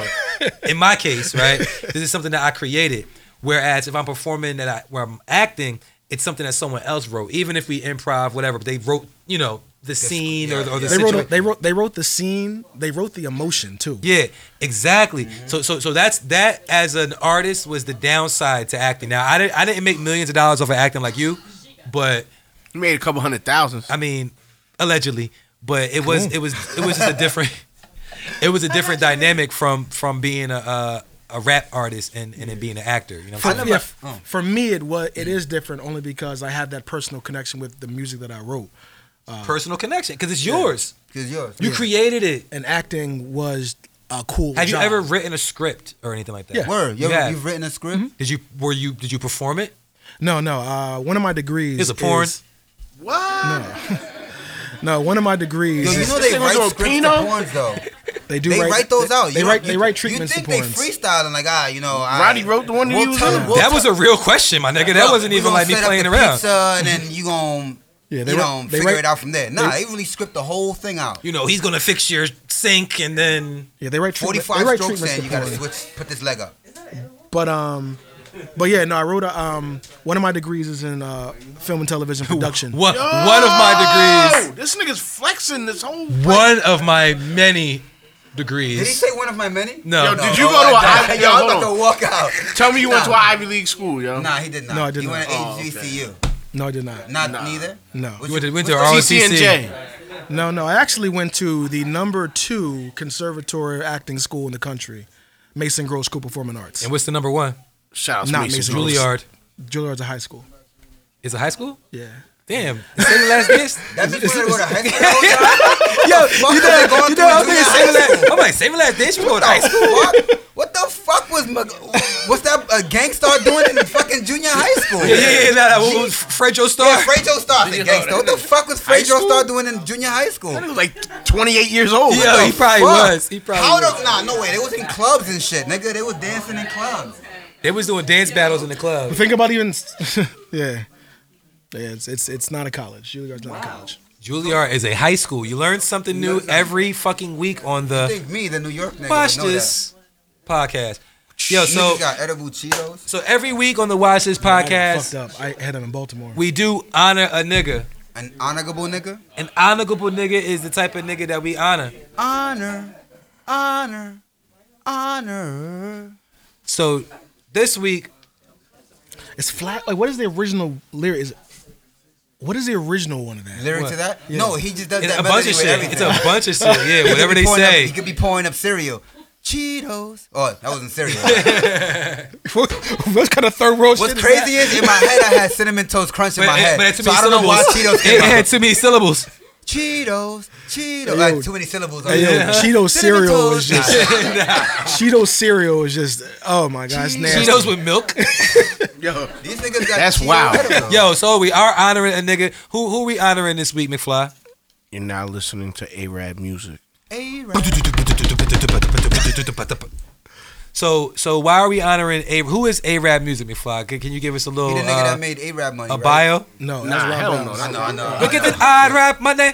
Speaker 3: in my case, right? This is something that I created. Whereas if I'm performing that I where I'm acting, it's something that someone else wrote. Even if we improv, whatever, but they wrote, you know, the scene or, the- or the
Speaker 4: yeah.
Speaker 1: they wrote, a,
Speaker 3: situation.
Speaker 1: they wrote they wrote the scene. They wrote the emotion too.
Speaker 3: Yeah, exactly. So so so that's that as an artist was the downside to acting. Now I didn't I didn't make millions of dollars off of acting like you, but
Speaker 2: you made a couple hundred thousands.
Speaker 3: I mean allegedly, but it was it was it was just a different [LAUGHS] it was a different dynamic from from being a a, a rap artist and and then being an actor, you know what
Speaker 1: For,
Speaker 3: I'm saying?
Speaker 1: yeah, f-
Speaker 4: oh.
Speaker 1: for me, it was it is different only because I have that personal connection with the music that I wrote,
Speaker 3: Personal connection cuz it's yours.
Speaker 4: Cause yours.
Speaker 3: You created it.
Speaker 1: and acting was a cool.
Speaker 3: Have you
Speaker 1: job.
Speaker 3: ever written a script or anything like that?
Speaker 1: Yeah.
Speaker 4: Word. You,
Speaker 3: Yeah. Mm-hmm.
Speaker 4: You've written a script.
Speaker 3: Did you were you did you perform it?
Speaker 1: No, no. Uh, one of my degrees
Speaker 3: Is it porn?
Speaker 1: Is, no, one of my degrees.
Speaker 4: Yo, you
Speaker 1: is-
Speaker 4: know they
Speaker 2: thing was
Speaker 4: write
Speaker 2: on
Speaker 4: scripts to
Speaker 2: Pino?
Speaker 4: porns though.
Speaker 1: they do
Speaker 4: They
Speaker 1: write,
Speaker 4: write those
Speaker 1: they-
Speaker 4: out.
Speaker 1: They
Speaker 4: You-
Speaker 1: write they
Speaker 4: you-
Speaker 1: write treatments
Speaker 4: You think
Speaker 1: to
Speaker 4: they
Speaker 1: porns.
Speaker 4: freestyling like ah, you know? I-
Speaker 2: Roddy wrote the one that
Speaker 4: We'll
Speaker 2: you was
Speaker 4: tell
Speaker 2: in.
Speaker 4: him, we'll
Speaker 3: that was a real question, my nigga. That
Speaker 4: Look,
Speaker 3: wasn't
Speaker 4: we
Speaker 3: even
Speaker 4: gonna
Speaker 3: like me
Speaker 4: set up
Speaker 3: playing
Speaker 4: the
Speaker 3: around.
Speaker 4: Pizza, and then you gon'
Speaker 1: Yeah, they
Speaker 4: you
Speaker 1: write-
Speaker 4: know
Speaker 1: they
Speaker 4: figure
Speaker 1: write-
Speaker 4: it out from there. Nah,
Speaker 1: they-
Speaker 4: they really script the whole thing out.
Speaker 3: you know, he's gonna fix your sink and then
Speaker 1: Yeah, they write
Speaker 4: Forty
Speaker 1: treatment, they
Speaker 4: five
Speaker 1: write
Speaker 4: strokes
Speaker 1: treatments
Speaker 4: in,
Speaker 1: to
Speaker 4: you gotta
Speaker 1: porn.
Speaker 4: switch, put this leg up.
Speaker 1: But um, but yeah, no, I wrote a um. One of my degrees is in uh, film and television production.
Speaker 3: one, one of my
Speaker 2: Oh,
Speaker 3: degrees,
Speaker 2: this nigga's flexing this whole.
Speaker 3: one of my many
Speaker 4: Did he
Speaker 3: degrees.
Speaker 4: say one of my many?
Speaker 3: No. Yo, did
Speaker 2: you go to
Speaker 4: I-
Speaker 2: a-
Speaker 4: nah,
Speaker 2: I-
Speaker 4: yo,
Speaker 2: yo,
Speaker 4: I'm
Speaker 2: hold
Speaker 4: about
Speaker 2: on.
Speaker 4: to walk out.
Speaker 2: Tell me you went to
Speaker 4: Nah.
Speaker 2: an Ivy League school, yo.
Speaker 4: Nah, he did not.
Speaker 1: No, I did
Speaker 4: He went to
Speaker 2: not. Oh,
Speaker 4: HGCU.
Speaker 1: No, I did not.
Speaker 4: Not neither.
Speaker 1: No,
Speaker 4: Which-
Speaker 3: You went to, went to
Speaker 4: what's
Speaker 3: ROTC.
Speaker 2: CCNJ.
Speaker 1: no, no. I actually went to the number two conservatory acting school in the country, Mason Groves School of Performing Arts.
Speaker 3: And what's the number one?
Speaker 2: Shout out to
Speaker 1: Not
Speaker 2: Mason
Speaker 1: Mason
Speaker 2: Groves.
Speaker 3: Juilliard.
Speaker 1: Juilliard's a high school.
Speaker 3: Is it high school?
Speaker 1: Yeah.
Speaker 3: Damn. Say the last
Speaker 4: [LAUGHS]
Speaker 3: kiss.
Speaker 4: That bitch wanted to go to high school.
Speaker 3: Yo,
Speaker 4: Fuck
Speaker 3: you
Speaker 4: was they
Speaker 3: know,
Speaker 4: going
Speaker 3: you
Speaker 4: through
Speaker 3: know, I'm
Speaker 4: in junior
Speaker 3: thinking
Speaker 4: high
Speaker 3: same last.
Speaker 4: school? [LAUGHS]
Speaker 3: I'm like, same last dance. You go to high school.
Speaker 4: What? What the fuck was Mag- what's that a gangstar doing in fucking junior high school?
Speaker 3: Yeah, yeah, yeah. Nah, nah, what was Fredo Star?
Speaker 4: Yeah, Fredo Star the
Speaker 2: Yeah,
Speaker 4: gangster. What the fuck was
Speaker 2: High
Speaker 4: Fredo
Speaker 2: school?
Speaker 4: Star doing in junior high school?
Speaker 2: That nigga was like 28 years old. What
Speaker 3: Yo,
Speaker 2: the
Speaker 3: he probably
Speaker 4: fuck?
Speaker 3: was. He probably
Speaker 4: How
Speaker 3: was.
Speaker 4: the nah? No way. They was in clubs and shit, nigga. They was dancing in clubs.
Speaker 3: They was doing dance battles in the club.
Speaker 1: Think about even, [LAUGHS] yeah, yeah. It's it's it's not a college. You guys not a college.
Speaker 3: Juilliard is a high school. You learn something new every fucking week on
Speaker 4: I
Speaker 3: the
Speaker 4: think me, the New York nigga,
Speaker 3: Watch
Speaker 4: would know
Speaker 3: This podcast. Yo,
Speaker 4: that.
Speaker 3: so
Speaker 4: Niggas got edible Cheetos.
Speaker 3: so every week on the Watch This
Speaker 1: I had it fucked
Speaker 3: podcast,
Speaker 1: up. I had them in Baltimore.
Speaker 3: we do honor a nigga.
Speaker 4: An honorable nigga.
Speaker 3: An honorable nigga is the type of nigga that we honor.
Speaker 4: Honor, honor, honor.
Speaker 3: So this week,
Speaker 1: It's flat. Like, what is the original lyric? Is it, what is the original one of that?
Speaker 4: [LAUGHS] Lyric
Speaker 3: What?
Speaker 4: to that?
Speaker 1: Yeah.
Speaker 4: No, he just does
Speaker 3: it's
Speaker 4: that
Speaker 3: a bunch
Speaker 4: melody
Speaker 3: of
Speaker 4: with
Speaker 3: shit.
Speaker 4: everything.
Speaker 3: It's a bunch of shit. Yeah,
Speaker 4: [LAUGHS] He could
Speaker 3: whatever
Speaker 4: be
Speaker 3: they
Speaker 4: pouring up-
Speaker 3: say.
Speaker 4: he could be pouring up cereal. Cheetos. Oh, that
Speaker 3: [LAUGHS]
Speaker 4: wasn't cereal.
Speaker 1: what, what kind of third world
Speaker 4: What's
Speaker 1: shit
Speaker 4: crazy
Speaker 1: is
Speaker 4: is in my head I had cinnamon toast crunch in
Speaker 3: But
Speaker 4: my
Speaker 3: it-
Speaker 4: head.
Speaker 3: but it had too
Speaker 4: so
Speaker 3: many
Speaker 4: I don't know why
Speaker 3: syllables.
Speaker 4: Cheetos
Speaker 3: It [LAUGHS]
Speaker 4: came out.
Speaker 3: had too many syllables.
Speaker 4: Cheetos,
Speaker 1: Hey,
Speaker 4: Cheetos.
Speaker 1: yo.
Speaker 4: Like too many syllables.
Speaker 1: that? Hey, yo,
Speaker 4: Yeah.
Speaker 1: Cheeto
Speaker 4: Cinnamon
Speaker 1: cereal
Speaker 4: toast.
Speaker 1: is just Cheeto cereal is just oh my god, it's nasty.
Speaker 3: Cheetos with
Speaker 4: [LAUGHS]
Speaker 3: milk.
Speaker 2: Yo,
Speaker 4: These niggas got
Speaker 2: That's
Speaker 4: Cheetos
Speaker 2: wild.
Speaker 4: edibles.
Speaker 3: Yo, so we are honoring a nigga. Who who we honoring this week, McFly?
Speaker 2: you're now listening to A-Rab music.
Speaker 4: A-Rap.
Speaker 3: So so why are we honoring a who is A Rap Music McFly? Can, can you give us a
Speaker 4: He
Speaker 3: little
Speaker 4: the nigga
Speaker 3: uh,
Speaker 4: that made A-Rap money.
Speaker 3: a
Speaker 4: right?
Speaker 3: bio?
Speaker 1: No, that's
Speaker 2: Nah,
Speaker 1: Rob
Speaker 2: hell
Speaker 1: Reynolds.
Speaker 2: no.
Speaker 4: I
Speaker 2: that's
Speaker 4: know, I
Speaker 2: not-
Speaker 4: know. I
Speaker 3: Look
Speaker 4: know.
Speaker 3: at the odd rap Monday.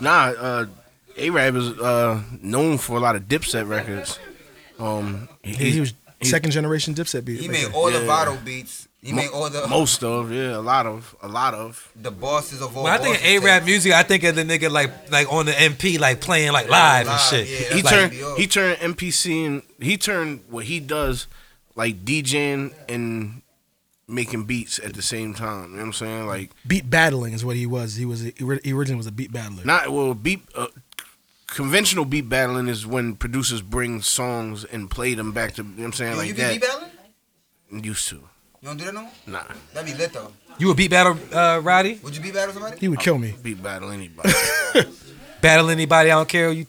Speaker 2: Nah, uh, A-Rab is uh, known for a lot of Dipset records. Um, he,
Speaker 1: He, he was second generation Dipset beat.
Speaker 4: He
Speaker 1: maker.
Speaker 4: made all the
Speaker 2: Yeah.
Speaker 4: viral beats. He made all the
Speaker 2: most of, yeah, a lot of, a lot of.
Speaker 4: the bosses of all.
Speaker 3: When I think of
Speaker 4: bosses.
Speaker 3: A Rap Music, I think of the nigga like like on the MP like playing like live and
Speaker 4: live,
Speaker 3: shit.
Speaker 4: yeah.
Speaker 2: He
Speaker 4: Like-
Speaker 2: turned,
Speaker 4: Yo.
Speaker 2: he turned MPC and he turned what he does, like DJing and making beats at the same time. You know what I'm saying? Like
Speaker 1: beat battling is what he was. He was he ri- he originally was a beat battler.
Speaker 2: Not well, beat uh, conventional beat battling is when producers bring songs and play them back to you know what I'm saying
Speaker 4: Yo,
Speaker 2: like
Speaker 4: you be
Speaker 2: that.
Speaker 4: beat battling?
Speaker 2: Used to.
Speaker 4: You don't do that no more?
Speaker 2: Nah.
Speaker 4: That'd be lit though.
Speaker 3: You a beat battle uh Roddy?
Speaker 4: Would you beat battle somebody?
Speaker 1: He would kill me.
Speaker 2: Beat battle
Speaker 4: [LAUGHS]
Speaker 2: anybody.
Speaker 3: Battle anybody, I don't care. You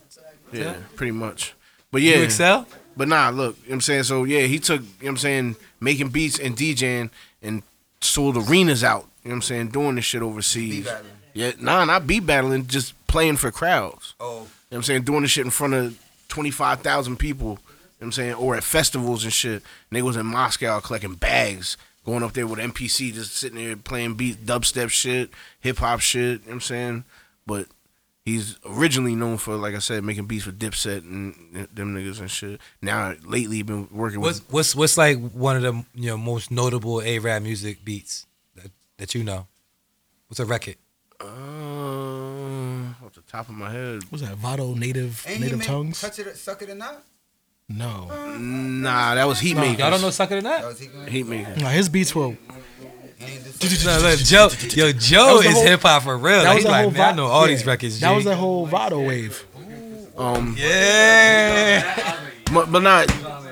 Speaker 2: yeah, pretty much. But yeah.
Speaker 3: you excel?
Speaker 2: But nah, look, you know what I'm saying? So yeah, he took, you know what I'm saying, making beats and DJing and sold arenas out, you know what I'm saying, doing this shit
Speaker 4: Beat
Speaker 2: overseas.
Speaker 4: battling.
Speaker 2: yeah, nah, not beat battling, just playing for crowds.
Speaker 4: Oh,
Speaker 2: You know what I'm saying? Doing this shit in front of 25,000 people. You know what I'm saying? Or at festivals and shit. Niggas in Moscow collecting bags. Going up there with MPC just sitting there playing beat, dubstep shit, hip hop shit. You know what I'm saying? But he's originally known for, like I said, making beats with Dipset and them niggas and shit. Now, lately, he been working
Speaker 3: What's
Speaker 2: with.
Speaker 3: what's what's like one of the you know most notable A Rap music beats that, that you know? What's a record?
Speaker 2: Uh, off the top of my head.
Speaker 1: What was that Vado native
Speaker 4: and he
Speaker 1: native
Speaker 4: made
Speaker 1: tongues?
Speaker 4: touch it, suck it or not?
Speaker 1: No,
Speaker 2: Nah, that was Heatmakers.
Speaker 3: Y'all don't know Sucker or [LAUGHS]
Speaker 4: That
Speaker 3: Not?
Speaker 4: was Oh, he. He
Speaker 2: Heatmakers.
Speaker 1: no, his beats were.
Speaker 4: ain't do Suck It
Speaker 3: No, look, Joe, yo, Joe
Speaker 1: was the
Speaker 3: is
Speaker 1: whole-
Speaker 3: hip hop for real. Like, he's like, man, I know all these records.
Speaker 1: That
Speaker 3: G."
Speaker 1: was that whole Vado
Speaker 4: [LAUGHS]
Speaker 1: wave.
Speaker 2: Um,
Speaker 3: yeah.
Speaker 2: but, but not.
Speaker 4: or Not.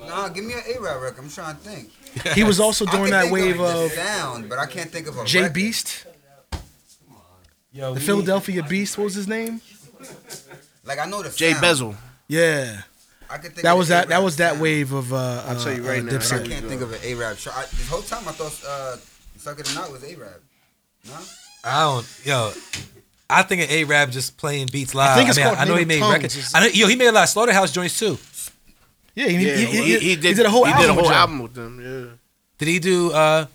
Speaker 4: Nah, give me an A-Rap record. I'm trying to think.
Speaker 1: He was also
Speaker 4: I can
Speaker 1: doing that
Speaker 4: think
Speaker 1: wave
Speaker 4: the
Speaker 1: of
Speaker 4: sound, but I can't think of a
Speaker 1: J
Speaker 4: record.
Speaker 1: Beast,
Speaker 3: Yo,
Speaker 1: the
Speaker 3: we-
Speaker 1: Philadelphia Beast. What was his name?
Speaker 4: Like I know the
Speaker 2: Jay
Speaker 4: sound.
Speaker 2: Bezel.
Speaker 1: Yeah,
Speaker 4: I can think
Speaker 1: that
Speaker 4: of
Speaker 1: was
Speaker 4: an
Speaker 1: that. That
Speaker 4: A-Rap
Speaker 1: was that
Speaker 4: sound,
Speaker 1: wave of. Uh, I'll
Speaker 2: tell you right now,
Speaker 4: But I
Speaker 2: Sorry.
Speaker 4: can't think of an A-Rap. Sure, I, the whole time I thought uh, "Suck It or Not" was A-Rap. No,
Speaker 3: I don't, yo. I think of A Rap just playing beats live.
Speaker 1: think it's
Speaker 3: I, mean,
Speaker 1: called
Speaker 3: I know he
Speaker 1: Native
Speaker 3: made
Speaker 1: Tongues.
Speaker 3: records.
Speaker 1: It's-
Speaker 3: I know, yo, he made a lot of Slaughterhouse joints too.
Speaker 1: Yeah, he,
Speaker 2: Yeah,
Speaker 1: he,
Speaker 2: well,
Speaker 1: he, he, did, a whole
Speaker 2: he
Speaker 1: album.
Speaker 2: did a whole
Speaker 1: with Joe.
Speaker 2: album with them. Yeah.
Speaker 3: Did he do? uh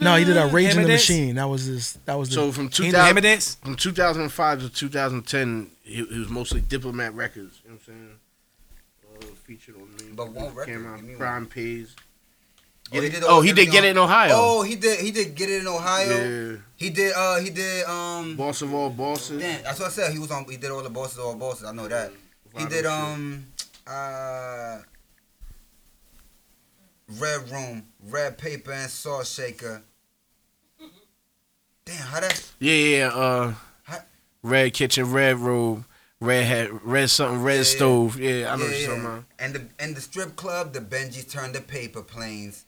Speaker 1: No, he did a Rage in
Speaker 3: Hammer
Speaker 1: the
Speaker 3: Dance?
Speaker 1: Machine. That was his. That was the.
Speaker 2: So from
Speaker 3: He did Hammer
Speaker 2: 2000,
Speaker 3: Dance.
Speaker 2: from 2005 to 2010, he, he was mostly Diplomat Records. You know what I'm saying? Uh, featured on me.
Speaker 4: But one record,
Speaker 2: Came out,
Speaker 4: you mean
Speaker 2: Crime Pays. Get
Speaker 4: he
Speaker 2: It-
Speaker 4: did
Speaker 2: oh, he did
Speaker 4: everything
Speaker 2: Get It in
Speaker 4: on-
Speaker 2: Ohio.
Speaker 4: Oh, he did. He did get it in Ohio.
Speaker 2: yeah.
Speaker 4: He did. Uh, he did. Um,
Speaker 2: Boss of all bosses.
Speaker 4: damn, that's what I said. He was on. He did all the bosses, all bosses. I know that. He
Speaker 2: Vinyl
Speaker 4: did.
Speaker 2: shit.
Speaker 4: Um, uh, Red Room, Red Paper, and Saw Shaker. Damn, how that?
Speaker 2: Yeah, yeah. Uh,
Speaker 4: Huh?
Speaker 2: Red Kitchen, Red Robe, Red Hat, Red something, Red
Speaker 4: Yeah, yeah.
Speaker 2: Stove. Yeah, I know
Speaker 4: Yeah,
Speaker 2: what you're
Speaker 4: yeah.
Speaker 2: talking about.
Speaker 4: And the and the strip club, the Benjis turned to paper planes.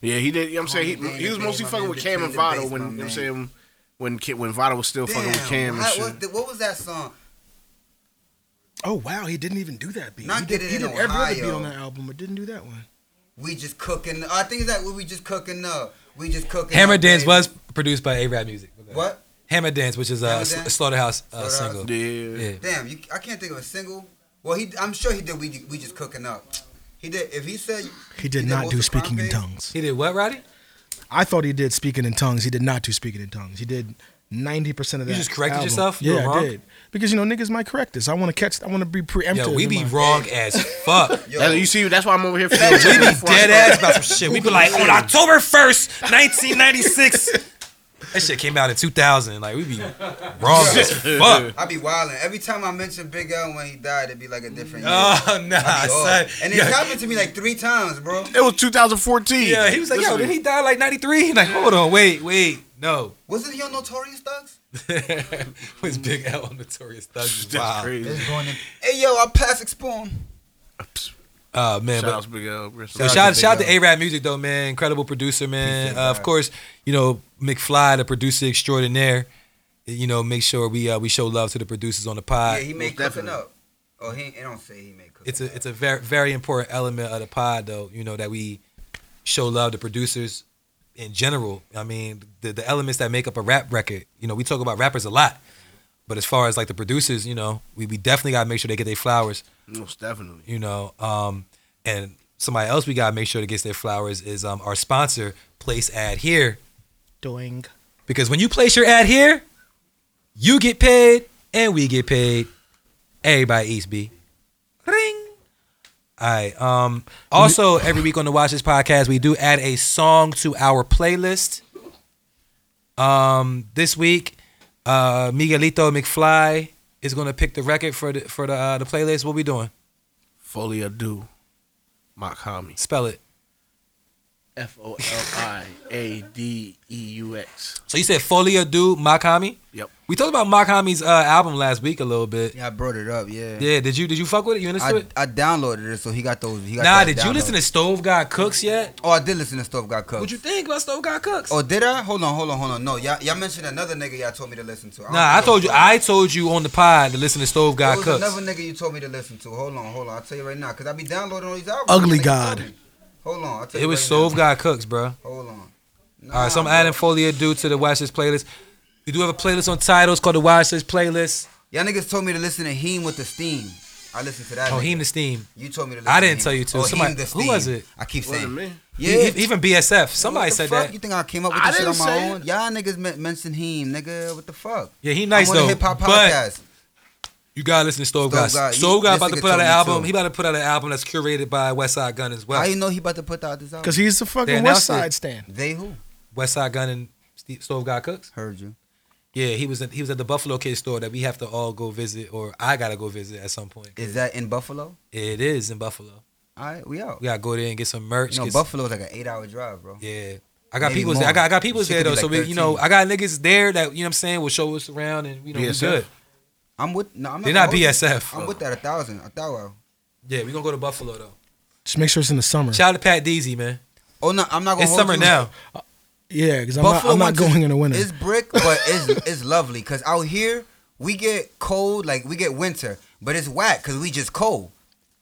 Speaker 2: Yeah, he did. You know what I'm saying?
Speaker 4: Homie,
Speaker 2: He, he
Speaker 4: Danny,
Speaker 2: was
Speaker 4: Danny,
Speaker 2: mostly
Speaker 4: my
Speaker 2: fucking
Speaker 4: man,
Speaker 2: with Cam
Speaker 4: between
Speaker 2: and
Speaker 4: the
Speaker 2: Vado
Speaker 4: bass,
Speaker 2: when,
Speaker 4: my
Speaker 2: you know what I'm
Speaker 4: man.
Speaker 2: saying? When, Ki- when Vado was still
Speaker 4: Damn,
Speaker 2: fucking with Cam and
Speaker 4: how-
Speaker 2: shit.
Speaker 4: what, the- what was that song?
Speaker 1: Oh wow, he didn't even do that beat.
Speaker 4: Not
Speaker 1: he did,
Speaker 4: did it
Speaker 1: he
Speaker 4: in
Speaker 1: did every other beat
Speaker 4: Ohio.
Speaker 1: on that album, but didn't do that one.
Speaker 4: We just cooking. I think that we just cooking up. We just cooking.
Speaker 3: Hammer
Speaker 4: up,
Speaker 3: Dance
Speaker 4: baby.
Speaker 3: was produced by A-Rap Music.
Speaker 4: What?
Speaker 3: Hammer Dance, which is a
Speaker 4: Hammer
Speaker 3: S-
Speaker 4: Dance?
Speaker 3: Slaughterhouse uh,
Speaker 4: Slaughterhouse.
Speaker 3: single.
Speaker 2: Yeah.
Speaker 3: Yeah.
Speaker 4: Damn, you, I can't think of a single. Well, he, I'm sure he did. We, we just cooking up. He did. If he said
Speaker 1: He did
Speaker 4: did
Speaker 1: not
Speaker 4: most
Speaker 1: do
Speaker 4: of
Speaker 1: speaking in
Speaker 4: Pompeii.
Speaker 1: tongues.
Speaker 3: He did what, Roddy?
Speaker 1: I thought he did speaking in tongues. He did not do speaking in tongues. He did ninety percent of that.
Speaker 3: You just corrected
Speaker 1: album.
Speaker 3: yourself? You
Speaker 1: Yeah,
Speaker 3: were
Speaker 1: I
Speaker 3: wrong?
Speaker 1: did because you know niggas might correct this. I want to catch. I want to be preemptive.
Speaker 3: Yo, we
Speaker 1: in
Speaker 3: be
Speaker 1: my-
Speaker 3: wrong as [LAUGHS] fuck.
Speaker 4: yo,
Speaker 2: That's- you see, that's why I'm over here.
Speaker 3: we be dead ass about some shit. We be like, on October [LAUGHS] 1st, 1996. That shit came out in 2000. Like, we be wrong [LAUGHS] as fuck.
Speaker 4: I be wilding. Every time I mention Big L when he died, it'd be like a different. year.
Speaker 3: Oh, nah,
Speaker 4: I be off.
Speaker 3: son.
Speaker 4: And
Speaker 3: Yo,
Speaker 4: it's happened to me like three times, bro.
Speaker 2: It was 2014.
Speaker 3: Yeah, he was like, yo, did he die like 93? [LAUGHS] Like, hold on, wait, wait, [LAUGHS] no.
Speaker 4: Wasn't he on Notorious Thugs?
Speaker 3: was Big L on Notorious Thugs?
Speaker 2: That's
Speaker 3: Wow.
Speaker 2: crazy.
Speaker 4: Hey yo, I pass Spawn.
Speaker 3: Oh man,
Speaker 2: Shout
Speaker 3: but-
Speaker 2: out to Big L. Rest
Speaker 3: So
Speaker 2: in
Speaker 3: shout shout out,
Speaker 4: Big
Speaker 3: to
Speaker 4: L.
Speaker 3: A Rap Music though, man. Incredible producer, man.
Speaker 4: Appreciate
Speaker 3: Uh, of
Speaker 4: that.
Speaker 3: course, you know McFly, the producer extraordinaire. You know, make sure we uh, we show love to the producers on the
Speaker 4: Yeah,
Speaker 3: pod.
Speaker 4: he made
Speaker 2: most
Speaker 4: cooking
Speaker 2: definitely.
Speaker 4: up. Oh, he, he don't say he made
Speaker 3: Uh,
Speaker 4: cooking.
Speaker 3: it's a
Speaker 4: up.
Speaker 3: it's a very very important element of the pod though. You know that we show love to producers in general. I mean, the the elements that make up a rap record. You know, we talk about rappers a lot, but as far as like the producers, you know, we, we definitely gotta make sure they get their flowers.
Speaker 2: Most definitely.
Speaker 3: you know. Um, and somebody else we gotta make sure that gets their flowers is um, our sponsor, place ad here.
Speaker 1: doing.
Speaker 3: Because when you place your ad here, you get paid and we get paid. Everybody eats B. Ring. All right. Um, also, every week on the Watch This podcast, we do add a song to our playlist. Um, this week, uh, Miguelito McFly is gonna pick the record for the for the uh, the playlist. What we doing?
Speaker 2: Foley Adu. Makami.
Speaker 3: Spell it.
Speaker 2: F O L I A D E U X.
Speaker 3: So you said Folia Do Makami?
Speaker 2: Yep.
Speaker 3: We talked about Makami's uh, album last week a little bit.
Speaker 4: yeah, I brought it up. Yeah.
Speaker 3: Yeah, did you did you fuck with it? You into
Speaker 4: I,
Speaker 3: it?
Speaker 4: I downloaded it, so he got those. He got
Speaker 3: Nah,
Speaker 4: that
Speaker 3: did you
Speaker 4: download.
Speaker 3: listen to Stove God Cooks yet?
Speaker 4: Oh, I did listen to Stuff Got Cooked.
Speaker 3: What you think about Stove God Cooks?
Speaker 4: Oh, did I? Hold on, hold on, hold on. No, y'all, y'all mentioned another nigga y'all told me to listen to. don't
Speaker 3: nah, I
Speaker 4: know.
Speaker 3: told you I told you on the pod to listen to Stove
Speaker 4: There
Speaker 3: God
Speaker 4: was
Speaker 3: Cooks.
Speaker 4: another nigga you told me to listen to. Hold on, hold on. I'll tell you right now, cause I be downloading all these albums.
Speaker 1: Ugly
Speaker 4: Nigga
Speaker 1: God.
Speaker 4: told me. Hold on, I'll tell
Speaker 3: It
Speaker 4: you
Speaker 3: was
Speaker 4: right
Speaker 3: Stove
Speaker 4: now.
Speaker 3: God Cooks, bro.
Speaker 4: Hold on. Nah,
Speaker 3: All right, so I'm
Speaker 4: bro.
Speaker 3: adding Folia Do to the Watch This playlist. We do have a playlist on titles called the Watch This playlist.
Speaker 4: Y'all niggas told me to listen to Heem with the Steam. I listened to that.
Speaker 3: Oh,
Speaker 4: nigga.
Speaker 3: Heem the Steam.
Speaker 4: You told me to. listen
Speaker 3: I
Speaker 4: to
Speaker 3: didn't
Speaker 4: Heem.
Speaker 3: tell you to.
Speaker 4: Oh,
Speaker 3: Somebody-
Speaker 4: Heem the
Speaker 3: who
Speaker 4: Steam.
Speaker 3: was it?
Speaker 4: I keep
Speaker 2: Wasn't
Speaker 4: saying.
Speaker 2: me.
Speaker 4: Yeah.
Speaker 3: E- e- even BSF. Somebody
Speaker 4: What the
Speaker 3: said
Speaker 4: fuck?
Speaker 3: that.
Speaker 4: You think I came up with
Speaker 2: I
Speaker 4: this shit on
Speaker 2: didn't
Speaker 4: my
Speaker 2: say
Speaker 4: own?
Speaker 2: it.
Speaker 4: Y'all niggas men- mentioned Heem, nigga. What the fuck?
Speaker 3: Yeah, he nice
Speaker 4: I'm on
Speaker 3: though.
Speaker 4: a hip hop
Speaker 3: But
Speaker 4: podcast.
Speaker 3: You gotta listen to Stove
Speaker 4: Stove
Speaker 3: God.
Speaker 4: God, he-
Speaker 3: Stove God
Speaker 4: this
Speaker 3: about to
Speaker 4: nigga
Speaker 3: put out an
Speaker 4: told me
Speaker 3: album.
Speaker 4: too.
Speaker 3: He about to put out an album that's curated by West Side Gun as
Speaker 4: How
Speaker 3: well.
Speaker 4: you know he about to put out this album?
Speaker 1: Because he's the
Speaker 3: They
Speaker 1: fucking West
Speaker 3: announced
Speaker 1: Side
Speaker 3: it.
Speaker 1: Stand.
Speaker 4: they who
Speaker 3: West Side Gun and Steve, Stove God Cooks.
Speaker 4: heard you.
Speaker 3: Yeah, he was at, he was at the Buffalo Kid store that we have to all go visit, or I gotta go visit at some point.
Speaker 4: Is that in Buffalo?
Speaker 3: It is in Buffalo.
Speaker 4: All right, we out.
Speaker 3: We gotta go there and get some merch.
Speaker 4: You know,
Speaker 3: get-
Speaker 4: Buffalo's like an eight-hour drive, bro.
Speaker 3: Yeah. I got
Speaker 4: Maybe
Speaker 3: people.
Speaker 4: more.
Speaker 3: I got I got people
Speaker 4: Shit
Speaker 3: there
Speaker 4: could
Speaker 3: though,
Speaker 4: be
Speaker 3: so
Speaker 4: like
Speaker 3: we, you know
Speaker 4: 13.
Speaker 3: I got niggas there that you know what I'm saying will show us around and you know we
Speaker 2: BSF.
Speaker 3: good.
Speaker 4: I'm with. No, I'm not.
Speaker 3: They're not
Speaker 4: I'm with-
Speaker 3: BSF.
Speaker 4: I'm with that a thousand, a thousand.
Speaker 3: Yeah, we gonna go to Buffalo though.
Speaker 1: Just make sure it's in the summer.
Speaker 3: Shout out to Pat Deasy, man.
Speaker 4: Oh no, I'm not gonna.
Speaker 3: It's
Speaker 4: hold
Speaker 3: summer
Speaker 4: you.
Speaker 3: now.
Speaker 1: Yeah, because I'm not, I'm not
Speaker 4: winter
Speaker 1: going in the winter.
Speaker 4: It's brick, but it's it's lovely. Cause out here we get cold, like we get winter, but it's whack cause we just cold.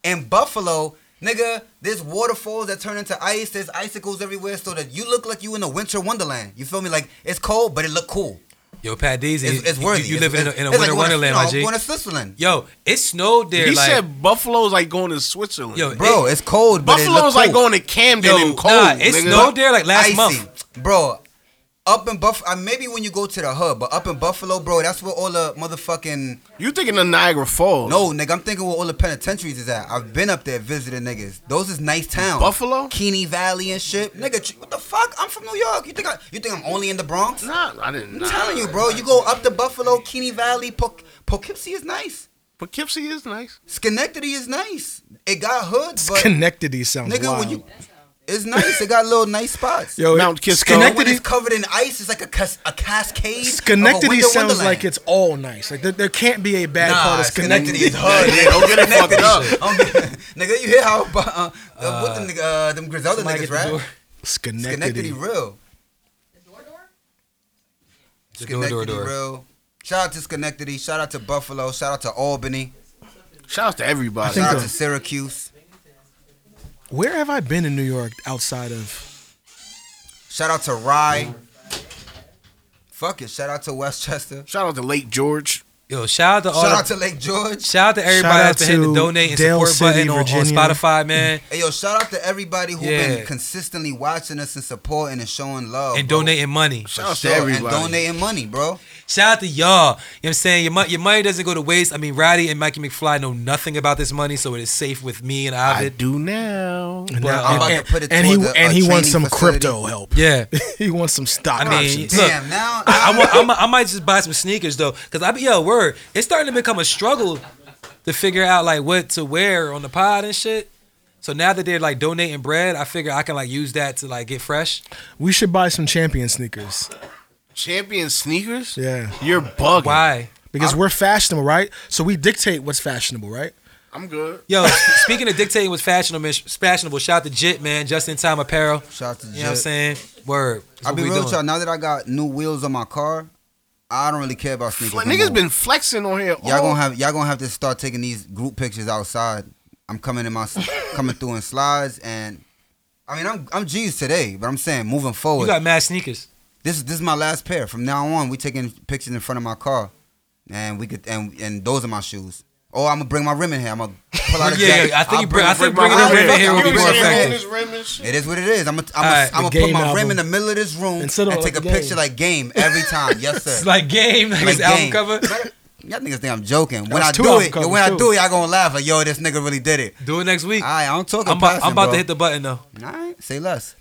Speaker 4: In Buffalo, nigga, there's waterfalls that turn into ice. There's icicles everywhere, so that you look like you in a winter wonderland. You feel me? Like it's cold, but it look cool.
Speaker 3: Yo, Pat Deasy,
Speaker 4: It's, it's
Speaker 3: you-
Speaker 4: worthy.
Speaker 3: You,
Speaker 4: It's-
Speaker 3: live in a,
Speaker 4: it's-
Speaker 3: in a
Speaker 4: it's like
Speaker 3: winter
Speaker 4: going to-
Speaker 3: wonderland,
Speaker 4: you know,
Speaker 3: my G.
Speaker 4: Going to Switzerland,
Speaker 3: Yo, it snowed there.
Speaker 2: He
Speaker 3: like,
Speaker 2: said Buffalo's like going to Switzerland.
Speaker 3: Yo,
Speaker 4: bro. It's cold, but it look
Speaker 2: Buffalo's like
Speaker 4: cool.
Speaker 2: going to Camden
Speaker 3: yo,
Speaker 2: and cold.
Speaker 3: nah, it
Speaker 2: nigga.
Speaker 3: snowed there like last
Speaker 4: Icy.
Speaker 3: month.
Speaker 4: bro. Up in Buffalo, maybe when you go to the hub, but up in Buffalo, bro, that's where all the motherfucking
Speaker 2: You thinking of Niagara Falls?
Speaker 4: No, nigga, I'm thinking where all the penitentiaries is at. I've been up there visiting niggas. Those is nice towns.
Speaker 2: Buffalo?
Speaker 4: Keeney Valley and shit. Nigga, ch- what the fuck? I'm from New York. You think I, you think I'm only in the Bronx?
Speaker 2: Nah, I didn't.
Speaker 4: I'm
Speaker 2: nah.
Speaker 4: telling you, bro. You go up to Buffalo, Keeney Valley, Po- Poughkeepsie is nice.
Speaker 2: Poughkeepsie is nice.
Speaker 4: Schenectady is nice. It got hoods, but
Speaker 1: Schenectady sounds
Speaker 4: nigga,
Speaker 1: wild.
Speaker 4: when you, it's nice. It got little nice spots.
Speaker 1: Yo,
Speaker 2: Mount
Speaker 1: it-
Speaker 2: Kisco.
Speaker 4: But when
Speaker 1: Schenectady,
Speaker 4: it's covered in ice, it's like a, cas- a cascade. of a
Speaker 1: Schenectady
Speaker 4: winter
Speaker 1: sounds
Speaker 4: wonderland.
Speaker 1: like it's all nice. Like there, there can't be a bad
Speaker 4: Nah,
Speaker 1: part of Schenectady.
Speaker 4: Schenectady is hard.
Speaker 2: Yeah, don't [LAUGHS] get it fucked up.
Speaker 4: Um, [LAUGHS] nigga, you hear how uh, uh, what the nigga, uh, them Griselda
Speaker 3: Somebody get
Speaker 4: niggas
Speaker 3: the
Speaker 4: rap?
Speaker 3: door.
Speaker 1: Schenectady.
Speaker 4: Schenectady real.
Speaker 3: The door,
Speaker 4: Schenectady
Speaker 3: door, door.
Speaker 4: real. Shout out to Schenectady. Shout out to Buffalo. Shout out to Albany.
Speaker 2: Shouts to everybody.
Speaker 4: Shout out
Speaker 1: so.
Speaker 4: to Syracuse.
Speaker 1: Where have I been in New York outside of?
Speaker 4: Shout out to Rye. Fuck it. Shout out to Westchester.
Speaker 2: Shout out to Lake George.
Speaker 3: Yo, shout out to all.
Speaker 4: Shout
Speaker 3: the-
Speaker 4: out to Lake George.
Speaker 3: Shout out to everybody
Speaker 1: Shout out
Speaker 3: that's been hitting the
Speaker 1: to
Speaker 3: donate and
Speaker 1: Dale
Speaker 3: support
Speaker 1: City,
Speaker 3: button on, on
Speaker 1: Virginia.
Speaker 3: Spotify, man,
Speaker 4: Hey yo, shout out to everybody who
Speaker 3: Yeah.
Speaker 4: been consistently watching us and supporting and showing love.
Speaker 3: and
Speaker 4: bro.
Speaker 3: donating money.
Speaker 2: Shout out
Speaker 4: Sure,
Speaker 2: to everybody.
Speaker 4: And donating money, bro.
Speaker 3: Shout out to y'all. You know what I'm saying? Your, mo- your money doesn't go to waste. I mean, Roddy and Mikey McFly know nothing about this money, so it is safe with me and
Speaker 2: I
Speaker 3: Ovid.
Speaker 2: do now.
Speaker 1: And,
Speaker 3: Well,
Speaker 1: now-
Speaker 3: I'm
Speaker 4: about
Speaker 1: and-
Speaker 4: to put it
Speaker 1: and he
Speaker 4: toward the, uh,
Speaker 1: and he wants
Speaker 4: training
Speaker 1: some
Speaker 4: facility.
Speaker 1: crypto help.
Speaker 3: Yeah.
Speaker 1: [LAUGHS] he wants some stock
Speaker 3: I mean,
Speaker 1: options.
Speaker 3: look,
Speaker 4: Damn, now,
Speaker 3: I, want, I, might, I might just buy some sneakers though, because I be yo word. It's starting to become a struggle to figure out like what to wear on the pod and shit. So now that they're like donating bread, I figure I can like use that to like get fresh.
Speaker 1: We should buy some champion sneakers.
Speaker 2: Champion sneakers?
Speaker 1: Yeah,
Speaker 2: You're bugging.
Speaker 3: Why?
Speaker 1: because we're fashionable, right? So we dictate what's fashionable, right?
Speaker 2: I'm good.
Speaker 3: Yo, speaking of dictating what's fashionable, man, fashionable. Shout out to Jit, man, just in time apparel.
Speaker 4: Shout out to
Speaker 3: You know what I'm
Speaker 4: Jet.
Speaker 3: saying? Word. That's
Speaker 4: I'll
Speaker 3: what
Speaker 4: be
Speaker 3: we
Speaker 4: real with
Speaker 3: doing.
Speaker 4: y'all. Now that I got new wheels on my car, I don't really care about sneakers.
Speaker 2: Fle-
Speaker 4: no
Speaker 2: niggas
Speaker 4: more.
Speaker 2: been flexing on here.
Speaker 4: Y'all
Speaker 2: all-
Speaker 4: gonna have y'all gonna have to start taking these group pictures outside. I'm coming in my coming through in slides, and I mean I'm I'm G's today, but I'm saying moving
Speaker 3: You
Speaker 4: forward,
Speaker 3: got mad sneakers.
Speaker 4: this is this is my last pair. From now on, we taking pictures in front of my car, and we could and and those are my shoes. Oh, I'm gonna bring my rim in here. I'm gonna pull out
Speaker 3: [LAUGHS]
Speaker 4: a
Speaker 3: Yeah,
Speaker 4: jacket.
Speaker 3: yeah, I think
Speaker 4: I'll
Speaker 3: you bring- I think
Speaker 4: my
Speaker 3: bringing the
Speaker 4: rim
Speaker 3: rim in here
Speaker 4: I'll
Speaker 3: would be
Speaker 4: bring
Speaker 3: more
Speaker 4: it in.
Speaker 3: effective.
Speaker 4: It is what it is. I'm gonna I'm
Speaker 3: Alright,
Speaker 4: gonna I'm
Speaker 1: the
Speaker 4: gonna
Speaker 1: game
Speaker 4: put my rim
Speaker 1: album.
Speaker 4: in the middle of this room and,
Speaker 1: Instead of like
Speaker 4: take a
Speaker 1: game.
Speaker 4: picture like game every time.
Speaker 3: [LAUGHS]
Speaker 4: Yes, sir.
Speaker 3: It's like game, like,
Speaker 4: Like
Speaker 3: his album
Speaker 4: game.
Speaker 3: cover.
Speaker 4: [LAUGHS] Y'all niggas think I'm joking. When
Speaker 1: That's
Speaker 4: I
Speaker 1: two
Speaker 4: do
Speaker 1: album
Speaker 4: it,
Speaker 1: covers,
Speaker 4: when I
Speaker 1: too.
Speaker 4: do it, y'all gonna laugh like, yo, this nigga really did it.
Speaker 3: Do it next week.
Speaker 4: All right, I don't talk
Speaker 3: I'm
Speaker 4: about
Speaker 3: about, I'm about to hit the button though.
Speaker 4: All right, say less.